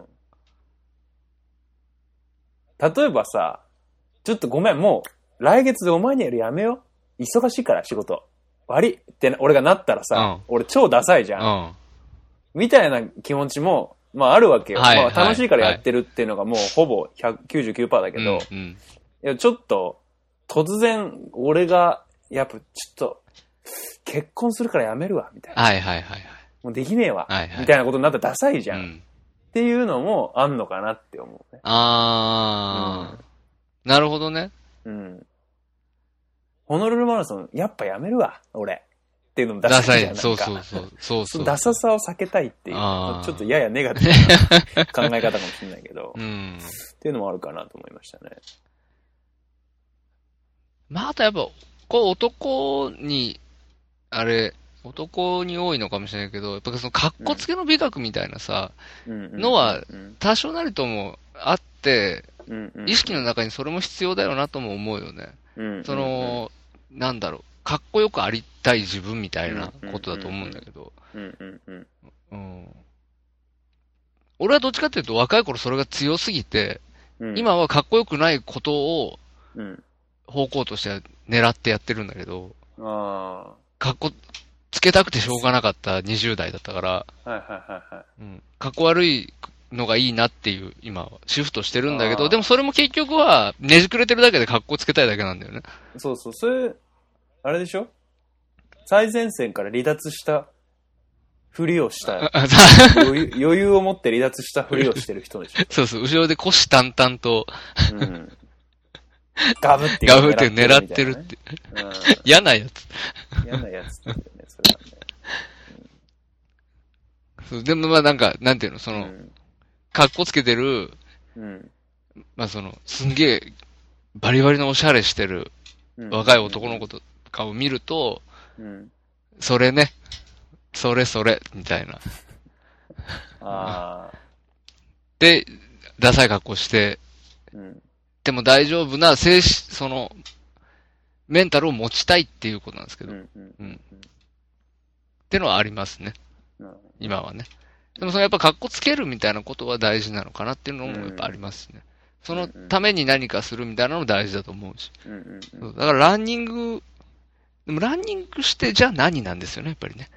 Speaker 2: 例えばさ、ちょっとごめん、もう、来月でお前にやるやめよう。忙しいから、仕事。悪いってな、俺がなったらさ、
Speaker 1: うん
Speaker 2: 俺超ダサいじゃん。
Speaker 1: うん。
Speaker 2: みたいな気持ちも、まああるわけよ。
Speaker 1: はい
Speaker 2: まあ楽しいからやってるっていうのがもうほぼ199%だけど、
Speaker 1: うんうん、
Speaker 2: いや、ちょっと、突然、俺が、やっぱ、ちょっと、結婚するからやめるわ、みたいな。
Speaker 1: はいはいはい
Speaker 2: もうできねえわ、
Speaker 1: はいはい
Speaker 2: みたいなことになったらダサいじゃ
Speaker 1: はい。
Speaker 2: ん。
Speaker 1: う
Speaker 2: っ
Speaker 1: ん、
Speaker 2: ていうのもあんのかなって思うね。
Speaker 1: ああ、なるほどね。
Speaker 2: うん。ホノルルマラソン、やっぱやめるわ、俺。っていうのもダ
Speaker 1: ダ
Speaker 2: サ
Speaker 1: サ
Speaker 2: いじゃん。
Speaker 1: い。そうそ
Speaker 2: なん
Speaker 1: う
Speaker 2: か
Speaker 1: そう。そう
Speaker 2: そ
Speaker 1: そう。
Speaker 2: のダサさを避けたいっていう、
Speaker 1: あー
Speaker 2: ちょっとややネガティブ な考え方かもしれないけど、
Speaker 1: う
Speaker 2: っ
Speaker 1: ん。
Speaker 2: ていうのもあるかなと思いましたね。
Speaker 1: まあ、あとやっぱ、こう男に、あれ、男に多いのかもしれないけど、やっぱその格好つけの美学みたいなさ、
Speaker 2: うんうん
Speaker 1: のは
Speaker 2: うん
Speaker 1: 多少なりともあって、
Speaker 2: うんうん
Speaker 1: 意識の中にそれも必要だよなとも思うよね。
Speaker 2: うんうん
Speaker 1: その、なんだろう、かっこよくありたい自分みたいなことだと思うんだけど、
Speaker 2: うんうんうん
Speaker 1: うん。俺はどっちかっていうと若い頃それが強すぎて、
Speaker 2: うん
Speaker 1: 今はかっこよくないことを
Speaker 2: うん。
Speaker 1: 方向としては狙ってやってるんだけど、
Speaker 2: あ
Speaker 1: かっこつけたくてしょうがなかった20代だったから、
Speaker 2: あ。はいはいはいはい。
Speaker 1: うん、かっこ悪いのがいいなっていう今はシフトしてるんだけ
Speaker 2: あー
Speaker 1: ど、でもそれも結局はねじくれてるだけでかっこつけたいだけなんだよね。
Speaker 2: そうそう、それ、あれでしょ最前線から離脱したふり をした。
Speaker 1: あ
Speaker 2: 余裕余裕を持って離脱したふりをしてる人でしょ。
Speaker 1: そうそう、後ろで虎視眈々と
Speaker 2: うん。ガブって
Speaker 1: ガブって狙ってるって、
Speaker 2: みたいなね。
Speaker 1: 嫌なやつ。
Speaker 2: うん。嫌なやつだよね、それ
Speaker 1: そうでもまあなんか、なんていうの、そ
Speaker 2: は
Speaker 1: の、
Speaker 2: ね。
Speaker 1: かっこつけてる、
Speaker 2: うん。うん
Speaker 1: まあその、すんげえ、バリバリのおしゃれしてる
Speaker 2: うん
Speaker 1: 若い男の子とかを見ると、
Speaker 2: うん。
Speaker 1: それね、それそれ、みたいな。
Speaker 2: ああ。
Speaker 1: で、ダサい格好して、
Speaker 2: うん。
Speaker 1: でも大丈夫な、精神、その、メンタルを持ちたいっていうことなんですけど、っ
Speaker 2: うんうん
Speaker 1: うんてのはありますね、
Speaker 2: なるほど
Speaker 1: 今はね。でもそのやっぱ格好つけるみたいなことは大事なのかなっていうのもやっぱありますね。そのために何かするみたいなのも大事だと思うし。
Speaker 2: うんうんう
Speaker 1: そ
Speaker 2: ん
Speaker 1: うだからランニング、でもランニングしてじゃあ何なんですよね、やっぱりね。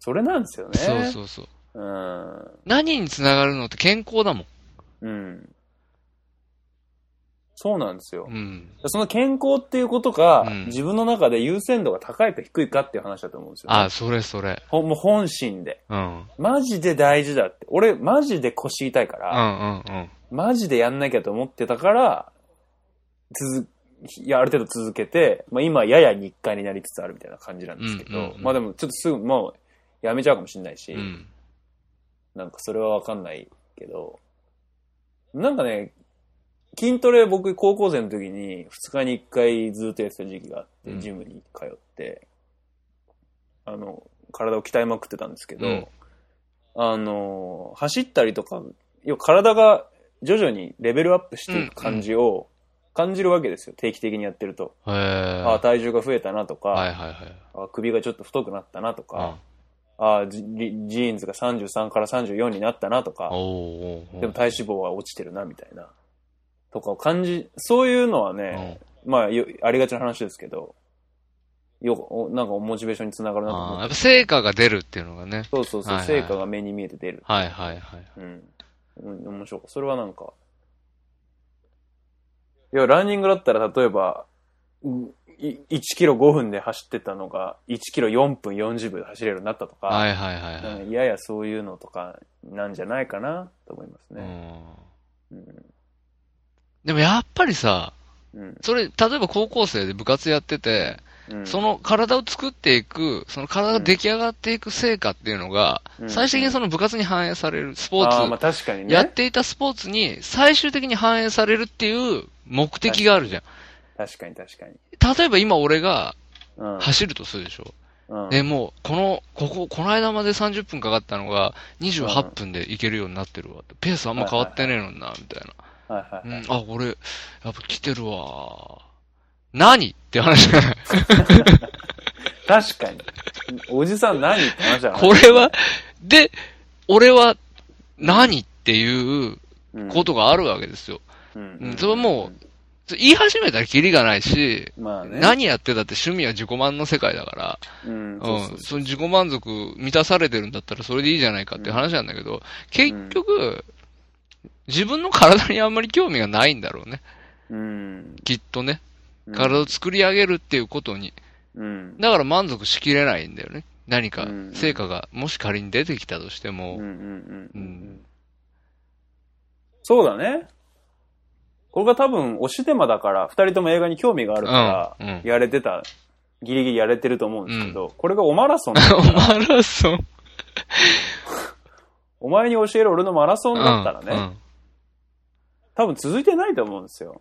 Speaker 2: それなんですよね。
Speaker 1: そうそうそう。
Speaker 2: う。うん。
Speaker 1: 何につながるのって健康だもん。
Speaker 2: うん。そうなんですよ
Speaker 1: う。ん。
Speaker 2: その健康っていうことが、
Speaker 1: うん
Speaker 2: 自分の中で優先度が高いか低いかっていう話だと思うんですよ、ね。
Speaker 1: あ、それそれ。
Speaker 2: ほもう本心で。
Speaker 1: うん。うん
Speaker 2: マジで大事だって。俺、マジで腰痛いか
Speaker 1: う
Speaker 2: ら、
Speaker 1: んうん。
Speaker 2: マジでやんなきゃと思ってたから、続、いや、ある程度続けて、まあ今、やや日課になりつつあるみたいな感じなんですけど、
Speaker 1: うんうんうん
Speaker 2: まあでも、ちょっとすぐもう、やめちゃうかもしれないし、
Speaker 1: うん。
Speaker 2: なんかそれはわかんないけど、なんかね、筋トレ僕高校生の時に2日に1回ずっとやってた時期があっ
Speaker 1: う
Speaker 2: て、
Speaker 1: ん
Speaker 2: ジムに通って、あの、体を鍛えまくってたんですけど、
Speaker 1: うん
Speaker 2: あの、走ったりとか、要は体が徐々にレベルアップしていく感じを感じるわけですよ、定期的にやってると。
Speaker 1: へえ。
Speaker 2: ああ、
Speaker 1: は
Speaker 2: 体重が増えたなとか、
Speaker 1: いはいはい。
Speaker 2: ああ首がちょっと太くなったなと
Speaker 1: うん
Speaker 2: か、。ああジリジーンズが33から34になったなとか、
Speaker 1: おーおーおー
Speaker 2: でも体脂肪は落ちてるな、みたいな。とかを感じ、そういうのはね、まあ、よありがちな話ですけど、よ、おなんかモチベーションにつながる
Speaker 1: うん
Speaker 2: なと思
Speaker 1: あーや
Speaker 2: っ。
Speaker 1: ってぱ成果が出るっていうのがね。
Speaker 2: そうそうそう、
Speaker 1: はいはい
Speaker 2: 成果が目に見えて出る。
Speaker 1: はいはいはい。
Speaker 2: うん。うん、面白い。それはなんか、いや、ランニングだったら例えば、うんい1キロ5分で走ってたのが、1キロ4分40秒で走れるようになったとか、
Speaker 1: はいはいはいはい。
Speaker 2: うんややそういうのとかなんじゃないかなと思いますね。
Speaker 1: うんでもやっぱりさ、
Speaker 2: うん。
Speaker 1: それ、例えば高校生で部活やってて、
Speaker 2: うん
Speaker 1: その体を作っていく、その体が出来上がっていく成果っていうのが、
Speaker 2: うん
Speaker 1: 最終的にその部活に反映される、スポ
Speaker 2: ああー
Speaker 1: ー
Speaker 2: まあ
Speaker 1: ツ、
Speaker 2: 確かに
Speaker 1: やっ
Speaker 2: ね。
Speaker 1: ていたスポーツに最終的に反映されるっていう目的があるじゃ
Speaker 2: 確かに確かに。
Speaker 1: ん。例えば今俺が
Speaker 2: うん。
Speaker 1: 走るとするでしょ。
Speaker 2: うん
Speaker 1: ね、もう、この、ここ、この間まで30分かかったのが、28分で行けるようになってるわって。ペースあんま変わってねえのにな、みたい
Speaker 2: はいはいは
Speaker 1: な。う
Speaker 2: い
Speaker 1: ん、あ、俺、やっぱ来てるわ。何って 話じゃない。
Speaker 2: 確かに。おじさん何って話だな
Speaker 1: これは、で、俺は、何っていうこ、とがあるわけですよ。
Speaker 2: うん
Speaker 1: うんそれはも言い始めたらキリがないし、
Speaker 2: う、まあね。
Speaker 1: 何やってたって趣味は自己満の世界だから、、
Speaker 2: うん、そうそううんそ
Speaker 1: その自己満足満たされてるんだったらそれでいいじゃないかっていう話なんだけど、結局、自分の体にあんまり興味がないんだろうね。
Speaker 2: う。うん。
Speaker 1: きっとね。
Speaker 2: うん
Speaker 1: 体を作り上げるっていうことに。
Speaker 2: うん。
Speaker 1: だから満足しきれないんだよね。何か
Speaker 2: うん
Speaker 1: 成果が、もし仮に出てきたとして
Speaker 2: うんうん
Speaker 1: も、
Speaker 2: うんう
Speaker 1: うんん。
Speaker 2: そうだね。これが多分、押しテマだから、二人とも映画に興味があるか
Speaker 1: うん
Speaker 2: ら
Speaker 1: うん、
Speaker 2: やれてた、ギリギリやれてると思うんですけど、これがおマ ラソンだ
Speaker 1: おマラソン。
Speaker 2: お前に教える俺のマラソンだったらね、
Speaker 1: うん
Speaker 2: 多分続いてないと思うんですよ。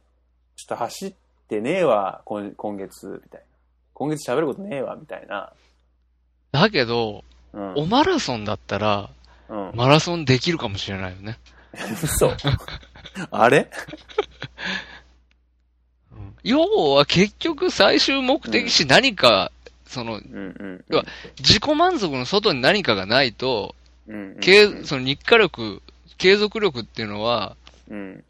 Speaker 2: ちょっと走ってねえわ、今今月、みたいな。今月喋ることねえわ、みたいな。
Speaker 1: だけど、
Speaker 2: うん。
Speaker 1: おマラソンだったら、
Speaker 2: うん。
Speaker 1: マラソンできるかもしれないよね。
Speaker 2: 嘘。 あれ
Speaker 1: 要は結局最終目的し何か、その、
Speaker 2: うんうん。
Speaker 1: 要は自己満足の外に何かがないと、
Speaker 2: うんうんうん
Speaker 1: 継その日課力、継続力っていうのは
Speaker 2: うん。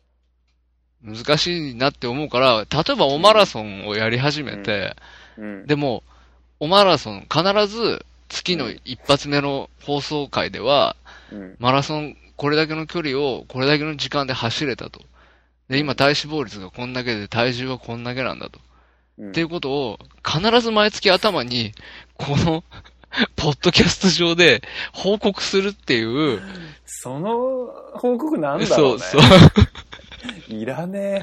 Speaker 1: 難しいなって思うから、例えばおマラソンをやり始めて、
Speaker 2: うん。
Speaker 1: でも、おマラソン必ず月の一発目の放送回では、
Speaker 2: うん。
Speaker 1: マラソンこれだけの距離をこれだけの時間で走れたと。で、今体脂肪率がこんだけで体重はこんだけなんだと。
Speaker 2: うん
Speaker 1: っていうことを、必ず毎月頭に、この、 ポッドキャスト上で報告するっていう、
Speaker 2: その報告なんだろう
Speaker 1: そう
Speaker 2: ね。
Speaker 1: そう。
Speaker 2: いら ね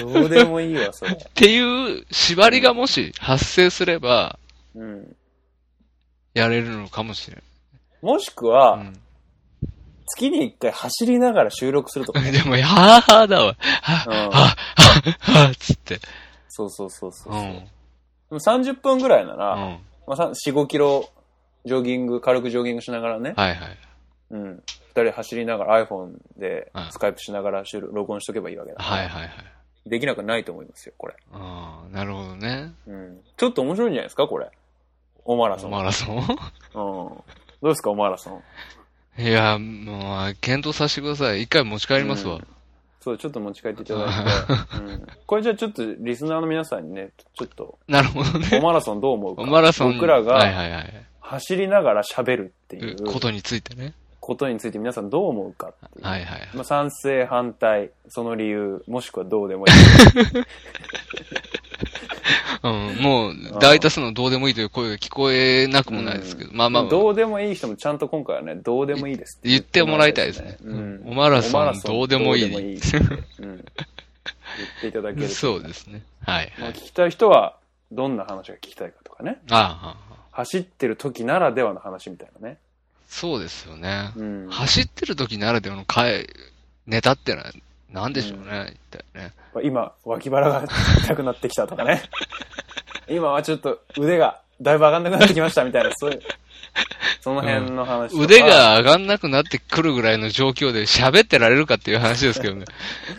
Speaker 2: え。どうでもいいわ、それ。
Speaker 1: っていう縛りがもし発生すれば、
Speaker 2: うん。
Speaker 1: やれるのかもしれ
Speaker 2: もしくは、
Speaker 1: ない。
Speaker 2: 月に一回走りながら収録するとか
Speaker 1: う
Speaker 2: ね、
Speaker 1: ん、でも、はぁはぁだわ。はぁ、
Speaker 2: うん
Speaker 1: はぁ、はぁ、つって。
Speaker 2: そうそうそうそうう。
Speaker 1: ん。う
Speaker 2: で
Speaker 1: ん。
Speaker 2: も30分ぐらいなら、
Speaker 1: は
Speaker 2: まあ、さ4、5キロ、ジョギング、軽くジョギングしながらね
Speaker 1: い、はい。
Speaker 2: うん。二人走りながら iPhone で
Speaker 1: うん
Speaker 2: スカイプしながら収録録音しとけばいいわけだ。
Speaker 1: はいはいはい。
Speaker 2: できなくないと思いますよ、これ。
Speaker 1: ああ、なるほどね。
Speaker 2: うん。ちょっと面白いんじゃないですか、これ。オマラソン。
Speaker 1: マラソン
Speaker 2: うん。どうですか、オマラソン。
Speaker 1: いや、まあ、検討させてください。一回持ち帰りますわ。
Speaker 2: そう、ちょっと持ち帰っていた だいて。うん。これじゃあちょっとリスナーの皆さんにね、ちょっと、
Speaker 1: なるほど
Speaker 2: オ
Speaker 1: ね。
Speaker 2: マラソンどう思うか。
Speaker 1: マラソン。
Speaker 2: 僕ら
Speaker 1: はい
Speaker 2: が
Speaker 1: はいはい。
Speaker 2: 走りながら喋るっていう
Speaker 1: ことについてね。
Speaker 2: ことについて皆さんどう思うかっていう。
Speaker 1: はいはい。
Speaker 2: まあ、賛成、反対、その理由、もしくはどうでもいい。
Speaker 1: うん、もう、大多数のどうでもいいという声が聞こえなくもないですけど。まあまあ、
Speaker 2: どうでもいい人もちゃんと今回はね、どうでもいいです
Speaker 1: 言ってもらいたいですね。
Speaker 2: うん
Speaker 1: オマラ
Speaker 2: オマ
Speaker 1: ソ
Speaker 2: ラ
Speaker 1: ン
Speaker 2: ソン
Speaker 1: どうでもい
Speaker 2: どうでもいい
Speaker 1: い。
Speaker 2: うん。言っていただける と。
Speaker 1: そうですね。はい
Speaker 2: ま
Speaker 1: は
Speaker 2: あ、
Speaker 1: い。
Speaker 2: 聞きたい人は、どんな話が聞きたいかとかね。
Speaker 1: ああ、
Speaker 2: 走ってる時ならではの話みたいなね。
Speaker 1: そうですよね。
Speaker 2: うん。
Speaker 1: 走ってる時ならではの回、ネタってのは何でしょうね、一体ね。
Speaker 2: 今、脇腹が痛くなってきたと かね。今はちょっと腕がだいぶ上がんなくなってきましたみたいな、そういう、その辺の話とか、
Speaker 1: 腕が上がんなくなってくるぐらいの状況で喋ってられるかっていう話ですけ どね。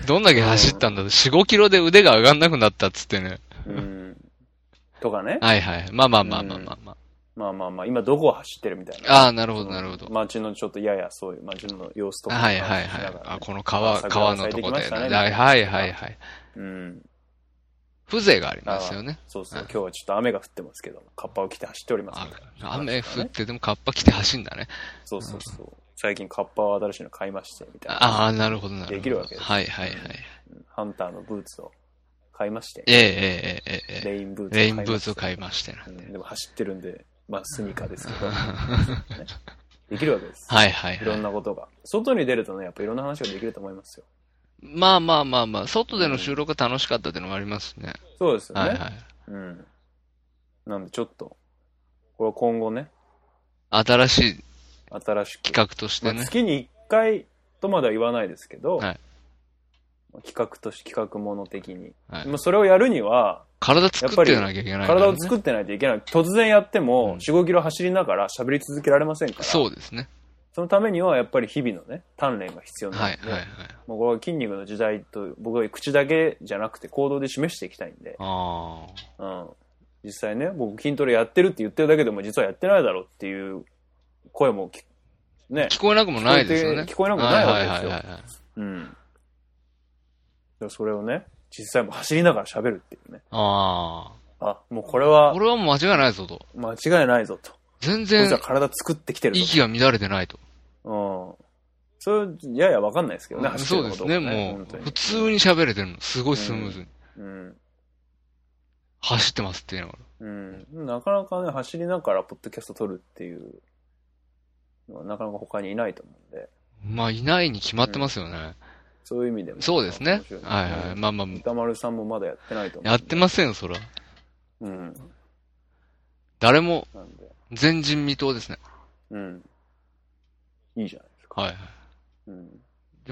Speaker 1: どんだけ走ったんだと、4、5キロで腕が上がんなくなったっつってね。
Speaker 2: うん。とかね。
Speaker 1: はいはい。まあまあまあまあまあまあ。
Speaker 2: まあまあまあ、今どこを走ってるみたいな。
Speaker 1: ああ、なるほどなるほど。
Speaker 2: 街のちょっとややそういう街の様子とか、
Speaker 1: はいはいはい。あ、この川、川のとこで、ね。はいはいはい。
Speaker 2: うん。
Speaker 1: 風情がありますよね。
Speaker 2: そうそう。今日はちょっと雨が降ってますけど、カッパを着て走っております
Speaker 1: あ
Speaker 2: みたいな
Speaker 1: 雨降ってでもカッパ着て走んだね。
Speaker 2: そうそうそう。最近カッパを新しいの買いまして、みたいな。
Speaker 1: ああ、なるほどなるほど。
Speaker 2: できるわけです
Speaker 1: はいはいはい。
Speaker 2: ハンターのブーツを買いまして、
Speaker 1: ええええええええ。
Speaker 2: レインブーツを
Speaker 1: レインブーツを
Speaker 2: い
Speaker 1: 買いましてな
Speaker 2: ま
Speaker 1: ん
Speaker 2: して
Speaker 1: で。
Speaker 2: うんでも走ってるんで、まあスニーカーですけど、
Speaker 1: は
Speaker 2: ねできるわけです。
Speaker 1: いはい
Speaker 2: いろん
Speaker 1: はい。
Speaker 2: なことが。外に出るとね、やっぱいろんな話ができると思いますよ。
Speaker 1: まあまあまあまあ、外での収録が楽しかったっていうのもありますね。
Speaker 2: そうですよね。
Speaker 1: はいはい。
Speaker 2: うん。なんでちょっと、これは今後ね、
Speaker 1: 新しい
Speaker 2: 新しく。
Speaker 1: 企画として
Speaker 2: まあ
Speaker 1: ね。
Speaker 2: 月に1回とまでは言わないですけど、
Speaker 1: はい
Speaker 2: まあ企画として企画もの的に。
Speaker 1: はい
Speaker 2: まあそれをやるには、
Speaker 1: 体作ってなきゃいけないからね。
Speaker 2: 体を作ってないといけない。突然やっても、
Speaker 1: うん
Speaker 2: 4、5キロ走りながら喋り続けられませんから。
Speaker 1: そうですね。
Speaker 2: そのためには、やっぱり日々のね、鍛錬が必要な
Speaker 1: は
Speaker 2: の
Speaker 1: い
Speaker 2: で、
Speaker 1: はいはい。
Speaker 2: もうこれは筋肉の時代と、僕は口だけじゃなくて行動で示していきたいんで、
Speaker 1: あ
Speaker 2: うん。実際ね、僕筋トレやってるって言ってるだけでも、実はやってないだろうっていう声もき、ね
Speaker 1: あ。、聞こえなくもないですよね。
Speaker 2: 聞こえて聞こえなくもないわけですよ
Speaker 1: はいはいはいはい
Speaker 2: うん。だからそれをね、実際も走りながら喋るっていうね。
Speaker 1: あ
Speaker 2: あ、もうこれ
Speaker 1: あ。
Speaker 2: は
Speaker 1: これはもう間違いないぞと。
Speaker 2: 間違いないぞと。
Speaker 1: 全
Speaker 2: こいつ
Speaker 1: 然
Speaker 2: は体作ってきてるぞ
Speaker 1: 息が乱れてないと。
Speaker 2: と。うん。それ、ややわかんないですけどね、走
Speaker 1: そ
Speaker 2: っ
Speaker 1: う
Speaker 2: てる
Speaker 1: で
Speaker 2: こ
Speaker 1: す
Speaker 2: と
Speaker 1: ね。も
Speaker 2: も本当
Speaker 1: う、
Speaker 2: に
Speaker 1: 普通に喋れてるの。すごいスムーズに。
Speaker 2: うん。
Speaker 1: 走ってますっていうのが。
Speaker 2: うん。なかなかね、走りながらポッドキャスト撮るっていうのはなかなか他にいないと思うんで、
Speaker 1: まあ、いないに決まってますよね。
Speaker 2: そういう意味でも。
Speaker 1: そうですね
Speaker 2: 面白。
Speaker 1: はいはい。まあまあ、
Speaker 2: 歌丸さんもまだやってないと思う。
Speaker 1: やってませんよ、そら。
Speaker 2: す。うん。
Speaker 1: 誰も、
Speaker 2: なんで、
Speaker 1: 前人未到ですね。
Speaker 2: うん。いいじゃないですか。
Speaker 1: はいはい。
Speaker 2: うん。
Speaker 1: で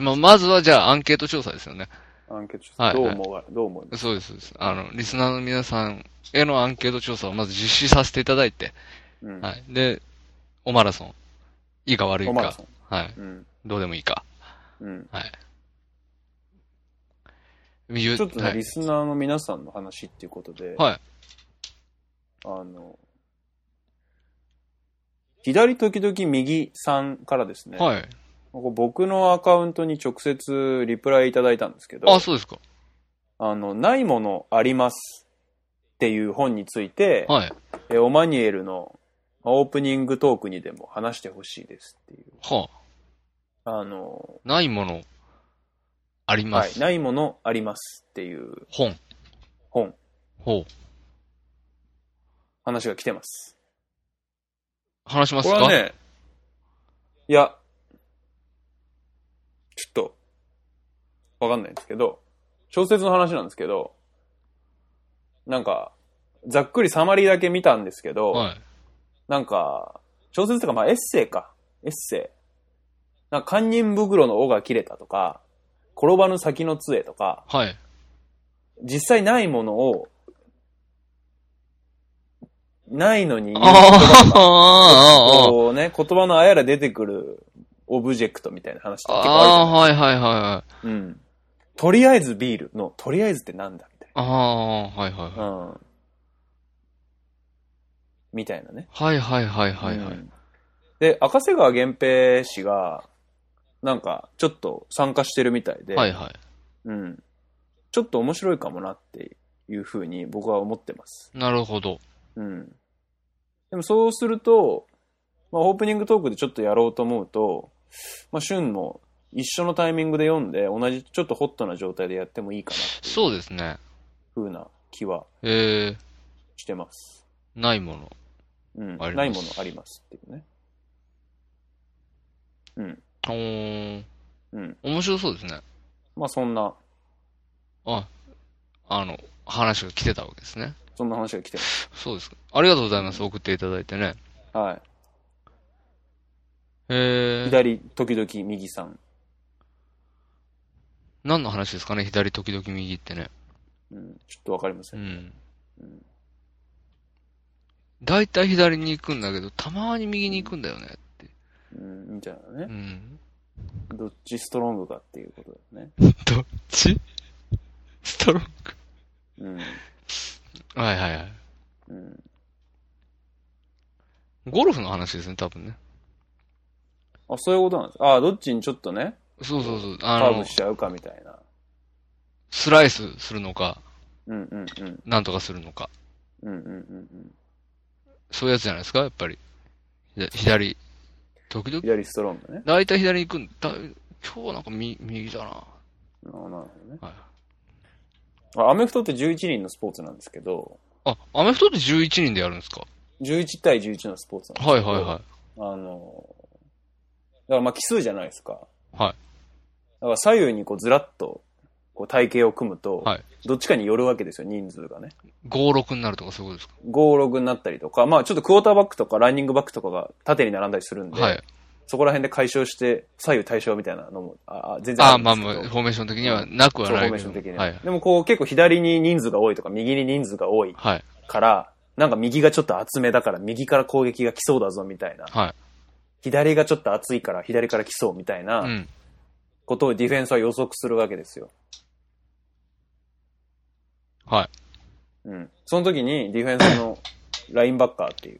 Speaker 1: まあ、まずはじゃあアンケート調査ですよね。
Speaker 2: アンケート調
Speaker 1: は
Speaker 2: 査
Speaker 1: い
Speaker 2: どう
Speaker 1: はい
Speaker 2: 思うが、どう思います
Speaker 1: そうです、そうです。あの、リスナーの皆さんへのアンケート調査をまず実施させていただいて、
Speaker 2: うん。
Speaker 1: はい。で、おマラソン。いいか悪い
Speaker 2: おマラ
Speaker 1: か
Speaker 2: ソ。ン。
Speaker 1: はい。
Speaker 2: うん。
Speaker 1: どうでもいいか。
Speaker 2: うん。
Speaker 1: 言う
Speaker 2: ちょっとね、
Speaker 1: はい
Speaker 2: リスナーの皆さんの話っていうことで、
Speaker 1: はい
Speaker 2: あの、左時々右さんからですね、
Speaker 1: はい。
Speaker 2: ここ僕のアカウントに直接リプライいただいたんですけど、
Speaker 1: あ、そうですか。
Speaker 2: あの、ないものありますっていう本について、
Speaker 1: はい。
Speaker 2: えオマニエルのオープニングトークにでも話してほしいですっていう、
Speaker 1: は
Speaker 2: あの、
Speaker 1: あ。ないもの、ありま
Speaker 2: はい、
Speaker 1: す。
Speaker 2: ないものありますっていう
Speaker 1: 本。
Speaker 2: 本、
Speaker 1: ほう。
Speaker 2: 話が来てます。
Speaker 1: 話します
Speaker 2: こ
Speaker 1: か
Speaker 2: れはね、いや、ちょっと、わかんないんですけど、小説の話なんですけど、なんか、ざっくりサマリーだけ見たんですけど、
Speaker 1: はい。
Speaker 2: なんか、小説とか、まあエッセイか。エッセイ。なんか、堪忍袋の尾が切れたとか、転ばぬ先の杖とか、
Speaker 1: はい。
Speaker 2: 実際ないものを、ないのに言う
Speaker 1: ああ、ああ、ああ。
Speaker 2: こうね、言葉のあやら出てくるオブジェクトみたいな話って結構あるじゃ
Speaker 1: ああ、
Speaker 2: な
Speaker 1: はいはいはいはい。
Speaker 2: いうん。とりあえずビールの、とりあえずってなんだみたい
Speaker 1: ああ、はいはいはい。
Speaker 2: な。うん。みたいなね。
Speaker 1: はいはいはいはいはい。
Speaker 2: うんで、赤瀬川源平氏が、なんか、ちょっと参加してるみたいで、
Speaker 1: はいは
Speaker 2: うん。ちょっと面白いかもなっていうふうに僕は思ってます。
Speaker 1: い。なるほど。
Speaker 2: うん。でもそうすると、まあオープニングトークでちょっとやろうと思うと、まあ旬も一緒のタイミングで読んで、同じちょっとホットな状態でやってもいいかなっていう
Speaker 1: そうですね。
Speaker 2: ふうな気は
Speaker 1: え
Speaker 2: してます。
Speaker 1: ー、ないもの。
Speaker 2: うん。
Speaker 1: あります
Speaker 2: ないものありますっていうね。うん。
Speaker 1: おー、
Speaker 2: うん。
Speaker 1: 面白そうですね。
Speaker 2: まあそんな、
Speaker 1: あ、あの、話が来てたわけですね。
Speaker 2: そんな話が来てます。
Speaker 1: そうですか。ありがとうございます。送っていただいてね。
Speaker 2: はい。
Speaker 1: えー、
Speaker 2: 左、時々右さん。
Speaker 1: 何の話ですかね左時々右ってね。
Speaker 2: うん。ちょっとわかりませ。
Speaker 1: うんん
Speaker 2: うん。
Speaker 1: 大体左に行くんだけど、たまに右に行くんだよねって。
Speaker 2: うん、みたいなね
Speaker 1: う。ん。
Speaker 2: どっちストロングかっていうことだよね。
Speaker 1: どっち ストローク。
Speaker 2: うん。
Speaker 1: はいはいはい。
Speaker 2: うん。
Speaker 1: ゴルフの話ですね、多分ね。
Speaker 2: あ、そういうことなんです。あ、どっちにちょっとね、
Speaker 1: そうそうそう。あ
Speaker 2: カーブ
Speaker 1: の
Speaker 2: し、ちゃうかみたいな。
Speaker 1: スライスするのか、
Speaker 2: うんうんうん。
Speaker 1: なんとかするのか。
Speaker 2: うんうんうんうん。
Speaker 1: そういうやつじゃないですか、やっぱり。ひだ左。時々、
Speaker 2: 左ストロングね。
Speaker 1: 大体左に行くんだ。今日なんか右右だな。
Speaker 2: あなるほどね。
Speaker 1: はい
Speaker 2: あアメフトって11人のスポーツなんですけど、
Speaker 1: あ、アメフトって11人でやるんですか
Speaker 2: 11対11のスポーツなんですけど、
Speaker 1: はいはいはい。
Speaker 2: あの、だからまあ奇数じゃないですか。
Speaker 1: はい。
Speaker 2: だから左右にこうずらっとこう体型を組むと、
Speaker 1: はい
Speaker 2: どっちかによるわけですよ、人数がね。
Speaker 1: 5、6になるとかそういうことで
Speaker 2: 5、6になったりとか、まあちょっとクォーターバックとかランニングバックとかが縦に並んだりするん
Speaker 1: す
Speaker 2: で、
Speaker 1: かはい。
Speaker 2: そこら辺で解消して左右対称みたいなのも、ああ全然
Speaker 1: あ
Speaker 2: あ
Speaker 1: あ、
Speaker 2: るん
Speaker 1: ま
Speaker 2: で
Speaker 1: あ
Speaker 2: すけど
Speaker 1: まあ、フォーメーション的にはなくは
Speaker 2: そうフ
Speaker 1: ない
Speaker 2: ォー
Speaker 1: け
Speaker 2: メーシ
Speaker 1: ど
Speaker 2: ョン的には
Speaker 1: はい。
Speaker 2: でもこう結構左に人数が多いとか右に人数が多い
Speaker 1: はい。
Speaker 2: から、なんか右がちょっと厚めだから右から攻撃が来そうだぞみたいな、
Speaker 1: はい。。
Speaker 2: 左がちょっと厚いから左から来そうみたいうなんことをディフェンスは予測するわけですよ。
Speaker 1: はい。
Speaker 2: うん。その時にディフェンスの ラインバッカーっていう、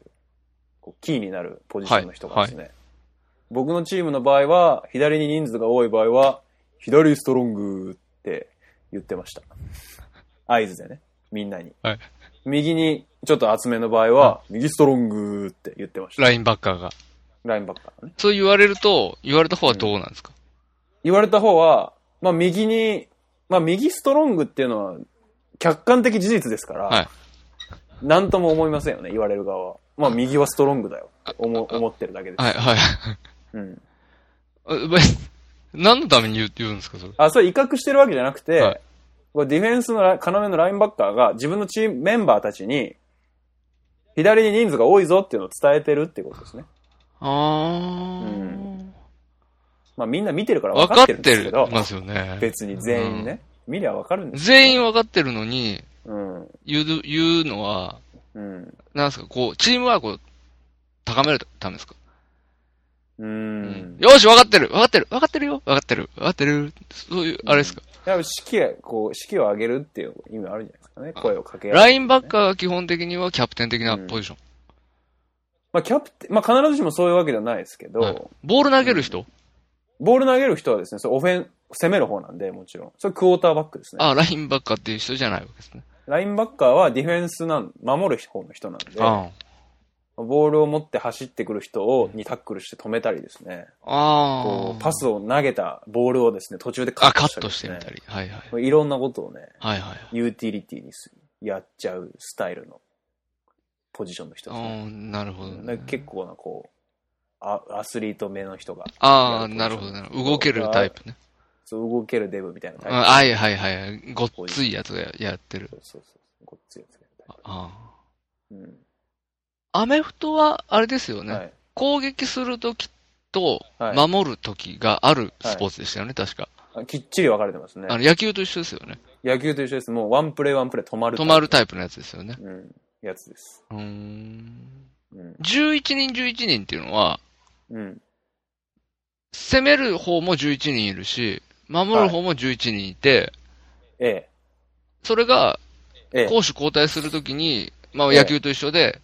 Speaker 2: こうキーになるポジションの人がですね、僕のチームの場合は、左に人数が多い場合は、左ストロングって言ってました。合図でね、みんなに。
Speaker 1: はい
Speaker 2: 右にちょっと厚めの場合は、右ストロングって言ってました。
Speaker 1: ラインバッカーが。
Speaker 2: ラインバッカーね。
Speaker 1: そう言われると、言われた方はどうなんですか、
Speaker 2: 言われた方は、まあ右に、まあ右ストロングっていうのは、客観的事実ですから、
Speaker 1: はい。
Speaker 2: なんとも思いませんよね、言われる側は。まあ、右はストロングだよって思思ってるだけです。
Speaker 1: はい、 はい。
Speaker 2: うん。
Speaker 1: あま何のために言う言うんですか、それ。
Speaker 2: あ、それ威嚇してるわけじゃなくて、
Speaker 1: はい
Speaker 2: これディフェンスのラ要のラインバッカーが自分のチームメンバーたちに、左に人数が多いぞっていうのを伝えてるっていうことですね。
Speaker 1: あー。
Speaker 2: うんまあ、みんな見てるから
Speaker 1: 分
Speaker 2: 分か
Speaker 1: かっ
Speaker 2: ってるんで
Speaker 1: て
Speaker 2: すけ
Speaker 1: る
Speaker 2: ど、
Speaker 1: ますよね。
Speaker 2: 別に全員ね、見りゃ分かるんです
Speaker 1: 全員分かってるのに、
Speaker 2: うん。
Speaker 1: 言う、言うのは、
Speaker 2: うん。
Speaker 1: なんですか、こう、チームワークを高めるためですか、
Speaker 2: う。
Speaker 1: うんよし、分かってる分かってる分かってるよ分かってる分かってるそういう、あれですか、
Speaker 2: やっぱ、士気が、こう、士気を上げるっていう意味あるんじゃないですかね。声をかけ合う
Speaker 1: ラインバッカーが基本的にはキャプテン的なポジション。
Speaker 2: まあ、キャプテン、まあ、必ずしもそういうわけじゃないですけど、
Speaker 1: はいボール投げる人、
Speaker 2: ボール投げる人はですね、それオフェン、攻める方なんで、もちろん。それクォーターバックですね。
Speaker 1: あ、ラインバッカーっていう人じゃないわけですね。
Speaker 2: ラインバッカーはディフェンスなん、守る方の人なんで、
Speaker 1: あ
Speaker 2: ボールを持って走ってくる人をにタックルして止めたりですね、
Speaker 1: あ
Speaker 2: こ
Speaker 1: ー。
Speaker 2: うパスを投げたボールをですね、途中でカ
Speaker 1: あ、カ
Speaker 2: ッ
Speaker 1: ッ
Speaker 2: ト
Speaker 1: ト
Speaker 2: し
Speaker 1: したてみ
Speaker 2: り,、
Speaker 1: たり。はいはい。
Speaker 2: いろんなことをね、
Speaker 1: はいはい。
Speaker 2: ユーティリティにすやっちゃうスタイルのポジションの人
Speaker 1: あ
Speaker 2: ですね。
Speaker 1: ーなるほど、
Speaker 2: なんか結構なこう、あアスリート目の人が
Speaker 1: ああ、なるほどなるほど。動けるタイプね。
Speaker 2: そう動けるデブみたいな
Speaker 1: う
Speaker 2: タ
Speaker 1: ん
Speaker 2: イプ。
Speaker 1: はいはいはい。ごっついやつがやってる。
Speaker 2: そうそうそう。ごっついやつがいるタイ
Speaker 1: あ
Speaker 2: プうん
Speaker 1: あ。アメフトは、あれですよね。
Speaker 2: はい。
Speaker 1: 攻撃するときと、
Speaker 2: はい
Speaker 1: 守るときがあるスポーツでしたよね、確か。
Speaker 2: あきっちり分かれてますね
Speaker 1: あ。の、野球と一緒ですよね。
Speaker 2: 野球と一緒です。もうワンプレーワンプレー止まる。
Speaker 1: 止まるタイプのやつですよね。
Speaker 2: イプ。うん。やつです。
Speaker 1: うーん。
Speaker 2: うん。
Speaker 1: 11人11人っていうのは、
Speaker 2: うん。
Speaker 1: 攻める方も11人いるし、守る方も11人いて、
Speaker 2: ええ。
Speaker 1: それが
Speaker 2: ええ。
Speaker 1: 攻守交代するときに、まあ
Speaker 2: ええ
Speaker 1: 野球と一緒で、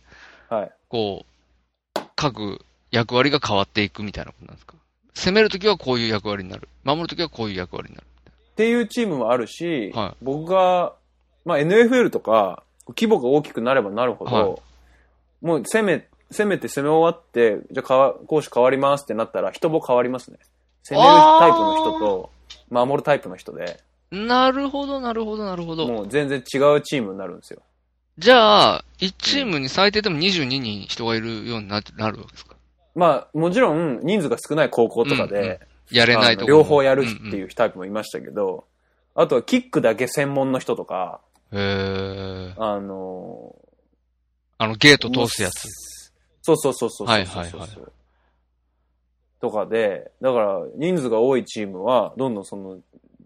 Speaker 2: はい。
Speaker 1: こう、各役割が変わっていくみたいなことなんですか攻めるときはこういう役割になる。守るときはこういう役割になる。
Speaker 2: っていうチームもあるし、
Speaker 1: は
Speaker 2: 僕が、まあ、NFL とか規模が大きくなればなるほど、
Speaker 1: は
Speaker 2: もう攻め攻めて攻め終わってじゃあかわ攻守変わりますってなったら人も変わりますね攻めるタイプの人と守るタイプの人で
Speaker 1: なるほど、なるほど、なるほど。
Speaker 2: もう全然違うチームになるんですよ
Speaker 1: じゃあ、1チームに最低でも22人人がいるようにななるわけですか
Speaker 2: まあもちろん人数が少ない高校とかで、
Speaker 1: うんうんやれない
Speaker 2: あの
Speaker 1: ところも
Speaker 2: 両方やるって
Speaker 1: んん
Speaker 2: いうタイプもいましたけど、あとはキックだけ専門の人とか
Speaker 1: へえ。
Speaker 2: あの
Speaker 1: あの、ゲート通すやつ。
Speaker 2: つ。そうそうそうそうそうそうそう。
Speaker 1: はいはいはい
Speaker 2: とかで、だから人数が多いチームは、どんどんその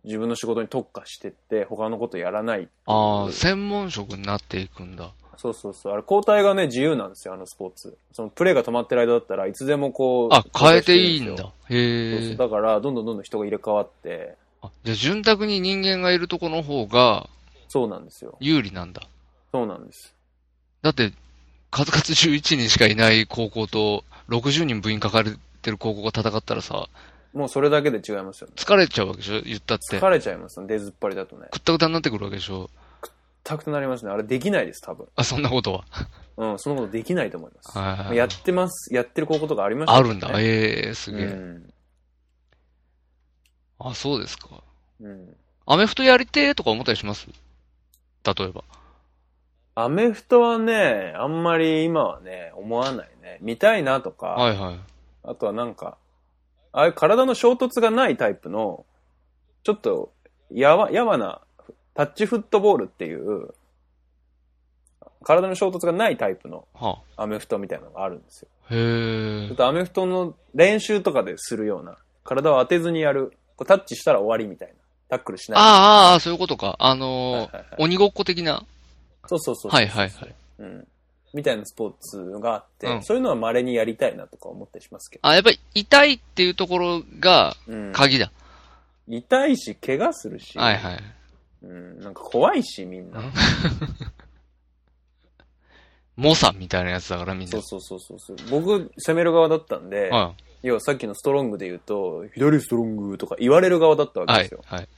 Speaker 2: 自分の仕事に特化してって、他のことやらない。
Speaker 1: ああ、専門職になっていくんだ。
Speaker 2: そうそうそう。あれ交代がね、自由なんですよ、あのスポーツ。そのプレーが止まってる間だったらいつでもこう。
Speaker 1: あ、変えていいんだ。
Speaker 2: そうそう。
Speaker 1: へえ。
Speaker 2: だから、どんどんどんどん人が入れ替わって、
Speaker 1: あじゃあ、潤沢に人間がいるとこの方が
Speaker 2: そうなんですよ。
Speaker 1: 有利なんだ。
Speaker 2: そうなんです。
Speaker 1: だって、数々11人しかいない高校と、60人部員抱えてる高校が戦ったらさ、
Speaker 2: もうそれだけで違いますよね。
Speaker 1: 疲れちゃうわけでしょ言ったって。くっ
Speaker 2: 疲れちゃいますね、出ずっぱりだとね。
Speaker 1: たくたになってくるわけでしょ
Speaker 2: たくなりますね。あれできないです、多分。
Speaker 1: あ、そんなことは。
Speaker 2: うん、そのことできないと思います。
Speaker 1: はいはいはい
Speaker 2: やってます、やってる高校とかありまし
Speaker 1: あ
Speaker 2: たけど
Speaker 1: るんだ。ええすげえ、
Speaker 2: うん
Speaker 1: あ、そうですか。
Speaker 2: うん。
Speaker 1: アメフトやりてーとか思ったりします例えば。
Speaker 2: アメフトはね、あんまり今はね、思わないね。見たいなとか、
Speaker 1: はいはい。
Speaker 2: あとはなんか、ああいう体の衝突がないタイプの、ちょっとやわ、やわな、タッチフットボールっていう、体の衝突がないタイプの
Speaker 1: は
Speaker 2: アメフトみたいなのがあるんですよ。
Speaker 1: あ、へ
Speaker 2: ちょ
Speaker 1: え
Speaker 2: っ。とアメフトの練習とかでするような、体を当てずにやる、こうタッチしたら終わりみたいな、タックルしない。
Speaker 1: ああ、ああ、そういうことか。あのー
Speaker 2: はいはいはい
Speaker 1: 鬼ごっこ的な。
Speaker 2: そうそうそうそう
Speaker 1: はいはいはい。
Speaker 2: うん。みたいなスポーツがあって、
Speaker 1: うん
Speaker 2: そういうのは稀にやりたいなとか思ったりしますけど。
Speaker 1: あ、やっぱり痛いっていうところが
Speaker 2: うん、
Speaker 1: 鍵だ。
Speaker 2: 痛いし、怪我するし、
Speaker 1: はいはい。
Speaker 2: うん、なんか怖いし、みんな。
Speaker 1: うん猛者みたいなやつだからみんな。
Speaker 2: そうそうそうそうそう。僕、攻める側だったんで、
Speaker 1: は
Speaker 2: 要はさっきのストロングで言うと、左ストロングとか言われる側だったわ
Speaker 1: い。は
Speaker 2: けで
Speaker 1: い
Speaker 2: すよ。。
Speaker 1: はい。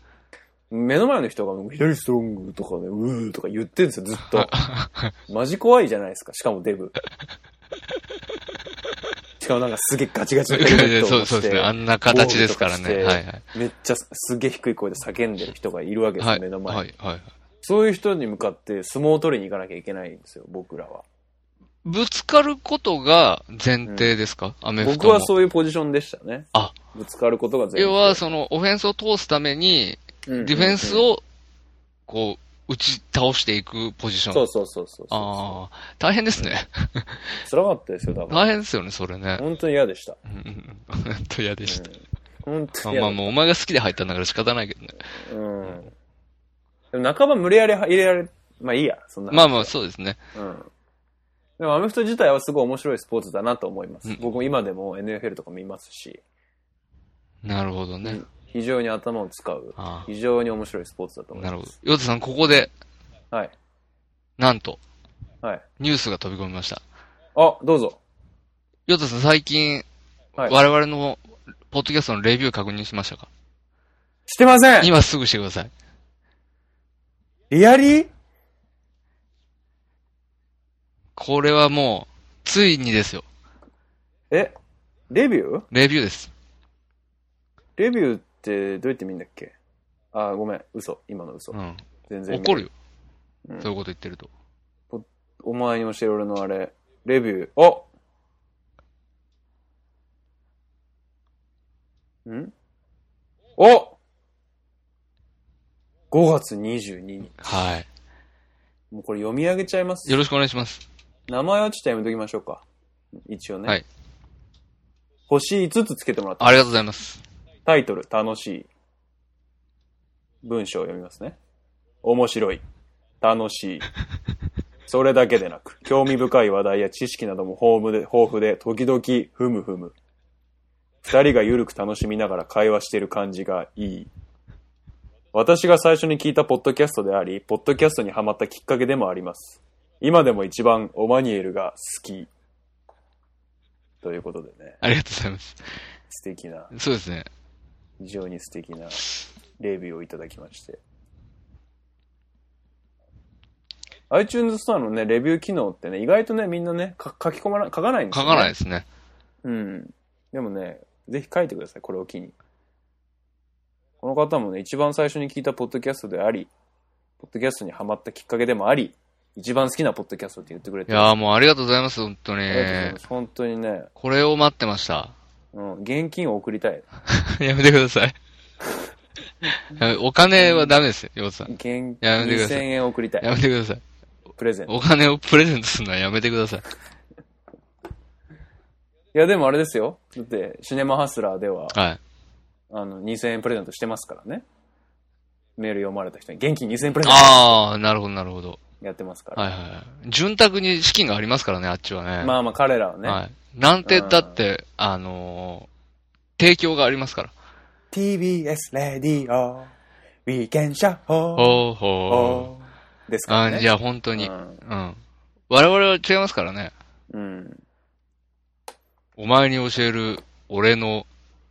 Speaker 2: 目の前の人が、左ストロングとかね、うーとか言ってんですよ、ずっと。マジ怖いじゃないですか、しかも デブ。しかもなんかすげえガチガチ のヘルメットを
Speaker 1: そうそうで
Speaker 2: し
Speaker 1: す
Speaker 2: て
Speaker 1: ね。あんな形ですから
Speaker 2: 防
Speaker 1: ね。
Speaker 2: 具と
Speaker 1: は
Speaker 2: か
Speaker 1: い
Speaker 2: し
Speaker 1: はい。
Speaker 2: めっちゃすすげえ低い声で叫んでる人がいるわけですよ、
Speaker 1: はい。
Speaker 2: 目の前、
Speaker 1: はいはい。
Speaker 2: そういう人に向かって相撲を取りに行かなきゃいけないんですよ、僕らは。
Speaker 1: ぶつかることが前提ですか、アメフトも。
Speaker 2: 僕はそういうポジションでしたね。
Speaker 1: あ
Speaker 2: ぶつかることが全
Speaker 1: 要は、その、オフェンスを通すために、
Speaker 2: デ
Speaker 1: ディフェンス、を、こう、打ち倒していくポジション。
Speaker 2: そうそうそうそうそう。
Speaker 1: ああ、大変ですね。
Speaker 2: 辛かったですよ、多分。
Speaker 1: 大変ですよね、それね。
Speaker 2: 本当に嫌でした。
Speaker 1: うんうん うん本当嫌でした。
Speaker 2: 本当
Speaker 1: ま
Speaker 2: に
Speaker 1: あま
Speaker 2: 嫌
Speaker 1: あ、
Speaker 2: でし
Speaker 1: もうお前が好きで入ったんだから仕方ないけどね。
Speaker 2: た。うん。でも半ば無理やり入れられ、まあいいや、そんな。
Speaker 1: まあまあ、そうですね。
Speaker 2: うん。でもアメフト自体はすごい面白いスポーツだなと思います。
Speaker 1: うん
Speaker 2: 僕も今でも NFL とか見ますし、
Speaker 1: なるほどね。
Speaker 2: 非常に頭を使う、
Speaker 1: あ
Speaker 2: 非常に面白いスポーツだと
Speaker 1: あ、
Speaker 2: 思い
Speaker 1: な
Speaker 2: ます。
Speaker 1: るほど。ヨタさん、ここで、
Speaker 2: はい。
Speaker 1: なんと、
Speaker 2: はい。
Speaker 1: ニュースが飛び込みました。
Speaker 2: あ、どうぞ。
Speaker 1: ヨタさん、最近、
Speaker 2: はい
Speaker 1: 我々の、ポッドキャストのレビュー確認しましたか
Speaker 2: してません
Speaker 1: 今すぐしてください。
Speaker 2: リアリー
Speaker 1: これはもう、ついにですよ。
Speaker 2: え、レビュー
Speaker 1: レビューです。
Speaker 2: レビューってどうやって見んだっけあ、ごめん。嘘。今の嘘。
Speaker 1: うん。
Speaker 2: 全然見な
Speaker 1: 怒
Speaker 2: い
Speaker 1: るよ。
Speaker 2: うん
Speaker 1: そういうこと言ってると。
Speaker 2: お前に教える俺のあれ、レビュー。あんお !5 月22日。
Speaker 1: はい。
Speaker 2: もうこれ読み上げちゃいます
Speaker 1: よ。ろしくお願いします。
Speaker 2: 名前はちょっとやめときましょうか。一応ね。
Speaker 1: はい
Speaker 2: 星5つつけてもらった。
Speaker 1: ありがとうございます。
Speaker 2: タイトル、楽しい。文章を読みますね。面白い。楽しい。それだけでなく、興味深い話題や知識なども豊富で、豊富で時々、ふむふむ。二人がゆるく楽しみながら会話してる感じがいい。私が最初に聞いたポッドキャストであり、ポッドキャストにハマったきっかけでもあります。今でも一番オマニエルが好き。ということでね、
Speaker 1: ありがとうございます。
Speaker 2: 素敵な、
Speaker 1: そうですね。
Speaker 2: 非常に素敵なレビューをいただきまして。iTunes ストアのね、レビュー機能ってね、意外とね、みんなね、か書き込まない、書かないんです
Speaker 1: 書
Speaker 2: よ、ね。
Speaker 1: かないですね。
Speaker 2: うん。でもね、ぜひ書いてください、これを機に。この方もね、一番最初に聞いたポッドキャストであり、ポッドキャストにハマったきっかけでもあり、一番好きなポッドキャストって言ってくれ
Speaker 1: い
Speaker 2: て
Speaker 1: やー
Speaker 2: も
Speaker 1: もうありがとうございます、本当に
Speaker 2: う。ありがとうございます。本当にね、
Speaker 1: これを待ってました。
Speaker 2: うん、現金を送りたい。
Speaker 1: やめてください。 お金はダメですよ、ようさん。
Speaker 2: 現金
Speaker 1: やめてください
Speaker 2: 2000円送りた
Speaker 1: や
Speaker 2: い。
Speaker 1: めてください。
Speaker 2: プレゼント。
Speaker 1: お金をプレゼントするのはやめてください。
Speaker 2: いや、でもあれですよ。だって、シネマハスラーでは、
Speaker 1: はい。
Speaker 2: あの、2000円プレゼントしてますからね。メール読まれた人に、現金2000円プレゼン
Speaker 1: ああ、なるほど、なるほど。
Speaker 2: トやってますから。
Speaker 1: はいはいはい。潤沢に資金がありますからね、あっちはね。
Speaker 2: まあまあ、彼らはね、
Speaker 1: はい。なんて、だって、あのー提供がありますから。
Speaker 2: TBS レディオ、We can show,
Speaker 1: ほうほ
Speaker 2: です
Speaker 1: う。
Speaker 2: から
Speaker 1: あ
Speaker 2: ね。
Speaker 1: じゃあ本当に。う
Speaker 2: うん
Speaker 1: ん。我々は違いますからね。
Speaker 2: うん。
Speaker 1: お前に教える俺の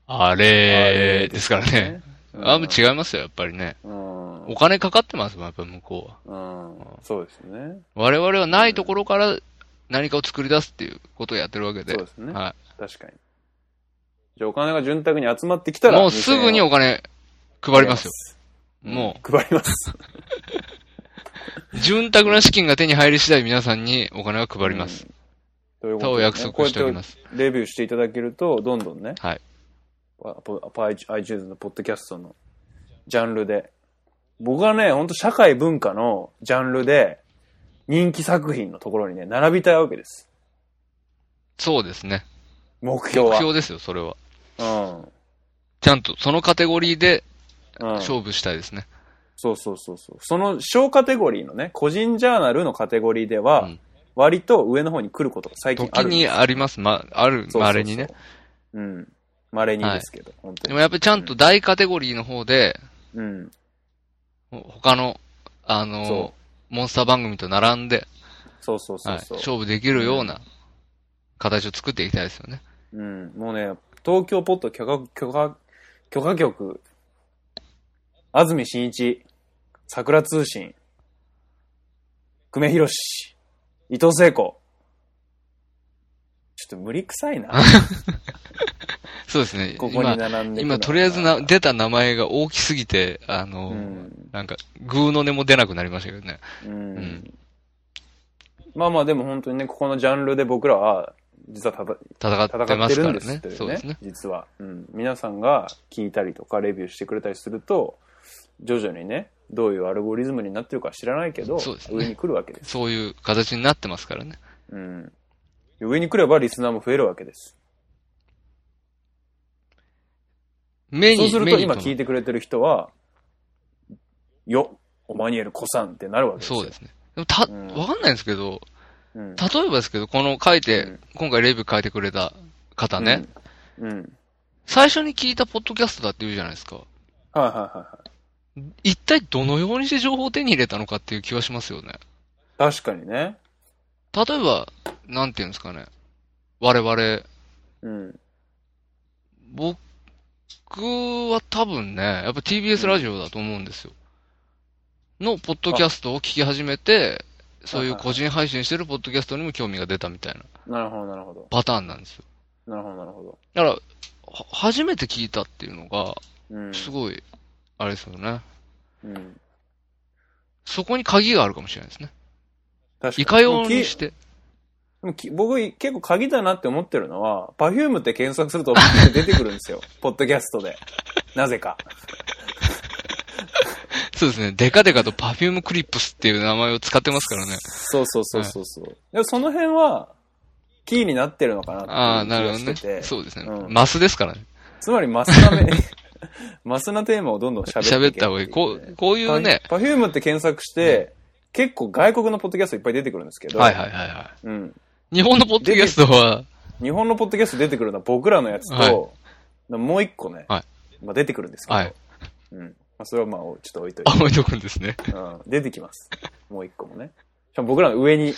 Speaker 1: あれですからね。。あ、もう違いますよ、やっぱりね。
Speaker 2: うん。
Speaker 1: お金かかってますもん、やっぱり向こうは。
Speaker 2: うん。そうですね。
Speaker 1: 我々はないところから何かを作り出すっていうことをやってるわけで。
Speaker 2: そうですね。
Speaker 1: は
Speaker 2: 確かに。じゃあお金が潤沢に集まってき
Speaker 1: い。
Speaker 2: たら、
Speaker 1: もうすぐにお金配りますよ。も
Speaker 2: う。配ります。
Speaker 1: う、潤沢な資金が手に入り次第皆さんにお金は配ります。
Speaker 2: ということと
Speaker 1: を
Speaker 2: でね
Speaker 1: 約束しておりま。す
Speaker 2: こ。うやってレビューしていただけると、どんどんね、
Speaker 1: はい。
Speaker 2: パパ iTunes のポッドキャストのジャンルで。僕はね、本当社会文化のジャンルで、人気作品のところにね、並びたいわけです。
Speaker 1: そうですね。
Speaker 2: 目標
Speaker 1: 目
Speaker 2: は。
Speaker 1: 標ですよ、それは。
Speaker 2: うん。
Speaker 1: ちゃんと、そのカテゴリーで
Speaker 2: うん、
Speaker 1: 勝負したいですね。
Speaker 2: そうそうそうそう。その小カテゴリーのね、個人ジャーナルのカテゴリーで
Speaker 1: う
Speaker 2: は
Speaker 1: ん、
Speaker 2: 割と上の方に来ることが最近あ
Speaker 1: 時
Speaker 2: るんです
Speaker 1: にあります。ま、ある、
Speaker 2: そうそうそう
Speaker 1: 稀にね。。
Speaker 2: うん。稀にですけど、本当
Speaker 1: で
Speaker 2: に。
Speaker 1: もやっぱりちゃんと大カテゴリーの方で、
Speaker 2: うん。
Speaker 1: 他の、あ
Speaker 2: そ
Speaker 1: の、モンスター番組と並んで、
Speaker 2: そうそうそ
Speaker 1: は
Speaker 2: う
Speaker 1: い
Speaker 2: そう。
Speaker 1: 勝負できるような形を作っていきたいですよね。
Speaker 2: うん、もうね、東京ポッド許可、許可、許可局、安住紳一、桜通信、久米宏、伊藤聖子。ちょっと無理くさいな。
Speaker 1: そうですね。
Speaker 2: ここに並んでくの
Speaker 1: 今、
Speaker 2: は
Speaker 1: 今とりあえずな、出た名前が大きすぎて、あの、
Speaker 2: うん
Speaker 1: なんか、グーの音も出なくなりましたけどね。
Speaker 2: うん
Speaker 1: ん
Speaker 2: まあまあでも本当にね、ここのジャンルで僕らは、実はたた
Speaker 1: 戦
Speaker 2: 戦
Speaker 1: って
Speaker 2: っ
Speaker 1: ま
Speaker 2: て
Speaker 1: す
Speaker 2: る
Speaker 1: か
Speaker 2: ん
Speaker 1: ら
Speaker 2: です
Speaker 1: ね
Speaker 2: と。い
Speaker 1: そうう
Speaker 2: ね
Speaker 1: ですね。
Speaker 2: 実は、うん。皆さんが聞いたりとか、レビューしてくれたりすると、徐々にね、どういうアルゴリズムになってるか知らないけど、
Speaker 1: そうですね
Speaker 2: 上に来るわけです。
Speaker 1: そういう形になってますからね。
Speaker 2: うん。上に来ればリスナーも増えるわけです。
Speaker 1: 目
Speaker 2: そう
Speaker 1: に、
Speaker 2: する
Speaker 1: 目
Speaker 2: と
Speaker 1: に
Speaker 2: 今聞いてくれてる人は、よ、オマニエル子さんってなるわけですよ。
Speaker 1: そうですね。でもた、
Speaker 2: うん
Speaker 1: わかんないんですけど、
Speaker 2: うん。
Speaker 1: 例えばですけど、この書いて、
Speaker 2: うん
Speaker 1: 今回レビュー書いてくれた方ね、
Speaker 2: うん。うん。
Speaker 1: 最初に聞いたポッドキャストだって言うじゃないですか。
Speaker 2: はいはいはいはい。
Speaker 1: 一体どのようにして情報を手に入れたのかっていう気はしますよね。
Speaker 2: 確かにね。
Speaker 1: 例えば、なんていうんですかね。我々、
Speaker 2: うん。
Speaker 1: 僕は多分ね、やっぱ TBS ラジオだと思うんですよ。の、ポッドキャストを聞き始めて、そういう個人配信してるポッドキャストにも興味が出たみたいな
Speaker 2: なるほどなるほど。
Speaker 1: パターンなんですよ。
Speaker 2: なるほどなるほど。
Speaker 1: だから、は初めて聞いたっていうのが、
Speaker 2: うん。
Speaker 1: すごい、あれですよね。
Speaker 2: うん。
Speaker 1: そこに鍵があるかもしれないですね。
Speaker 2: 確か
Speaker 1: いかようにして。
Speaker 2: でもき僕結構鍵だなって思ってるのは、パフュームって検索するとパッて出てくるんで すよ。ポッドキャストで。なぜか。
Speaker 1: そうですね。デカデカとパフュームクリップスっていう名前を使ってますからね。
Speaker 2: そうそうそうそうそう。でもその辺は、キーになってるのか
Speaker 1: ああ、
Speaker 2: なって
Speaker 1: な
Speaker 2: いう
Speaker 1: る
Speaker 2: 気
Speaker 1: ほ
Speaker 2: が
Speaker 1: ど
Speaker 2: し
Speaker 1: ね
Speaker 2: てて。。
Speaker 1: そうですね。
Speaker 2: うん
Speaker 1: マスですからね。
Speaker 2: つまりマスなめ、 マスなテーマをどんどん喋っていけ
Speaker 1: 喋った方がいい。こう、こういうね。
Speaker 2: パフュームって検索して、結構外国のポッドキャストいっぱい出てくるんですけど、
Speaker 1: はいはいはいは
Speaker 2: うん、
Speaker 1: い。日本のポッドキャストは、
Speaker 2: 日本のポッドキャスト出てくるのは僕らのやつと、
Speaker 1: はい
Speaker 2: もう一個ね、
Speaker 1: はい
Speaker 2: まあ出てくるんですけど、
Speaker 1: はい
Speaker 2: うんまあ、それはまあちょっと置いといて
Speaker 1: あ、、置いとくんですね。
Speaker 2: うん、出てきます。もう一個もね。しかも僕らの上に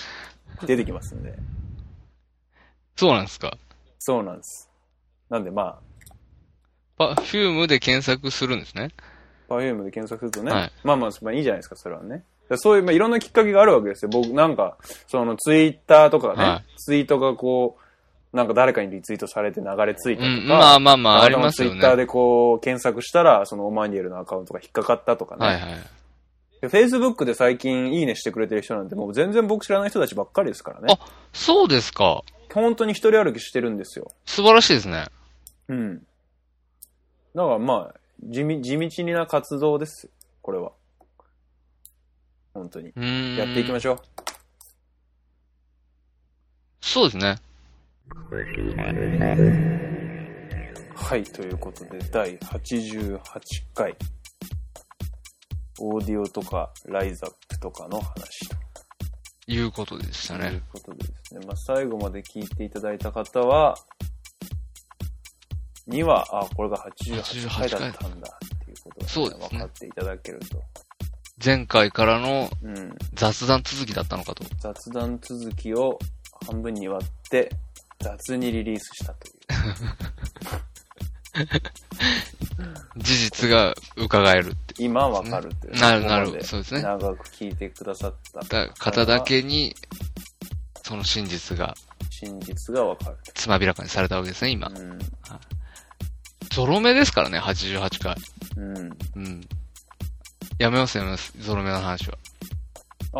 Speaker 2: 出てきますんで、
Speaker 1: そうなんですか。
Speaker 2: そうなんです。なんでまあ、
Speaker 1: パフュームで検索するんですね。
Speaker 2: パフュームで検索するとね、
Speaker 1: はい
Speaker 2: まあまあ、まあいいじゃないですか、それはね。だからそういう、まあ、いろんなきっかけがあるわけですよ。僕、なんか、そのツイッターとかね、
Speaker 1: は
Speaker 2: ツイートがこう、なんか誰かにリツイートされて流れ着い
Speaker 1: う
Speaker 2: たとか、
Speaker 1: ん、まあまあまあ、あり
Speaker 2: たま
Speaker 1: ま
Speaker 2: た
Speaker 1: す
Speaker 2: ツイ
Speaker 1: よ
Speaker 2: ッ
Speaker 1: ね。
Speaker 2: ター
Speaker 1: はい
Speaker 2: でこう、検索したら、そのオマニエルのアカウントが引っかかったとかね。
Speaker 1: はい。
Speaker 2: で Facebook で最近いいねしてくれてる人なんてもう全然僕知らない人たちばっかりですからね。
Speaker 1: そうですか。
Speaker 2: 本当に一人歩きしてるんですよ。
Speaker 1: 素晴らしいですね。
Speaker 2: うん。だからまあ、地味、地道にな活動ですよ。これは。本当に。
Speaker 1: うーん。
Speaker 2: やっていきま
Speaker 1: しょ
Speaker 2: し
Speaker 1: う。
Speaker 2: ょう。
Speaker 1: そうですね。
Speaker 2: はい、ということで、第88回。オーディオとか、ライザップとかの話と。
Speaker 1: いうことでした
Speaker 2: とい
Speaker 1: ね
Speaker 2: う。ことでですね。まあ、最後まで聞いていただいた方は、には、あ、これが88回だったんだっていうことが、
Speaker 1: そうですね
Speaker 2: 分かっていただけると。
Speaker 1: 前回からの
Speaker 2: うん。
Speaker 1: 雑談続きだったのかと。
Speaker 2: 雑談続きを半分に割って、雑にリリースしたという。
Speaker 1: 事実が伺えるって。
Speaker 2: 今わかるという。
Speaker 1: なるなる
Speaker 2: ここま
Speaker 1: そうですね
Speaker 2: 長く聞いてくださった
Speaker 1: だ方だけに、その真実が
Speaker 2: 真実がわかる。
Speaker 1: つまびらかにされたわけですね、今。
Speaker 2: うん。
Speaker 1: ゾロ目ですからね、88回。
Speaker 2: うん。
Speaker 1: うん。やめます、やめます。ゾロ目の話は。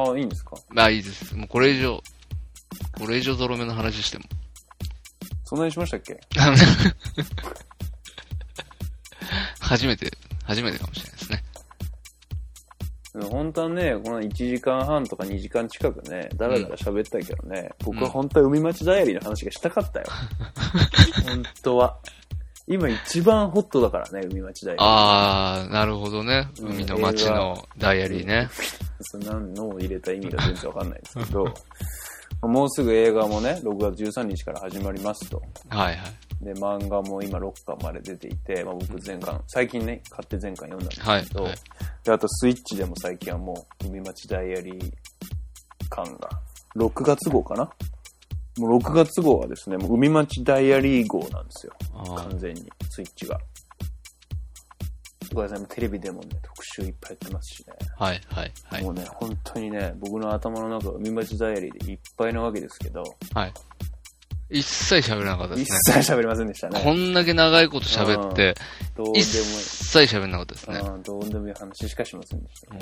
Speaker 2: あ、いいんですか
Speaker 1: まあいいです。もうこれ以上、これ以上ゾロ目の話 しても。
Speaker 2: そんなにしましたっけ
Speaker 1: あの初めて、初めてかもしれないですね。
Speaker 2: うん本当はね、この1時間半とか2時間近くね、だらだら喋ったけどね、僕は本当は海町ダイアリーの話がしたかったよ。本当は。今一番ホットだからね、海町ダイアリー。
Speaker 1: あー、なるほどね。
Speaker 2: うん
Speaker 1: 海の街のダイアリーね。
Speaker 2: その何のを入れた意味が全然わかんないですけど、 もうすぐ映画もね、6月13日から始まりますと。
Speaker 1: はいはい。
Speaker 2: で、漫画も今6巻まで出ていて、まあ、僕前巻、最近ね、買って前巻読んだんです
Speaker 1: はい
Speaker 2: けど、
Speaker 1: はい
Speaker 2: であとスイッチでも最近はもう、海町ダイアリー巻が、6月号かなもう6月号はですね、もう海町ダイアリー号なんですよ。
Speaker 1: あ
Speaker 2: 完
Speaker 1: ー
Speaker 2: 全に、スイッチが。ごめんなさい、もうテレビでもね、特集いっぱいやってますしね。
Speaker 1: はいはいはい
Speaker 2: も。うね、本当にね、僕の頭の中、海町ダイアリーでいっぱいなわけですけど、
Speaker 1: はい。一切喋れなかったで
Speaker 2: 一
Speaker 1: すね。
Speaker 2: 切喋りませんでしたね。
Speaker 1: こんだけ長いこと喋って、
Speaker 2: どうでもい
Speaker 1: 一
Speaker 2: い
Speaker 1: 切喋れなかったですね。
Speaker 2: うん。どうでもいい話しかしませんでしたね。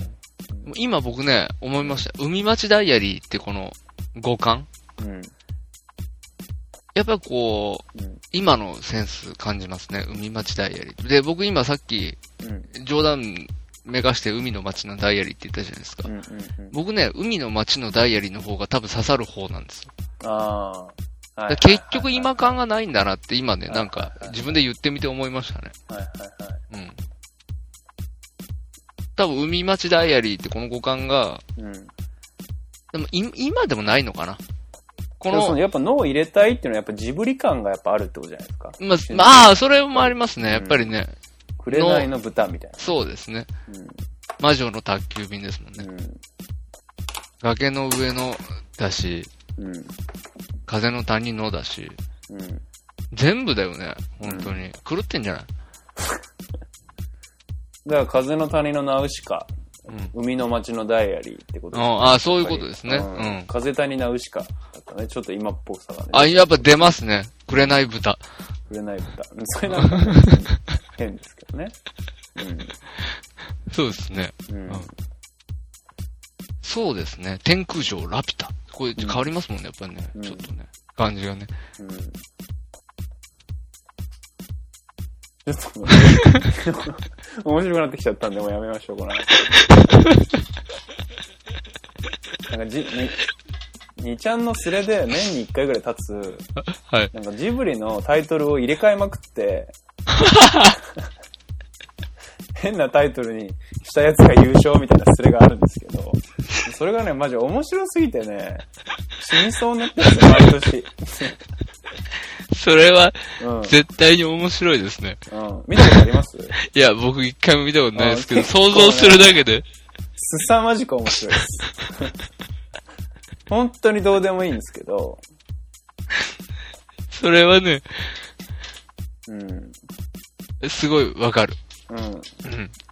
Speaker 1: もう今僕ね、思いました。海町ダイアリーってこの五感
Speaker 2: うん。
Speaker 1: やっぱりこう、
Speaker 2: うん。
Speaker 1: 今のセンス感じますね。海町ダイアリー。で、僕今さっき
Speaker 2: うん。
Speaker 1: 冗談めかして海の町のダイアリーって言ったじゃないですか
Speaker 2: う。ん。うん。
Speaker 1: 僕ね、海の町のダイアリーの方が多分刺さる方なんですよ。
Speaker 2: ああ。は
Speaker 1: だから結局今感がないんだなって今ね、なんか自分で言ってみて思いましたね。
Speaker 2: はいはいはい。
Speaker 1: うん。多分海町ダイアリーってこの五感が、
Speaker 2: うん。
Speaker 1: でもい今でもないのかなこ
Speaker 2: この、そ
Speaker 1: の
Speaker 2: の、やっぱ脳を入れたいっていうのはやっぱジブリ感がやっぱあるってことじゃないですか。
Speaker 1: ま
Speaker 2: 瞬
Speaker 1: まあ、それもありますね。やっぱりね、
Speaker 2: 紅の豚みたい
Speaker 1: そうですね。
Speaker 2: な。
Speaker 1: 魔女の宅急便ですもんね。崖の上のだし、
Speaker 2: うん。うん。
Speaker 1: 風の谷のだし、
Speaker 2: うん。
Speaker 1: 全部だよね。本当に。狂ってんじゃない
Speaker 2: だから、風の谷のナウシカ、
Speaker 1: うん。
Speaker 2: 海の町のダイアリーってことですね
Speaker 1: ああ、そういうことですね。う
Speaker 2: やっぱり
Speaker 1: ん。
Speaker 2: 風谷ナウシカだったね。ちょっと今っぽさがね。
Speaker 1: あ、やっぱ出ますね。紅豚。
Speaker 2: 触れない豚。 それなんか、変ですけどね。
Speaker 1: そうですね。
Speaker 2: うん。うん。
Speaker 1: そうですね。天空城ラピュタ。これ変わりますもんね、やっぱりね。
Speaker 2: うん
Speaker 1: ちょっとね。感じがね。
Speaker 2: うん。ちょっともう面白くなってきちゃったんで、もうやめましょう、こ の話。なんかじ、に、にちゃんのスレで年に1回ぐらい経つ、
Speaker 1: はい。
Speaker 2: なんかジブリのタイトルを入れ替えまくって、変なタイトルにしたやつが優勝みたいなスレがあるんですけど、それがね、マジ面白すぎてね、死にそうになってるんですよ、毎年。
Speaker 1: それは
Speaker 2: うん。うん。
Speaker 1: 絶対に面白いですね。
Speaker 2: 見たことあります
Speaker 1: いや、僕一回も見たことないですけど、
Speaker 2: あ結構
Speaker 1: 想
Speaker 2: ね
Speaker 1: 像するだけで。
Speaker 2: すさまじく面白いです。本当にどうでもいいんですけど、
Speaker 1: それはね、
Speaker 2: うん。うん。
Speaker 1: すごいわかる。
Speaker 2: なん
Speaker 1: うん。
Speaker 2: ね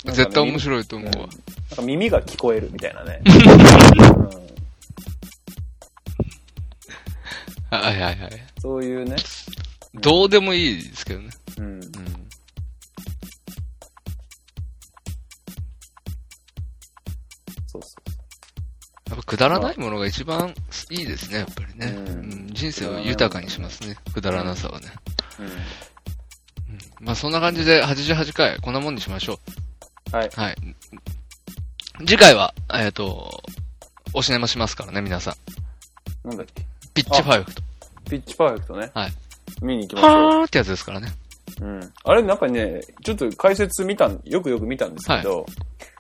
Speaker 1: 絶対面白いと思うわ。
Speaker 2: か耳が聞こえるみたいなね。うん
Speaker 1: はいはいはい。
Speaker 2: そういうね。
Speaker 1: どうでもいいですけどね。
Speaker 2: うん。
Speaker 1: うん。
Speaker 2: そう
Speaker 1: やっぱくだらないものが一番いいですね、やっぱりね。
Speaker 2: うん
Speaker 1: うん人生を豊かにしますね、くだらなさはね。
Speaker 2: そう。うん。
Speaker 1: うんまあそんな感じで88回、こんなもんにしましょう。
Speaker 2: はい
Speaker 1: はい。次回は、えっ、と、おしねましますからね、皆さん。
Speaker 2: なんだっけ
Speaker 1: ピッチパーフェクト。
Speaker 2: ピッチパーフェクトね。
Speaker 1: はい。
Speaker 2: 見に行きましょう。
Speaker 1: はーってやつですからね。
Speaker 2: うん。あれ、なんかね、ちょっと解説見たん、よくよく見たんですけど、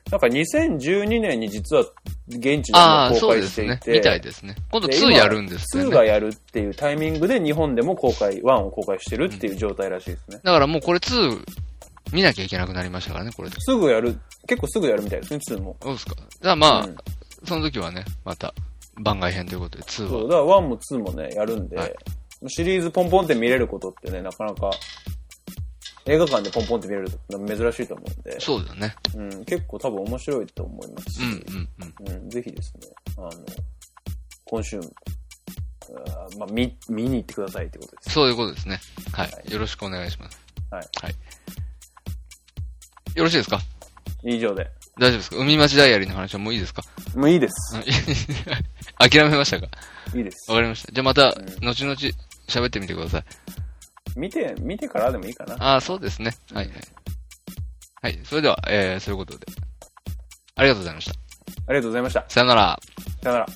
Speaker 2: なんか2012年に実は現地で
Speaker 1: ああー、
Speaker 2: も公
Speaker 1: そう
Speaker 2: 開
Speaker 1: で
Speaker 2: して
Speaker 1: す
Speaker 2: い
Speaker 1: ね。
Speaker 2: て、
Speaker 1: みたいですね。今度
Speaker 2: で
Speaker 1: 2
Speaker 2: 今
Speaker 1: やるんですよ
Speaker 2: 2
Speaker 1: ね。
Speaker 2: がやるっていうタイミングで日本でも公開、1を公開してるっていう状態らしいですね。
Speaker 1: だからもうこれ2見なきゃいけなくなりましたからね、これで。
Speaker 2: すぐやる、結構すぐやるみたいですね、2も。
Speaker 1: どうですかじゃあまあ、
Speaker 2: うん
Speaker 1: その時はね、また番外編ということで2
Speaker 2: そう、
Speaker 1: は。
Speaker 2: だから1も2もね、やるんで、
Speaker 1: はい
Speaker 2: シリーズポンポンって見れることってね、なかなか映画館でポンポンって見れるの珍しいと思うんで、
Speaker 1: そうだよね。
Speaker 2: うん、結構多分面白いと思いますし、
Speaker 1: うんうんうん。
Speaker 2: うん、ぜひですね、あの、今週、あーまあ、見、見に行ってくださいってことです。
Speaker 1: そういうことですね。は。
Speaker 2: はい
Speaker 1: よろしくお願いします。
Speaker 2: はい。
Speaker 1: よろしいですか
Speaker 2: 以上で。
Speaker 1: 大丈夫ですか海町ダイアリーの話はもういいですか
Speaker 2: もういいです。
Speaker 1: うん諦めましたか
Speaker 2: いいです
Speaker 1: わ。かりました。じゃあまた
Speaker 2: ん、
Speaker 1: 後々喋ってみてください。
Speaker 2: 見て、見てからでもいいかな。
Speaker 1: ああ、そうですね。はいはい。はい。それでは、えー、そういうことで。ありがとうございました。
Speaker 2: ありがとうございました。
Speaker 1: さよなら。
Speaker 2: さよなら。